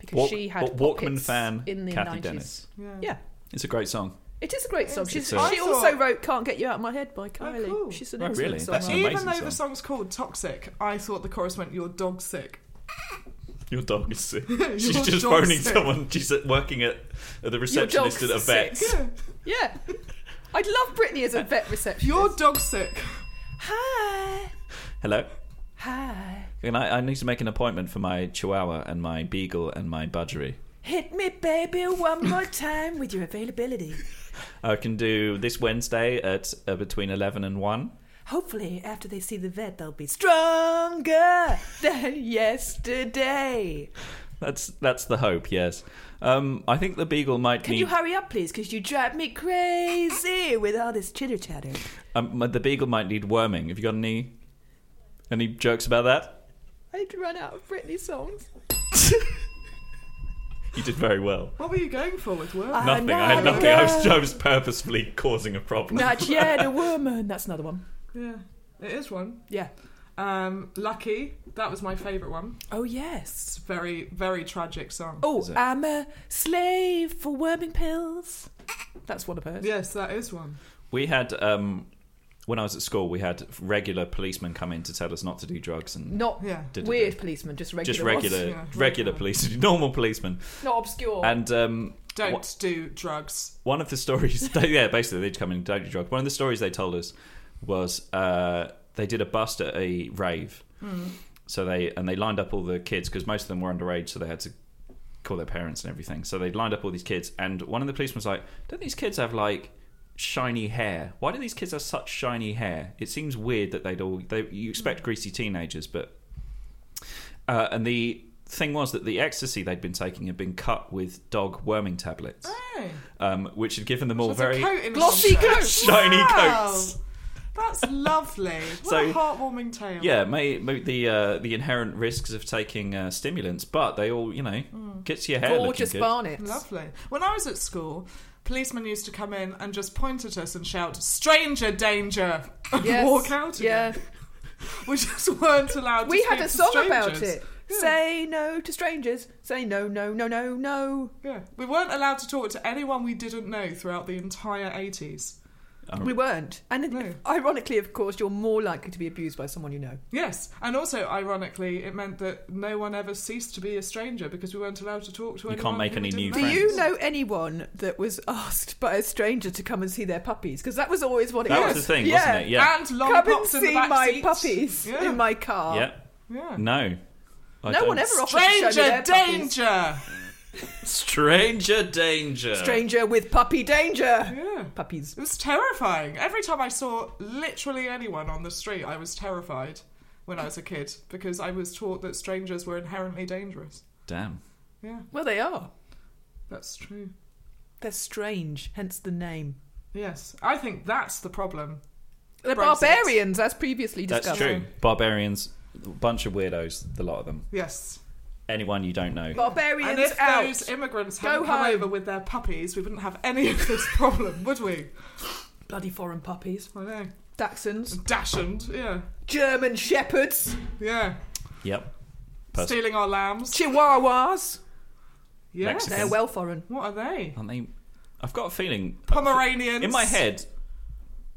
Speaker 5: because
Speaker 1: Walk-
Speaker 5: she had
Speaker 1: but Walkman
Speaker 5: pockets
Speaker 1: fan
Speaker 5: in the
Speaker 1: Kathy
Speaker 5: 90s.
Speaker 1: Dennis.
Speaker 4: Yeah.
Speaker 5: Yeah,
Speaker 1: it's a great song.
Speaker 5: it is a great song. She's,
Speaker 1: a-
Speaker 5: she
Speaker 4: I
Speaker 5: also
Speaker 4: thought-
Speaker 5: wrote "Can't Get You Out of My Head" by Kylie.
Speaker 4: cool.
Speaker 5: She's an
Speaker 1: Oh,
Speaker 5: excellent
Speaker 1: really?
Speaker 5: song.
Speaker 1: That's
Speaker 5: That's
Speaker 1: amazing
Speaker 4: Even though
Speaker 1: song.
Speaker 4: the song's called Toxic, I thought the chorus went, Your dog's sick.
Speaker 1: Your dog is sick.
Speaker 4: Your
Speaker 1: She's just
Speaker 4: dog's
Speaker 1: phoning
Speaker 4: sick.
Speaker 1: someone. She's at- working at, at the
Speaker 5: dog's
Speaker 1: receptionist at a vet.
Speaker 5: sick. yeah, I'd love Britney as a vet receptionist.
Speaker 4: Your dog's sick.
Speaker 5: hi,
Speaker 1: Hello.
Speaker 5: hi,
Speaker 1: And I, I need to make an appointment for my Chihuahua and my Beagle and my Budgery.
Speaker 5: hit me, baby, one more time with your availability.
Speaker 1: I can do this Wednesday at uh, between eleven and one.
Speaker 5: Hopefully, after they see the vet, they'll be stronger than yesterday.
Speaker 1: That's that's the hope. Yes. Um, I think the Beagle might
Speaker 5: Can
Speaker 1: need.
Speaker 5: you hurry up, please? Because you drive me crazy with all this chitter chatter.
Speaker 1: Um, the beagle might need worming. Have you got any any jokes about that?
Speaker 5: I need to run out of Britney songs.
Speaker 1: You did very well.
Speaker 4: What were you going for with work?
Speaker 5: I'm
Speaker 1: Nothing. I had
Speaker 5: not a
Speaker 1: nothing. I was,
Speaker 5: girl.
Speaker 1: I was purposefully causing a problem.
Speaker 5: Not yet a woman. That's another one.
Speaker 4: yeah, it is one.
Speaker 5: Yeah.
Speaker 4: Um, Lucky, that was my favourite one.
Speaker 5: Oh, yes.
Speaker 4: It's a very, very tragic song.
Speaker 5: Oh,
Speaker 1: Is it?
Speaker 5: I'm a slave for worming pills. That's one of hers.
Speaker 4: Yes, that is one.
Speaker 1: We had um, when I was at school, we had regular policemen come in to tell us not to do drugs and
Speaker 5: Not
Speaker 4: Yeah.
Speaker 1: Did-
Speaker 5: weird policemen, just regular.
Speaker 1: just regular,
Speaker 5: ones.
Speaker 4: Yeah, regular.
Speaker 1: regular police, normal policemen.
Speaker 5: Not obscure.
Speaker 1: And um,
Speaker 4: Don't
Speaker 1: What-
Speaker 4: do drugs.
Speaker 1: one of the stories, yeah, basically they'd come in and don't do drugs. One of the stories they told us was uh, they did a bust at a rave. So they and they lined up all the kids because most of them were underage, so they had to call their parents and everything. So they lined up all these kids, and one of the policemen was like, "Don't these kids have like shiny hair. Why do these kids have such shiny hair? It seems weird that they'd all. They, you expect greasy teenagers, but. Uh, and the thing was that the ecstasy they'd been taking had been cut with dog worming tablets,
Speaker 4: Oh.
Speaker 1: um, which had given them all
Speaker 4: That's a
Speaker 1: very
Speaker 4: coat in
Speaker 5: glossy
Speaker 4: one go.
Speaker 5: coat.
Speaker 1: shiny
Speaker 4: Wow.
Speaker 1: coats.
Speaker 4: That's lovely. What
Speaker 1: So-
Speaker 4: a heartwarming tale.
Speaker 1: Yeah, may, may the uh, the inherent risks of taking uh, stimulants, but they all you know gets your hair
Speaker 5: Gorgeous
Speaker 1: looking good.
Speaker 5: barnets.
Speaker 4: Lovely. When I was at school, policemen used to come in and just point at us and shout, Stranger danger! and
Speaker 5: Yes.
Speaker 4: walk out again.
Speaker 5: Yeah.
Speaker 4: We just weren't allowed to
Speaker 5: We had
Speaker 4: speak to
Speaker 5: a song about
Speaker 4: strangers.
Speaker 5: it.
Speaker 4: Yeah.
Speaker 5: Say no to strangers. Say no, no, no, no, no.
Speaker 4: Yeah. We weren't allowed to talk to anyone we didn't know throughout the entire 80s.
Speaker 1: Um,
Speaker 5: We weren't. And
Speaker 4: No.
Speaker 5: ironically, of course, you're more likely to be abused by someone you know.
Speaker 4: Yes, and also ironically, it meant that no one ever ceased to be a stranger because we weren't allowed to talk to
Speaker 1: You
Speaker 4: anyone.
Speaker 1: can't make
Speaker 4: who we
Speaker 1: any new
Speaker 4: didn't
Speaker 5: Do
Speaker 1: Friends.
Speaker 5: you know anyone that was asked by a stranger to come and see their puppies? Because that was always what it
Speaker 1: That
Speaker 5: was.
Speaker 1: was the thing,
Speaker 5: yeah.
Speaker 1: wasn't it? Yeah,
Speaker 4: And
Speaker 5: Come and
Speaker 4: lollipops in the
Speaker 5: see
Speaker 4: back
Speaker 5: my
Speaker 4: seat.
Speaker 5: puppies
Speaker 4: Yeah.
Speaker 5: in my car.
Speaker 1: yeah.
Speaker 4: Yeah.
Speaker 1: No, I
Speaker 5: No
Speaker 1: don't-
Speaker 5: one ever offered to show me
Speaker 4: Stranger
Speaker 5: their puppies.
Speaker 4: danger.
Speaker 1: Stranger danger.
Speaker 5: Stranger with puppy danger.
Speaker 4: Yeah.
Speaker 5: Puppies.
Speaker 4: It was terrifying. Every time I saw literally anyone on the street, I was terrified when I was a kid because I was taught that strangers were inherently dangerous.
Speaker 1: Damn.
Speaker 4: Yeah,
Speaker 5: Well, they are.
Speaker 4: that's true.
Speaker 5: They're strange, hence the name.
Speaker 4: Yes, I think that's the problem.
Speaker 5: They're
Speaker 4: Brexit.
Speaker 5: barbarians, as previously
Speaker 1: That's
Speaker 5: discovered.
Speaker 1: true. Barbarians, bunch of weirdos, the lot of them.
Speaker 4: Yes.
Speaker 1: Anyone you don't know.
Speaker 5: Barbarians
Speaker 4: And if
Speaker 5: out.
Speaker 4: those immigrants
Speaker 5: Go
Speaker 4: hadn't come
Speaker 5: home.
Speaker 4: over with their puppies, we wouldn't have any of this problem, would we?
Speaker 5: Bloody foreign puppies.
Speaker 4: I know. Mm.
Speaker 5: Dachshunds.
Speaker 4: Dashend, yeah.
Speaker 5: German shepherds.
Speaker 4: Yeah.
Speaker 1: Yep. Pers-
Speaker 4: Stealing our lambs.
Speaker 5: Chihuahuas.
Speaker 4: Yes.
Speaker 1: Mexican.
Speaker 5: They're well foreign.
Speaker 4: What are they?
Speaker 1: Aren't they? I've got a feeling.
Speaker 4: Pomeranians.
Speaker 1: In my head,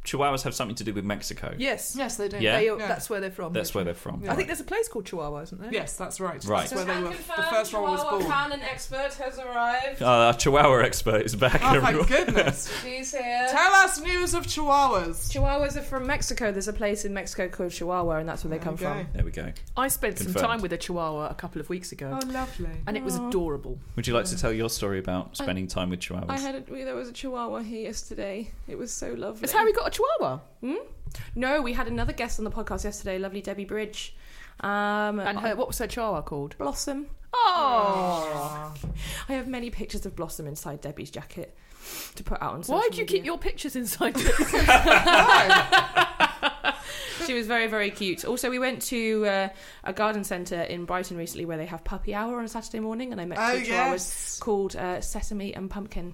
Speaker 1: Chihuahuas have something to do with Mexico.
Speaker 5: Yes.
Speaker 4: Yes, they do.
Speaker 1: Yeah?
Speaker 5: They,
Speaker 4: Yeah.
Speaker 5: That's where they're from.
Speaker 1: That's where they're from.
Speaker 5: I think there's a place called Chihuahua, isn't there?
Speaker 4: Yes, that's right.
Speaker 1: Right.
Speaker 4: That's where they were. The first one was born.
Speaker 3: Canon expert has arrived.
Speaker 1: Uh, our Chihuahua expert is back.
Speaker 4: Oh,
Speaker 1: everyone.
Speaker 4: thank goodness.
Speaker 3: She's here.
Speaker 4: Tell us news of chihuahuas.
Speaker 3: Chihuahuas are from Mexico. There's a place in Mexico called Chihuahua, and that's where they come
Speaker 4: There you
Speaker 3: from.
Speaker 1: There we go.
Speaker 5: I spent some
Speaker 1: Confirmed.
Speaker 5: time with a Chihuahua a couple of weeks
Speaker 4: go.
Speaker 5: ago,
Speaker 4: Oh, lovely.
Speaker 5: and it was adorable.
Speaker 1: Would you like to tell your story about spending time with Chihuahuas?
Speaker 3: I had a, there was a Chihuahua here yesterday. It was so lovely.
Speaker 5: It's how we got a Chihuahua.
Speaker 3: No, we had another guest on the podcast yesterday. Lovely Debbie Bridge. Um,
Speaker 5: And her, what was her Chihuahua called?
Speaker 3: Blossom.
Speaker 5: Oh.
Speaker 3: I have many pictures of Blossom inside Debbie's jacket to put out on social
Speaker 5: Why do you keep
Speaker 3: media.
Speaker 5: your pictures inside?
Speaker 3: She was very, very cute. Also, we went to uh, a garden centre in Brighton recently where they have puppy hour on a Saturday morning, and I met
Speaker 4: Oh,
Speaker 3: two chihuahuas
Speaker 4: yes.
Speaker 3: called uh, Sesame and Pumpkin.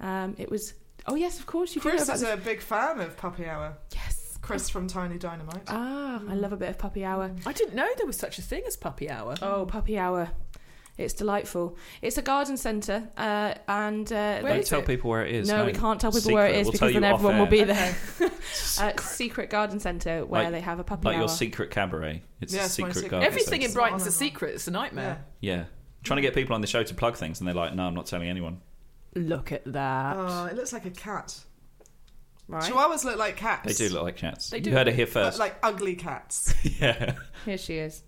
Speaker 3: Um, it was. Oh yes, of course you do know
Speaker 4: Chris
Speaker 3: about
Speaker 4: is
Speaker 3: this.
Speaker 4: a big fan of Puppy Hour.
Speaker 3: Yes.
Speaker 4: Chris from Tiny Dynamite.
Speaker 3: Ah, I love a bit of puppy hour.
Speaker 5: I didn't know there was such a thing as puppy hour.
Speaker 3: Oh, puppy hour. It's delightful. It's a garden centre, uh, and uh,
Speaker 5: Where
Speaker 1: Don't
Speaker 5: is
Speaker 1: tell
Speaker 5: it?
Speaker 1: people where it is.
Speaker 3: no, we can't tell people where it
Speaker 1: Secret.
Speaker 3: is
Speaker 1: We'll tell
Speaker 3: because
Speaker 1: you
Speaker 3: then
Speaker 1: off
Speaker 3: everyone will
Speaker 1: air.
Speaker 3: be there. Uh, secret garden centre where
Speaker 1: Like-
Speaker 3: they have a puppy
Speaker 1: Like
Speaker 3: hour.
Speaker 1: your secret cabaret. It's
Speaker 4: Yes,
Speaker 1: a
Speaker 4: my
Speaker 1: secret
Speaker 4: secret-
Speaker 1: garden.
Speaker 5: Everything in
Speaker 1: centre.
Speaker 5: Brighton's a
Speaker 4: Phenomenal.
Speaker 5: secret. It's a nightmare.
Speaker 1: Yeah. Trying to get people on the show to plug things, and they're like, "No, I'm not telling anyone."
Speaker 5: Look at that.
Speaker 4: Oh, it looks like a cat.
Speaker 3: right
Speaker 4: Chihuahuas look like cats.
Speaker 1: They do look like cats.
Speaker 5: They
Speaker 1: you
Speaker 5: do.
Speaker 1: heard it here
Speaker 4: But
Speaker 1: first.
Speaker 4: like ugly cats.
Speaker 1: yeah.
Speaker 3: here, she is.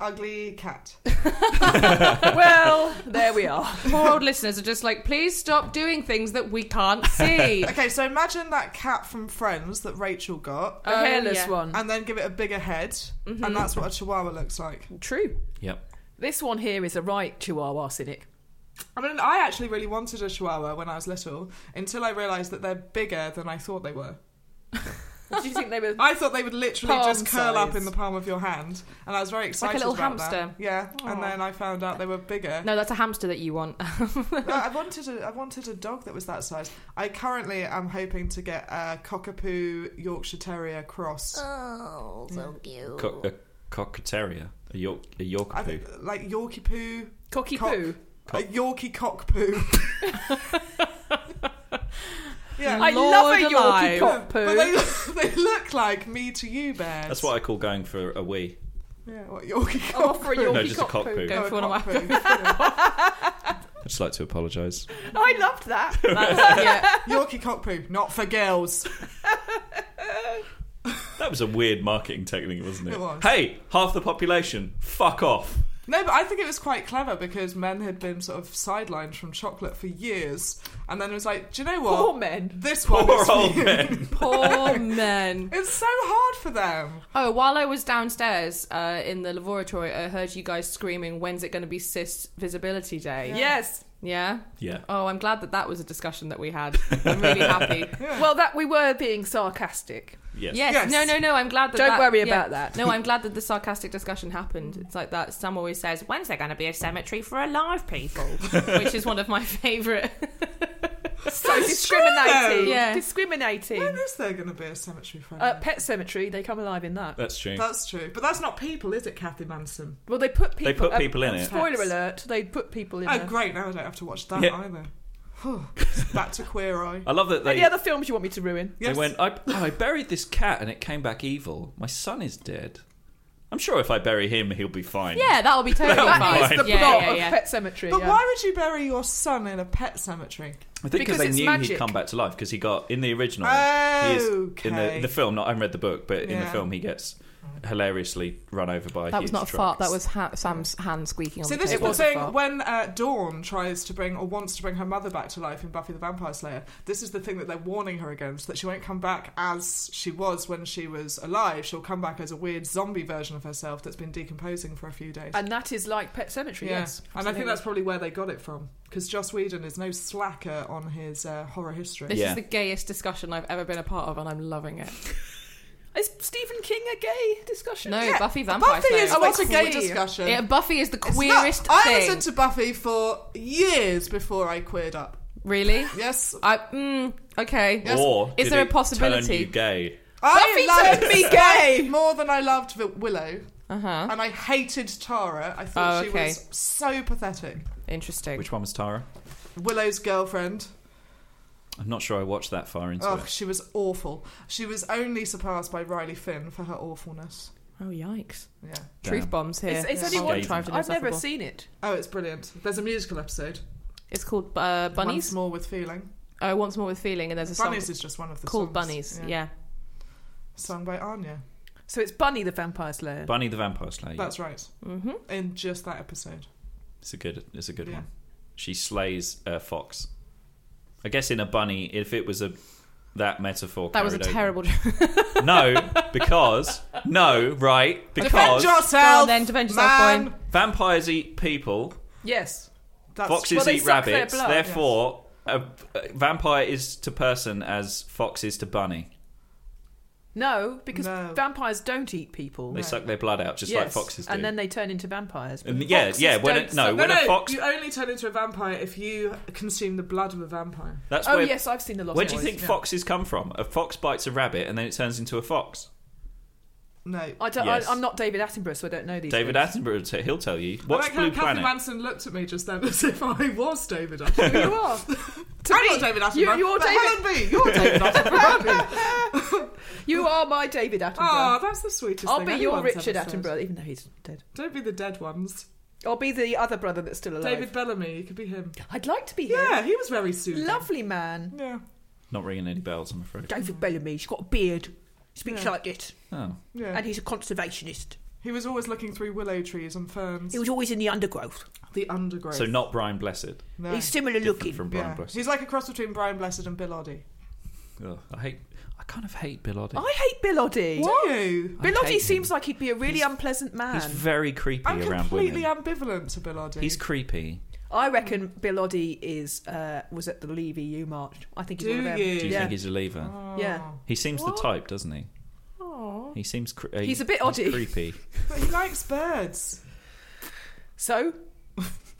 Speaker 4: ugly cat.
Speaker 5: well, there we are.
Speaker 3: Poor old listeners are just like, please stop doing things that we can't see.
Speaker 1: Oh,
Speaker 4: Okay, so imagine that cat from Friends that Rachel got, um,
Speaker 5: A hairless
Speaker 3: yeah.
Speaker 5: one.
Speaker 4: and then give it a bigger head,
Speaker 3: Mm-hmm.
Speaker 4: and that's what a chihuahua looks like.
Speaker 5: True.
Speaker 1: Yep.
Speaker 5: This one here is a right Chihuahua cynic.
Speaker 4: I mean, I actually really wanted a chihuahua when I was little until I realised that they're bigger than I thought they were.
Speaker 5: Do you think they were?
Speaker 4: I thought they would literally
Speaker 5: Palm
Speaker 4: just curl up
Speaker 5: size.
Speaker 4: in the palm of your hand, and I was very excited.
Speaker 3: little
Speaker 4: about that.
Speaker 3: hamster.
Speaker 4: Yeah,
Speaker 3: Aw.
Speaker 4: and then I found out they were bigger.
Speaker 3: No, that's a hamster that you want.
Speaker 4: But I wanted a, I wanted a dog that was that size. I currently am hoping to get a cockapoo Yorkshire Terrier cross.
Speaker 5: Uh,
Speaker 9: Oh, so cute.
Speaker 1: Co- a cockateria, a York, a York
Speaker 4: I think, like uh, Yorkie poo,
Speaker 5: Cocky
Speaker 4: Cock-
Speaker 5: poo.
Speaker 4: a Yorkie cock poo. yeah,
Speaker 5: I
Speaker 3: Lord
Speaker 5: love a Yorkie
Speaker 3: alive.
Speaker 5: cock
Speaker 4: but
Speaker 5: poo.
Speaker 4: they they look like me to you bears.
Speaker 1: That's what I call going for a wee.
Speaker 4: Yeah, what Yorkie cock?
Speaker 5: Oh, for a Yorkie
Speaker 1: no, just a
Speaker 5: cock
Speaker 1: cock
Speaker 5: poo.
Speaker 1: poo.
Speaker 3: Go for one of
Speaker 4: cock
Speaker 3: my-
Speaker 4: poo. Yeah.
Speaker 1: I'd just like to apologise.
Speaker 5: I loved that.
Speaker 3: That's- yeah.
Speaker 4: Yorkie cock poo, not for girls.
Speaker 1: That was a weird marketing technique, wasn't it?
Speaker 4: It was.
Speaker 1: Hey, half the population, fuck off.
Speaker 4: No, but I think it was quite clever because men had been sort of sidelined from chocolate for years, and then it was like, do you know what?
Speaker 5: Poor men.
Speaker 4: This one
Speaker 1: Poor
Speaker 4: is for
Speaker 1: old
Speaker 4: you.
Speaker 1: men.
Speaker 3: Poor men.
Speaker 4: It's so hard for them.
Speaker 3: Oh, while I was downstairs uh, in the laboratory, I heard you guys screaming, "When's it going to be Cis Visibility Day?"
Speaker 5: Yes.
Speaker 3: Yeah.
Speaker 1: Yeah.
Speaker 3: Oh, I'm glad that that was a discussion that we had. I'm really happy.
Speaker 5: Well, that we were being sarcastic.
Speaker 1: Yes.
Speaker 3: Yes.
Speaker 4: Yes.
Speaker 3: No, no, no. I'm glad that.
Speaker 5: Don't
Speaker 3: that-
Speaker 5: worry
Speaker 3: yeah.
Speaker 5: about that.
Speaker 3: No, I'm glad that the sarcastic discussion happened. It's like that. Sam always says, "When's there going to be a cemetery for alive people?" Which is one of my favourite.
Speaker 5: So discriminating.
Speaker 3: Yeah.
Speaker 5: Discriminating.
Speaker 4: When is there going to be a cemetery for
Speaker 5: Uh,
Speaker 4: them?
Speaker 5: Pet Cemetery, they come alive in that.
Speaker 1: That's true.
Speaker 4: That's true, but that's not people, is it, Kathy Manson?
Speaker 5: Well, they put people.
Speaker 1: They put
Speaker 5: uh,
Speaker 1: people in it.
Speaker 5: Spoiler alert! They put people in.
Speaker 4: Oh,
Speaker 5: there.
Speaker 4: great! Now I don't have to watch that
Speaker 1: Yeah.
Speaker 4: either. Phew. Back to Queer Eye.
Speaker 1: I love that they,
Speaker 5: Any other films you want me to ruin?
Speaker 1: they
Speaker 4: Yes.
Speaker 1: went, I, oh, I buried this cat and it came back evil. My son is dead. I'm sure if I bury him, he'll be fine.
Speaker 3: yeah, that'll be totally
Speaker 1: That
Speaker 3: fine.
Speaker 1: is
Speaker 5: It's the
Speaker 3: yeah,
Speaker 5: plot
Speaker 3: yeah,
Speaker 5: of
Speaker 3: yeah.
Speaker 5: Pet Cemetery.
Speaker 4: But
Speaker 5: yeah.
Speaker 4: why would you bury your son in a pet cemetery?
Speaker 1: I think
Speaker 5: Because
Speaker 1: because they
Speaker 5: it's
Speaker 1: knew
Speaker 5: magic.
Speaker 1: he'd come back to life because he got in the original. he is- in
Speaker 4: Okay.
Speaker 1: the, the film, not I haven't read the book, but in the
Speaker 4: Yeah.
Speaker 1: film he gets hilariously run over by. a
Speaker 3: That was
Speaker 1: huge
Speaker 3: not a
Speaker 1: truck.
Speaker 3: fart. That was ha- Sam's hand squeaking on
Speaker 4: So
Speaker 3: the
Speaker 4: this is
Speaker 3: table.
Speaker 4: the
Speaker 5: was a
Speaker 4: thing
Speaker 5: fart.
Speaker 4: when uh, Dawn tries to bring or wants to bring her mother back to life in Buffy the Vampire Slayer. This is the thing that they're warning her against that she won't come back as she was when she was alive. She'll come back as a weird zombie version of herself that's been decomposing for a few days.
Speaker 5: And that is like Pet Cemetery.
Speaker 4: Yeah.
Speaker 5: Yes.
Speaker 4: and I think
Speaker 5: Absolutely.
Speaker 4: that's probably where they got it from because Joss Whedon is no slacker on his uh, horror history.
Speaker 3: This
Speaker 1: Yeah.
Speaker 3: is the gayest discussion I've ever been a part of, and I'm loving it.
Speaker 5: Is Stephen King a gay discussion?
Speaker 3: No,
Speaker 4: Yeah,
Speaker 3: Buffy Vampire
Speaker 4: Buffy is
Speaker 3: Slayer.
Speaker 5: Oh,
Speaker 4: not a
Speaker 5: it's
Speaker 4: gay
Speaker 5: queer.
Speaker 4: discussion.
Speaker 3: Yeah, Buffy is the
Speaker 4: It's
Speaker 3: queerest
Speaker 4: not- I
Speaker 3: thing.
Speaker 4: listened to Buffy for years before I queered up.
Speaker 3: Really?
Speaker 4: Yes,
Speaker 3: I mm, okay.
Speaker 1: Or
Speaker 3: is
Speaker 1: did
Speaker 3: there a
Speaker 1: it Turn you
Speaker 3: possibility?
Speaker 1: gay.
Speaker 4: I
Speaker 5: Buffy
Speaker 4: loved
Speaker 5: turned me gay.
Speaker 4: more than I loved Vi- Willow,
Speaker 3: Uh huh.
Speaker 4: and I hated Tara. I thought
Speaker 3: Oh,
Speaker 4: she
Speaker 3: okay.
Speaker 4: was so pathetic.
Speaker 3: Interesting.
Speaker 1: Which one was Tara?
Speaker 4: Willow's girlfriend.
Speaker 1: I'm not sure I watched that far
Speaker 3: Oh,
Speaker 1: into
Speaker 4: Ugh,
Speaker 1: it.
Speaker 4: she was awful. She was only surpassed by Riley Finn for her awfulness.
Speaker 3: Oh yikes!
Speaker 4: Yeah.
Speaker 1: Damn.
Speaker 3: Truth bombs here.
Speaker 5: It's, it's
Speaker 4: Yeah.
Speaker 5: only one.
Speaker 1: Gazing.
Speaker 5: I've never seen it.
Speaker 4: Oh, it's brilliant. There's a musical episode.
Speaker 3: It's called uh,
Speaker 4: Once
Speaker 3: Bunnies.
Speaker 4: more with feeling.
Speaker 3: Oh, once more with feeling, and there's a song
Speaker 4: Bunnies is just one of the
Speaker 3: called
Speaker 4: songs.
Speaker 3: Bunnies. Yeah.
Speaker 4: Sung by Anya.
Speaker 5: So it's Bunny the Vampire Slayer.
Speaker 1: Bunny the Vampire Slayer.
Speaker 4: That's right.
Speaker 3: Mm-hmm.
Speaker 4: In just that episode.
Speaker 1: It's a good. It's a good
Speaker 4: Yeah.
Speaker 1: one. She slays a fox. I guess in a bunny, if it was a that metaphor.
Speaker 3: That was a
Speaker 1: carried over-
Speaker 3: terrible.
Speaker 1: No, because no, right?
Speaker 4: Defend
Speaker 1: Because
Speaker 4: yourself!
Speaker 3: Go on then, defend yourself,
Speaker 4: man.
Speaker 3: Boyne.
Speaker 1: vampires eat people.
Speaker 5: Yes.
Speaker 4: That's
Speaker 1: Foxes
Speaker 5: Well, they
Speaker 1: eat
Speaker 5: suck their
Speaker 1: rabbits.
Speaker 5: blood,
Speaker 1: therefore, a, a vampire is to person as fox is to bunny.
Speaker 5: No, because
Speaker 4: No.
Speaker 5: vampires don't eat people.
Speaker 1: They suck their blood out just like foxes do.
Speaker 5: And then they turn into vampires.
Speaker 1: And yeah,
Speaker 5: foxes
Speaker 1: yeah. When
Speaker 5: don't
Speaker 1: it, no,
Speaker 5: suck-
Speaker 4: No,
Speaker 1: when
Speaker 4: no,
Speaker 1: a fox.
Speaker 4: you only turn into a vampire if you consume the blood of a vampire.
Speaker 1: That's
Speaker 5: oh
Speaker 1: where.
Speaker 5: yes, I've seen the Lost
Speaker 1: Where do you
Speaker 5: Boys.
Speaker 1: think
Speaker 4: yeah.
Speaker 1: foxes come from? A fox bites a rabbit and then it turns into a fox.
Speaker 4: No.
Speaker 5: I don't.
Speaker 1: Yes.
Speaker 5: I, I'm not David Attenborough, so I don't know these.
Speaker 1: David
Speaker 5: things.
Speaker 1: Attenborough, he'll tell you.
Speaker 4: I
Speaker 1: What's
Speaker 4: like how
Speaker 1: Blue
Speaker 4: Kathy
Speaker 1: Planet?
Speaker 4: Manson looked at me just then as if I was David Attenborough.
Speaker 5: You are. To
Speaker 4: I'm not
Speaker 5: me,
Speaker 4: David Attenborough.
Speaker 5: You, you're
Speaker 4: but
Speaker 5: David.
Speaker 4: Helen B, you're David Attenborough.
Speaker 5: You are my David
Speaker 4: Ah,
Speaker 5: Attenborough.
Speaker 4: that's the sweetest
Speaker 5: I'll
Speaker 4: thing
Speaker 5: be your
Speaker 4: anyone's
Speaker 5: Richard
Speaker 4: ever said.
Speaker 5: Attenborough, even though he's dead.
Speaker 4: Don't be the dead ones.
Speaker 5: I'll be the other brother that's still alive.
Speaker 4: David Bellamy, you could be him.
Speaker 5: I'd like to be him.
Speaker 4: Yeah, he was very soothing.
Speaker 5: Lovely man.
Speaker 4: Yeah,
Speaker 1: Not ringing any bells, I'm afraid.
Speaker 5: David Bellamy. He's got a beard. Speaks
Speaker 4: Yeah.
Speaker 5: like it.
Speaker 1: Oh.
Speaker 4: yeah.
Speaker 5: And he's a conservationist.
Speaker 4: He was always looking through willow trees and ferns.
Speaker 5: He was always in the undergrowth.
Speaker 4: the undergrowth.
Speaker 1: So not Brian Blessed.
Speaker 4: No.
Speaker 5: He's similar
Speaker 1: different
Speaker 5: looking.
Speaker 1: from Brian
Speaker 4: yeah.
Speaker 1: Blessed.
Speaker 4: He's like a cross between Brian Blessed and Bill Oddie.
Speaker 1: Ugh, I hate. I kind of hate Bill Oddie.
Speaker 5: I hate Bill Oddie.
Speaker 4: Do you?
Speaker 1: I
Speaker 5: Bill
Speaker 1: hate
Speaker 5: Oddie
Speaker 1: him.
Speaker 5: seems like he'd be a really
Speaker 1: He's-
Speaker 5: unpleasant man.
Speaker 1: He's very creepy
Speaker 4: I'm
Speaker 1: around
Speaker 4: completely
Speaker 1: women.
Speaker 4: ambivalent to Bill Oddie.
Speaker 1: He's creepy.
Speaker 5: I reckon Bill Oddie is uh, was at the Levy U March. I think he's
Speaker 4: Do
Speaker 5: one of them.
Speaker 4: you?
Speaker 1: Do you
Speaker 5: Yeah.
Speaker 1: think he's a lever?
Speaker 4: Oh.
Speaker 5: Yeah.
Speaker 1: He seems
Speaker 3: What?
Speaker 1: the type, doesn't he? He seems. Cre- uh,
Speaker 5: He's a bit Oddie.
Speaker 1: creepy.
Speaker 4: But he likes birds.
Speaker 5: So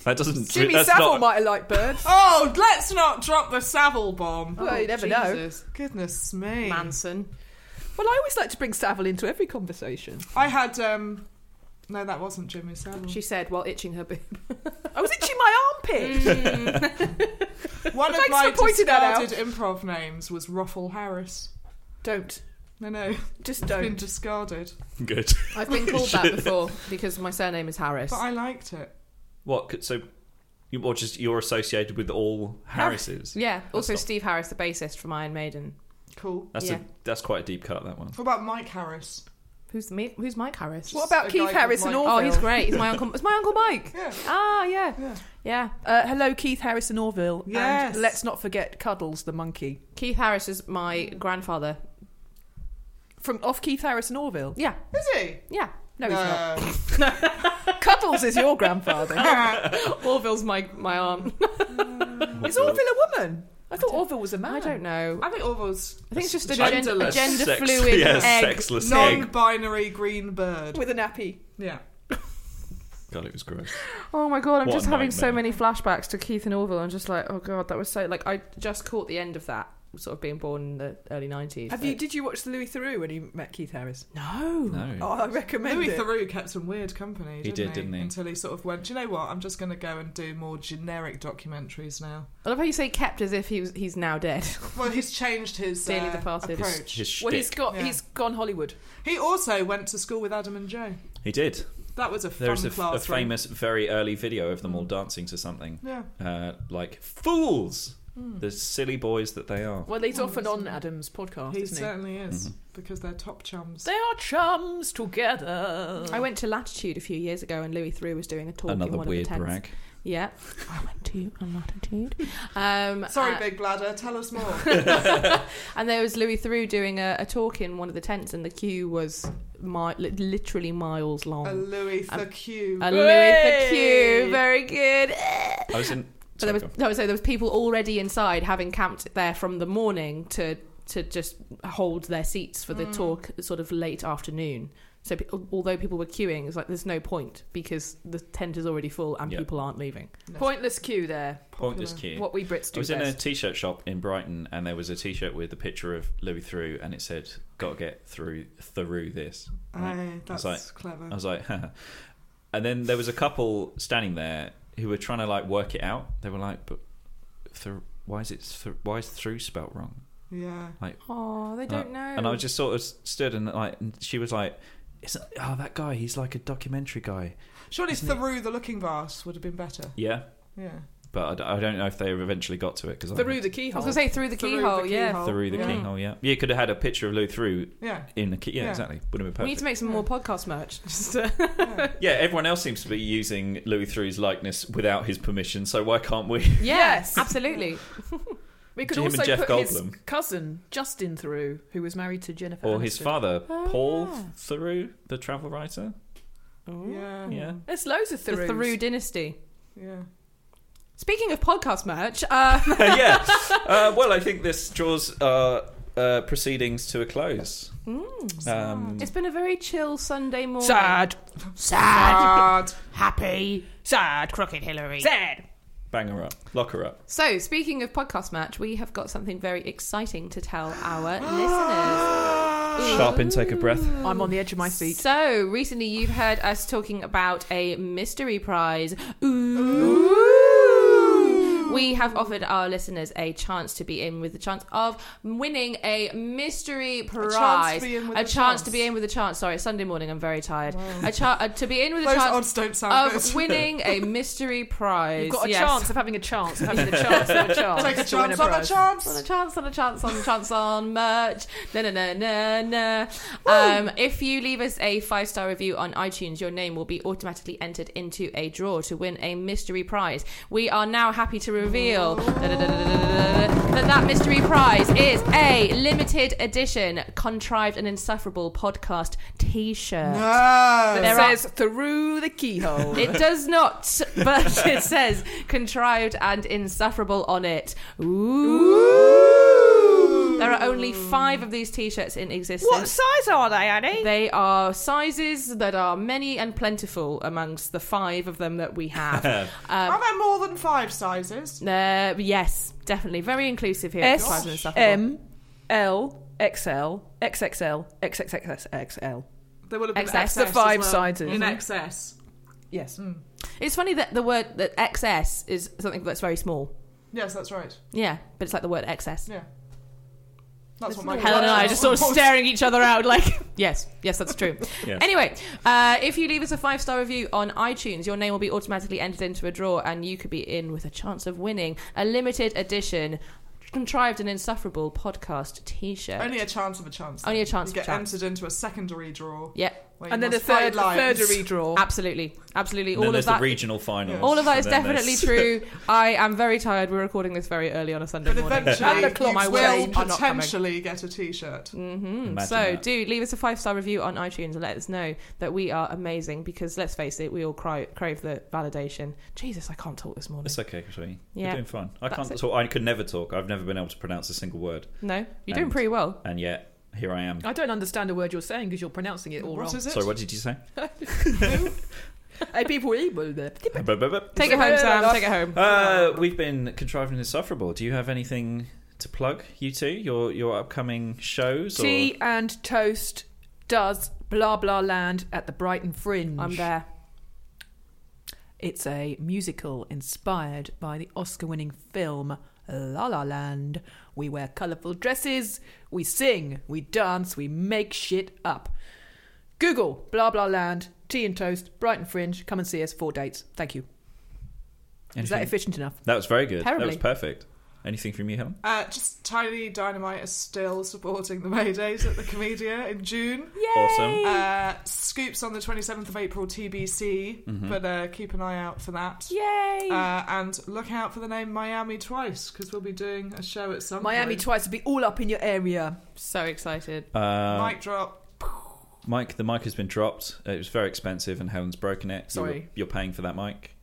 Speaker 1: That doesn't.
Speaker 5: Jimmy
Speaker 1: that's
Speaker 5: Savile
Speaker 1: not,
Speaker 5: might have liked birds.
Speaker 4: Oh, let's not drop the Savile bomb.
Speaker 5: well, you never know.
Speaker 4: Goodness me.
Speaker 3: Manson.
Speaker 5: Well, I always like to bring Savile into every conversation.
Speaker 4: I had um no, that wasn't Jimmy Savile.
Speaker 3: She said while itching her boob.
Speaker 5: I was itching my armpit.
Speaker 3: Mm.
Speaker 4: One of
Speaker 5: Thanks
Speaker 4: my
Speaker 5: for pointing that out.
Speaker 4: discarded improv names was Ruffle Harris.
Speaker 5: don't,
Speaker 4: No, no,
Speaker 5: just
Speaker 4: been
Speaker 5: don't.
Speaker 4: discarded,
Speaker 1: Good.
Speaker 3: I've been called that before because my surname is Harris.
Speaker 4: but I liked it.
Speaker 1: What? could- So, you, or just you're associated with all Harrises?
Speaker 3: yeah. Also,
Speaker 1: not-
Speaker 3: Steve Harris, the bassist from Iron Maiden.
Speaker 4: Cool.
Speaker 1: That's
Speaker 3: Yeah.
Speaker 1: a that's quite a deep cut. That one.
Speaker 4: What about Mike Harris?
Speaker 3: Who's me? Who's Mike Harris?
Speaker 5: What about
Speaker 4: a guy
Speaker 5: Keith
Speaker 4: called
Speaker 5: Harris and
Speaker 4: Mike-
Speaker 5: Orville?
Speaker 3: Oh, he's great. He's my uncle. It's my uncle Mike.
Speaker 4: Yeah.
Speaker 3: Ah, yeah,
Speaker 4: Yeah.
Speaker 3: yeah.
Speaker 5: Uh, hello, Keith Harris and Orville.
Speaker 4: Yes.
Speaker 5: And let's not forget Cuddles the monkey
Speaker 3: Keith Harris is my grandfather.
Speaker 5: from off Keith Harris and Orville.
Speaker 3: Yeah,
Speaker 4: Is he?
Speaker 3: yeah.
Speaker 5: No, he's not.
Speaker 4: No.
Speaker 5: Cuddles is your grandfather.
Speaker 3: Orville's my my aunt.
Speaker 5: is Orville a woman? I thought Orville was a man.
Speaker 3: I don't know.
Speaker 4: I think Orville's
Speaker 3: I think it's just a
Speaker 4: Genderless.
Speaker 3: gender, a gender
Speaker 1: Sex-
Speaker 3: fluid
Speaker 1: yeah,
Speaker 3: egg.
Speaker 1: sexless egg.
Speaker 4: non-binary green bird.
Speaker 5: With a nappy.
Speaker 4: Yeah.
Speaker 1: God, it was gross.
Speaker 3: Oh my god, I'm
Speaker 1: What
Speaker 3: just
Speaker 1: a
Speaker 3: having so
Speaker 1: nightmare.
Speaker 3: many flashbacks to Keith and Orville. I'm just like, oh god, that was so like I just caught the end of that, sort of being born in the early nineties.
Speaker 5: Have you? Did you watch the Louis Theroux when he met Keith Harris?
Speaker 3: No.
Speaker 5: Oh,
Speaker 1: No,
Speaker 5: I recommend
Speaker 4: Louis
Speaker 5: it.
Speaker 4: Theroux kept some weird company.
Speaker 1: He
Speaker 4: Didn't
Speaker 1: did, didn't he?
Speaker 4: Until he sort of went, do you know what? I'm just going to go and do more generic documentaries now.
Speaker 3: I love how you say kept as if he was, he's now dead.
Speaker 4: Well, he's changed his
Speaker 3: Dearly
Speaker 4: uh,
Speaker 1: his,
Speaker 3: departed.
Speaker 4: approach.
Speaker 1: his
Speaker 5: Well, he's
Speaker 1: shtick.
Speaker 5: got.
Speaker 4: Yeah.
Speaker 5: He's gone Hollywood.
Speaker 4: He also went to school with Adam and Joe.
Speaker 1: He did.
Speaker 4: That was a fun
Speaker 1: There's a,
Speaker 4: classroom.
Speaker 1: a famous, very early video of them all dancing to something,
Speaker 4: Yeah.
Speaker 1: uh, like fools,
Speaker 3: Hmm.
Speaker 1: the silly boys that they are.
Speaker 5: Well, he's
Speaker 4: Oh,
Speaker 5: often
Speaker 4: isn't
Speaker 5: on
Speaker 4: he? uh,
Speaker 5: Adam's podcast,
Speaker 4: He
Speaker 5: isn't he?
Speaker 4: certainly is
Speaker 1: Mm-hmm.
Speaker 4: because they're top chums.
Speaker 5: They are chums together.
Speaker 3: I went to Latitude a few years ago, and Louis Theroux was doing a talk in
Speaker 1: Another
Speaker 3: one
Speaker 1: weird
Speaker 3: of the tents.
Speaker 1: brag.
Speaker 3: Yeah, I went to a Latitude. Um,
Speaker 4: Sorry,
Speaker 3: uh,
Speaker 4: Big Bladder. Tell us more.
Speaker 3: And there was Louis Theroux doing a, a talk in one of the tents, and the queue was mi- li- literally miles
Speaker 4: a
Speaker 3: long.
Speaker 4: Louis
Speaker 3: Um,
Speaker 4: Theroux.
Speaker 3: A Louis Theroux, very good.
Speaker 1: I was in.
Speaker 3: But there was
Speaker 1: Sorry, go on.
Speaker 3: no, so there was people already inside, having camped there from the morning to to just hold their seats for the
Speaker 5: Mm.
Speaker 3: talk, sort of late afternoon. So pe- although people were queuing, it's like there's no point because the tent is already full and
Speaker 1: Yeah.
Speaker 3: people aren't leaving.
Speaker 5: Pointless queue there.
Speaker 1: Pointless cue.
Speaker 5: What we Brits
Speaker 1: I
Speaker 5: do
Speaker 1: was
Speaker 5: best.
Speaker 1: in a t-shirt shop in Brighton, and there was a t-shirt with a picture of Louis Theroux, and it said "Gotta get through through this."
Speaker 4: Aye, that's
Speaker 1: like-
Speaker 4: clever.
Speaker 1: I was like, huh. and then there was a couple standing there who were trying to like work it out. They were like, "But Ther- why is it Ther- why is through spelt wrong?"
Speaker 4: yeah.
Speaker 3: Oh, they
Speaker 1: don't
Speaker 3: don't know.
Speaker 1: Uh, And I just sort of stood and like, and she was like, "Isn't oh that guy? He's like a documentary guy."
Speaker 4: Surely
Speaker 1: Isn't it-
Speaker 4: Theroux the Looking Glass would have been better.
Speaker 1: Yeah,
Speaker 4: Yeah.
Speaker 1: but I d- I, don't know if they eventually got to it because
Speaker 5: Through
Speaker 3: I
Speaker 5: the
Speaker 3: was
Speaker 5: keyhole.
Speaker 3: gonna say through the
Speaker 4: Theroux
Speaker 3: keyhole.
Speaker 4: the
Speaker 3: yeah,
Speaker 4: keyhole.
Speaker 1: Through the
Speaker 4: Yeah.
Speaker 1: keyhole, yeah. You could have had a picture of Lou Through
Speaker 4: Yeah.
Speaker 1: in the key. Yeah,
Speaker 4: Yeah.
Speaker 1: exactly. Would have been perfect.
Speaker 3: we need to make some more podcast merch. Just, uh,
Speaker 4: yeah.
Speaker 1: Yeah, everyone else seems to be using Louis Throux's likeness without his permission, so why can't we?
Speaker 5: Yes.
Speaker 3: absolutely.
Speaker 5: we could
Speaker 1: Jim and
Speaker 5: also
Speaker 1: Jeff
Speaker 5: put his
Speaker 1: Goldblum.
Speaker 5: cousin Justin through, who was married to Jennifer.
Speaker 1: Or his
Speaker 5: Aniston.
Speaker 1: father,
Speaker 3: Oh,
Speaker 1: Paul
Speaker 3: yeah.
Speaker 1: Theroux, the travel writer?
Speaker 3: Uh-huh.
Speaker 4: Yeah.
Speaker 1: Yeah.
Speaker 5: There's loads of
Speaker 3: The
Speaker 5: Theroux.
Speaker 3: Theroux dynasty.
Speaker 4: Yeah.
Speaker 3: Speaking of podcast merch, uh,
Speaker 1: yeah. Uh, well, I think this draws our uh, proceedings to a close.
Speaker 3: mm.
Speaker 1: Um,
Speaker 3: it's been a very chill Sunday morning.
Speaker 5: Sad.
Speaker 4: Sad.
Speaker 3: happy,
Speaker 5: Sad.
Speaker 3: crooked Hillary.
Speaker 5: Sad.
Speaker 1: bang her up. Lock her up.
Speaker 3: So, speaking of podcast merch, we have got something very exciting to tell our listeners.
Speaker 1: Sharp intake of breath.
Speaker 5: I'm on the edge of my seat.
Speaker 3: So, recently you've heard us talking about a mystery prize. Ooh. We have offered our listeners a chance to be in with the chance of winning a mystery prize.
Speaker 4: be in with
Speaker 3: a
Speaker 4: a
Speaker 3: chance
Speaker 4: chance.
Speaker 3: to be in with a chance. Sorry, it's Sunday morning, I'm very tired. A chance to be in with a
Speaker 4: Those
Speaker 3: chance
Speaker 4: odds don't sound
Speaker 3: of
Speaker 4: good.
Speaker 3: winning a mystery prize.
Speaker 5: You've got a
Speaker 3: Yes.
Speaker 5: chance of having a chance, of having the chance of a chance.
Speaker 4: Take a
Speaker 5: to win
Speaker 4: chance on a
Speaker 5: prize.
Speaker 3: On a
Speaker 4: chance.
Speaker 3: chance, on a chance, on a chance, on merch. No, no, no, no, no. Um, if you leave us a five star review on iTunes, your name will be automatically entered into a draw to win a mystery prize. We are now happy to reveal that that mystery prize is a limited edition contrived and insufferable podcast t shirt.
Speaker 4: No.
Speaker 3: There are
Speaker 5: Says through the keyhole.
Speaker 3: it does not, but it says contrived and insufferable on it. Ooh. There are only five of these t shirts in existence.
Speaker 5: what size are they, Annie?
Speaker 3: They are sizes that are many and plentiful amongst the five of them that we have. Um,
Speaker 4: Are there more than five sizes?
Speaker 3: uh, yes, definitely. Very inclusive here. at Contrived and
Speaker 5: S
Speaker 3: Insufferable.
Speaker 5: M L XL XXL XXXXXL.
Speaker 4: There would have been
Speaker 3: Excess.
Speaker 4: excess
Speaker 5: The
Speaker 4: as
Speaker 5: five
Speaker 4: well.
Speaker 5: sizes.
Speaker 4: in
Speaker 5: Mhm.
Speaker 4: excess.
Speaker 5: Yes.
Speaker 4: Mm.
Speaker 3: It's funny that the word that XS is something that's very small.
Speaker 4: Yes, that's right.
Speaker 3: Yeah, but it's like the word XS.
Speaker 4: Yeah, that's what my
Speaker 3: Helen and I
Speaker 4: that's
Speaker 3: just
Speaker 4: what
Speaker 3: sort of
Speaker 4: my-
Speaker 3: staring each other out like, yes, yes, that's true.
Speaker 1: Yes.
Speaker 3: Anyway, uh, if you leave us a five star review on iTunes, your name will be automatically entered into a draw and you could be in with a chance of winning a limited edition contrived and insufferable podcast T-shirt.
Speaker 4: Only a chance of a chance.
Speaker 3: Only a chance
Speaker 4: You
Speaker 3: of
Speaker 4: get
Speaker 3: chance.
Speaker 4: entered into a secondary draw.
Speaker 3: Yep.
Speaker 4: where
Speaker 5: and
Speaker 4: you
Speaker 5: then a
Speaker 4: must fight
Speaker 5: third, a third
Speaker 4: lions.
Speaker 5: redraw.
Speaker 3: absolutely, absolutely.
Speaker 1: And then
Speaker 3: All
Speaker 1: there's the
Speaker 3: of that.
Speaker 1: regional finals.
Speaker 3: all of that
Speaker 1: and
Speaker 3: is
Speaker 1: then
Speaker 3: definitely
Speaker 1: there's-
Speaker 3: true. I am very tired. We're recording this very early on a Sunday
Speaker 4: But
Speaker 3: morning.
Speaker 4: eventually,
Speaker 3: the clock,
Speaker 4: you
Speaker 3: my
Speaker 4: will
Speaker 3: wings are not coming.
Speaker 4: potentially get a T-shirt.
Speaker 3: hmm
Speaker 1: Imagine
Speaker 3: So,
Speaker 1: that.
Speaker 3: do leave us a five star review on iTunes and let us know that we are amazing. Because let's face it, we all cry, crave the validation. Jesus, I can't talk this morning.
Speaker 1: It's okay, Katrine.
Speaker 3: Yeah.
Speaker 1: You're doing fine. I
Speaker 3: That's
Speaker 1: can't
Speaker 3: it.
Speaker 1: talk. I could never talk. I've never been able to pronounce a single word,
Speaker 3: No, you're doing
Speaker 1: And-
Speaker 3: pretty well.
Speaker 1: and yet here I
Speaker 3: Oh,
Speaker 1: am.
Speaker 5: I don't understand a word you're saying because you're pronouncing it all
Speaker 4: What
Speaker 5: wrong.
Speaker 4: is it?
Speaker 1: Sorry, what did you say?
Speaker 5: Hey, people able there.
Speaker 3: Take it home, Sam. Take it home.
Speaker 1: Uh, we've been contrived and insufferable. Do you have anything to plug? You two, your your upcoming shows?
Speaker 5: Tea and toast does blah blah land at the Brighton Fringe.
Speaker 3: I'm there.
Speaker 5: It's a musical inspired by the Oscar-winning film La La Land. We wear colourful dresses, we sing, we dance, we make shit up. Google blah blah land, tea and toast, Brighton Fringe. Come and see us. Four dates. Thank you.
Speaker 1: or
Speaker 5: Is that
Speaker 1: anything?
Speaker 5: efficient enough?
Speaker 1: That was very good. That was
Speaker 3: Terribly.
Speaker 1: perfect. Anything from you, Helen?
Speaker 4: Uh, just Tiny Dynamite is still supporting the Maydays at the Comedia in June.
Speaker 1: Awesome.
Speaker 4: Uh, scoops on the 27th of April, TBC, but uh, keep an eye out for that.
Speaker 3: Yay!
Speaker 4: Uh, and look out for the name Miami Twice because we'll be doing a show at some
Speaker 5: Miami
Speaker 4: point.
Speaker 5: twice to be all up in your area.
Speaker 3: so excited.
Speaker 1: Uh,
Speaker 4: Mic drop.
Speaker 1: Mike, the mic has been dropped. It was very expensive, and Helen's broken it. You were-
Speaker 5: Sorry.
Speaker 1: you're paying for that mic.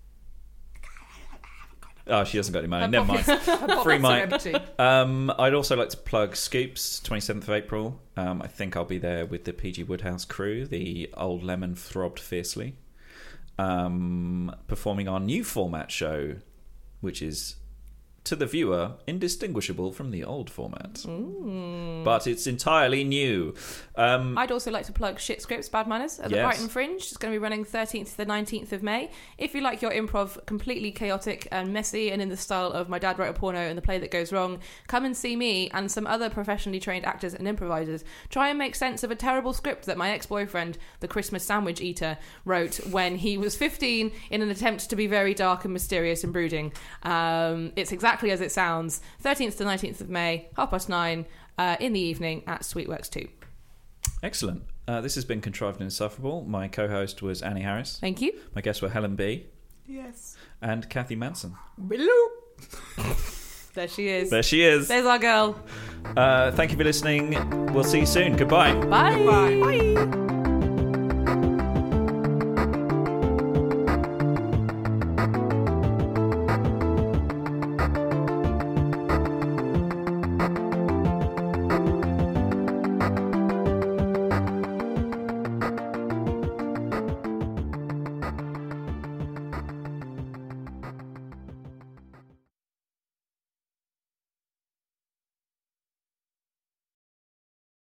Speaker 1: Oh, she hasn't got any money.
Speaker 3: Her
Speaker 1: Never mind. Free mic.
Speaker 5: Celebrity.
Speaker 1: Um, I'd also like to plug Scoops, 27th of April. Um, I think I'll be there with the PG Woodhouse crew. The old lemon throbbed fiercely. Um, performing our new format show, which is, to the viewer, indistinguishable from the old format. But it's entirely new. Um,
Speaker 3: I'd also like to plug Shit Scripts Bad Manners at the
Speaker 1: Yes.
Speaker 3: Brighton Fringe. It's going to be running 13th to the 19th of May. If you like your improv completely chaotic and messy and in the style of My Dad Wrote a Porno and The Play That Goes Wrong, come and see me and some other professionally trained actors and improvisers try and make sense of a terrible script that my ex boyfriend, the Christmas sandwich eater, wrote when he was 15 in an attempt to be very dark and mysterious and brooding. Um, it's exactly as it sounds 13th to 19th of May, half past nine uh, in the evening at Sweetworks 2.
Speaker 1: excellent. Uh, this has been Contrived and Insufferable. My co host was Annie Harris.
Speaker 3: Thank you.
Speaker 1: My guests were Helen B.
Speaker 4: Yes.
Speaker 1: and Kathy Manson.
Speaker 3: There she is.
Speaker 1: There she is.
Speaker 3: There's our girl.
Speaker 1: Uh, thank you for listening. We'll see you soon. Goodbye.
Speaker 3: Bye.
Speaker 4: Bye.
Speaker 3: Bye.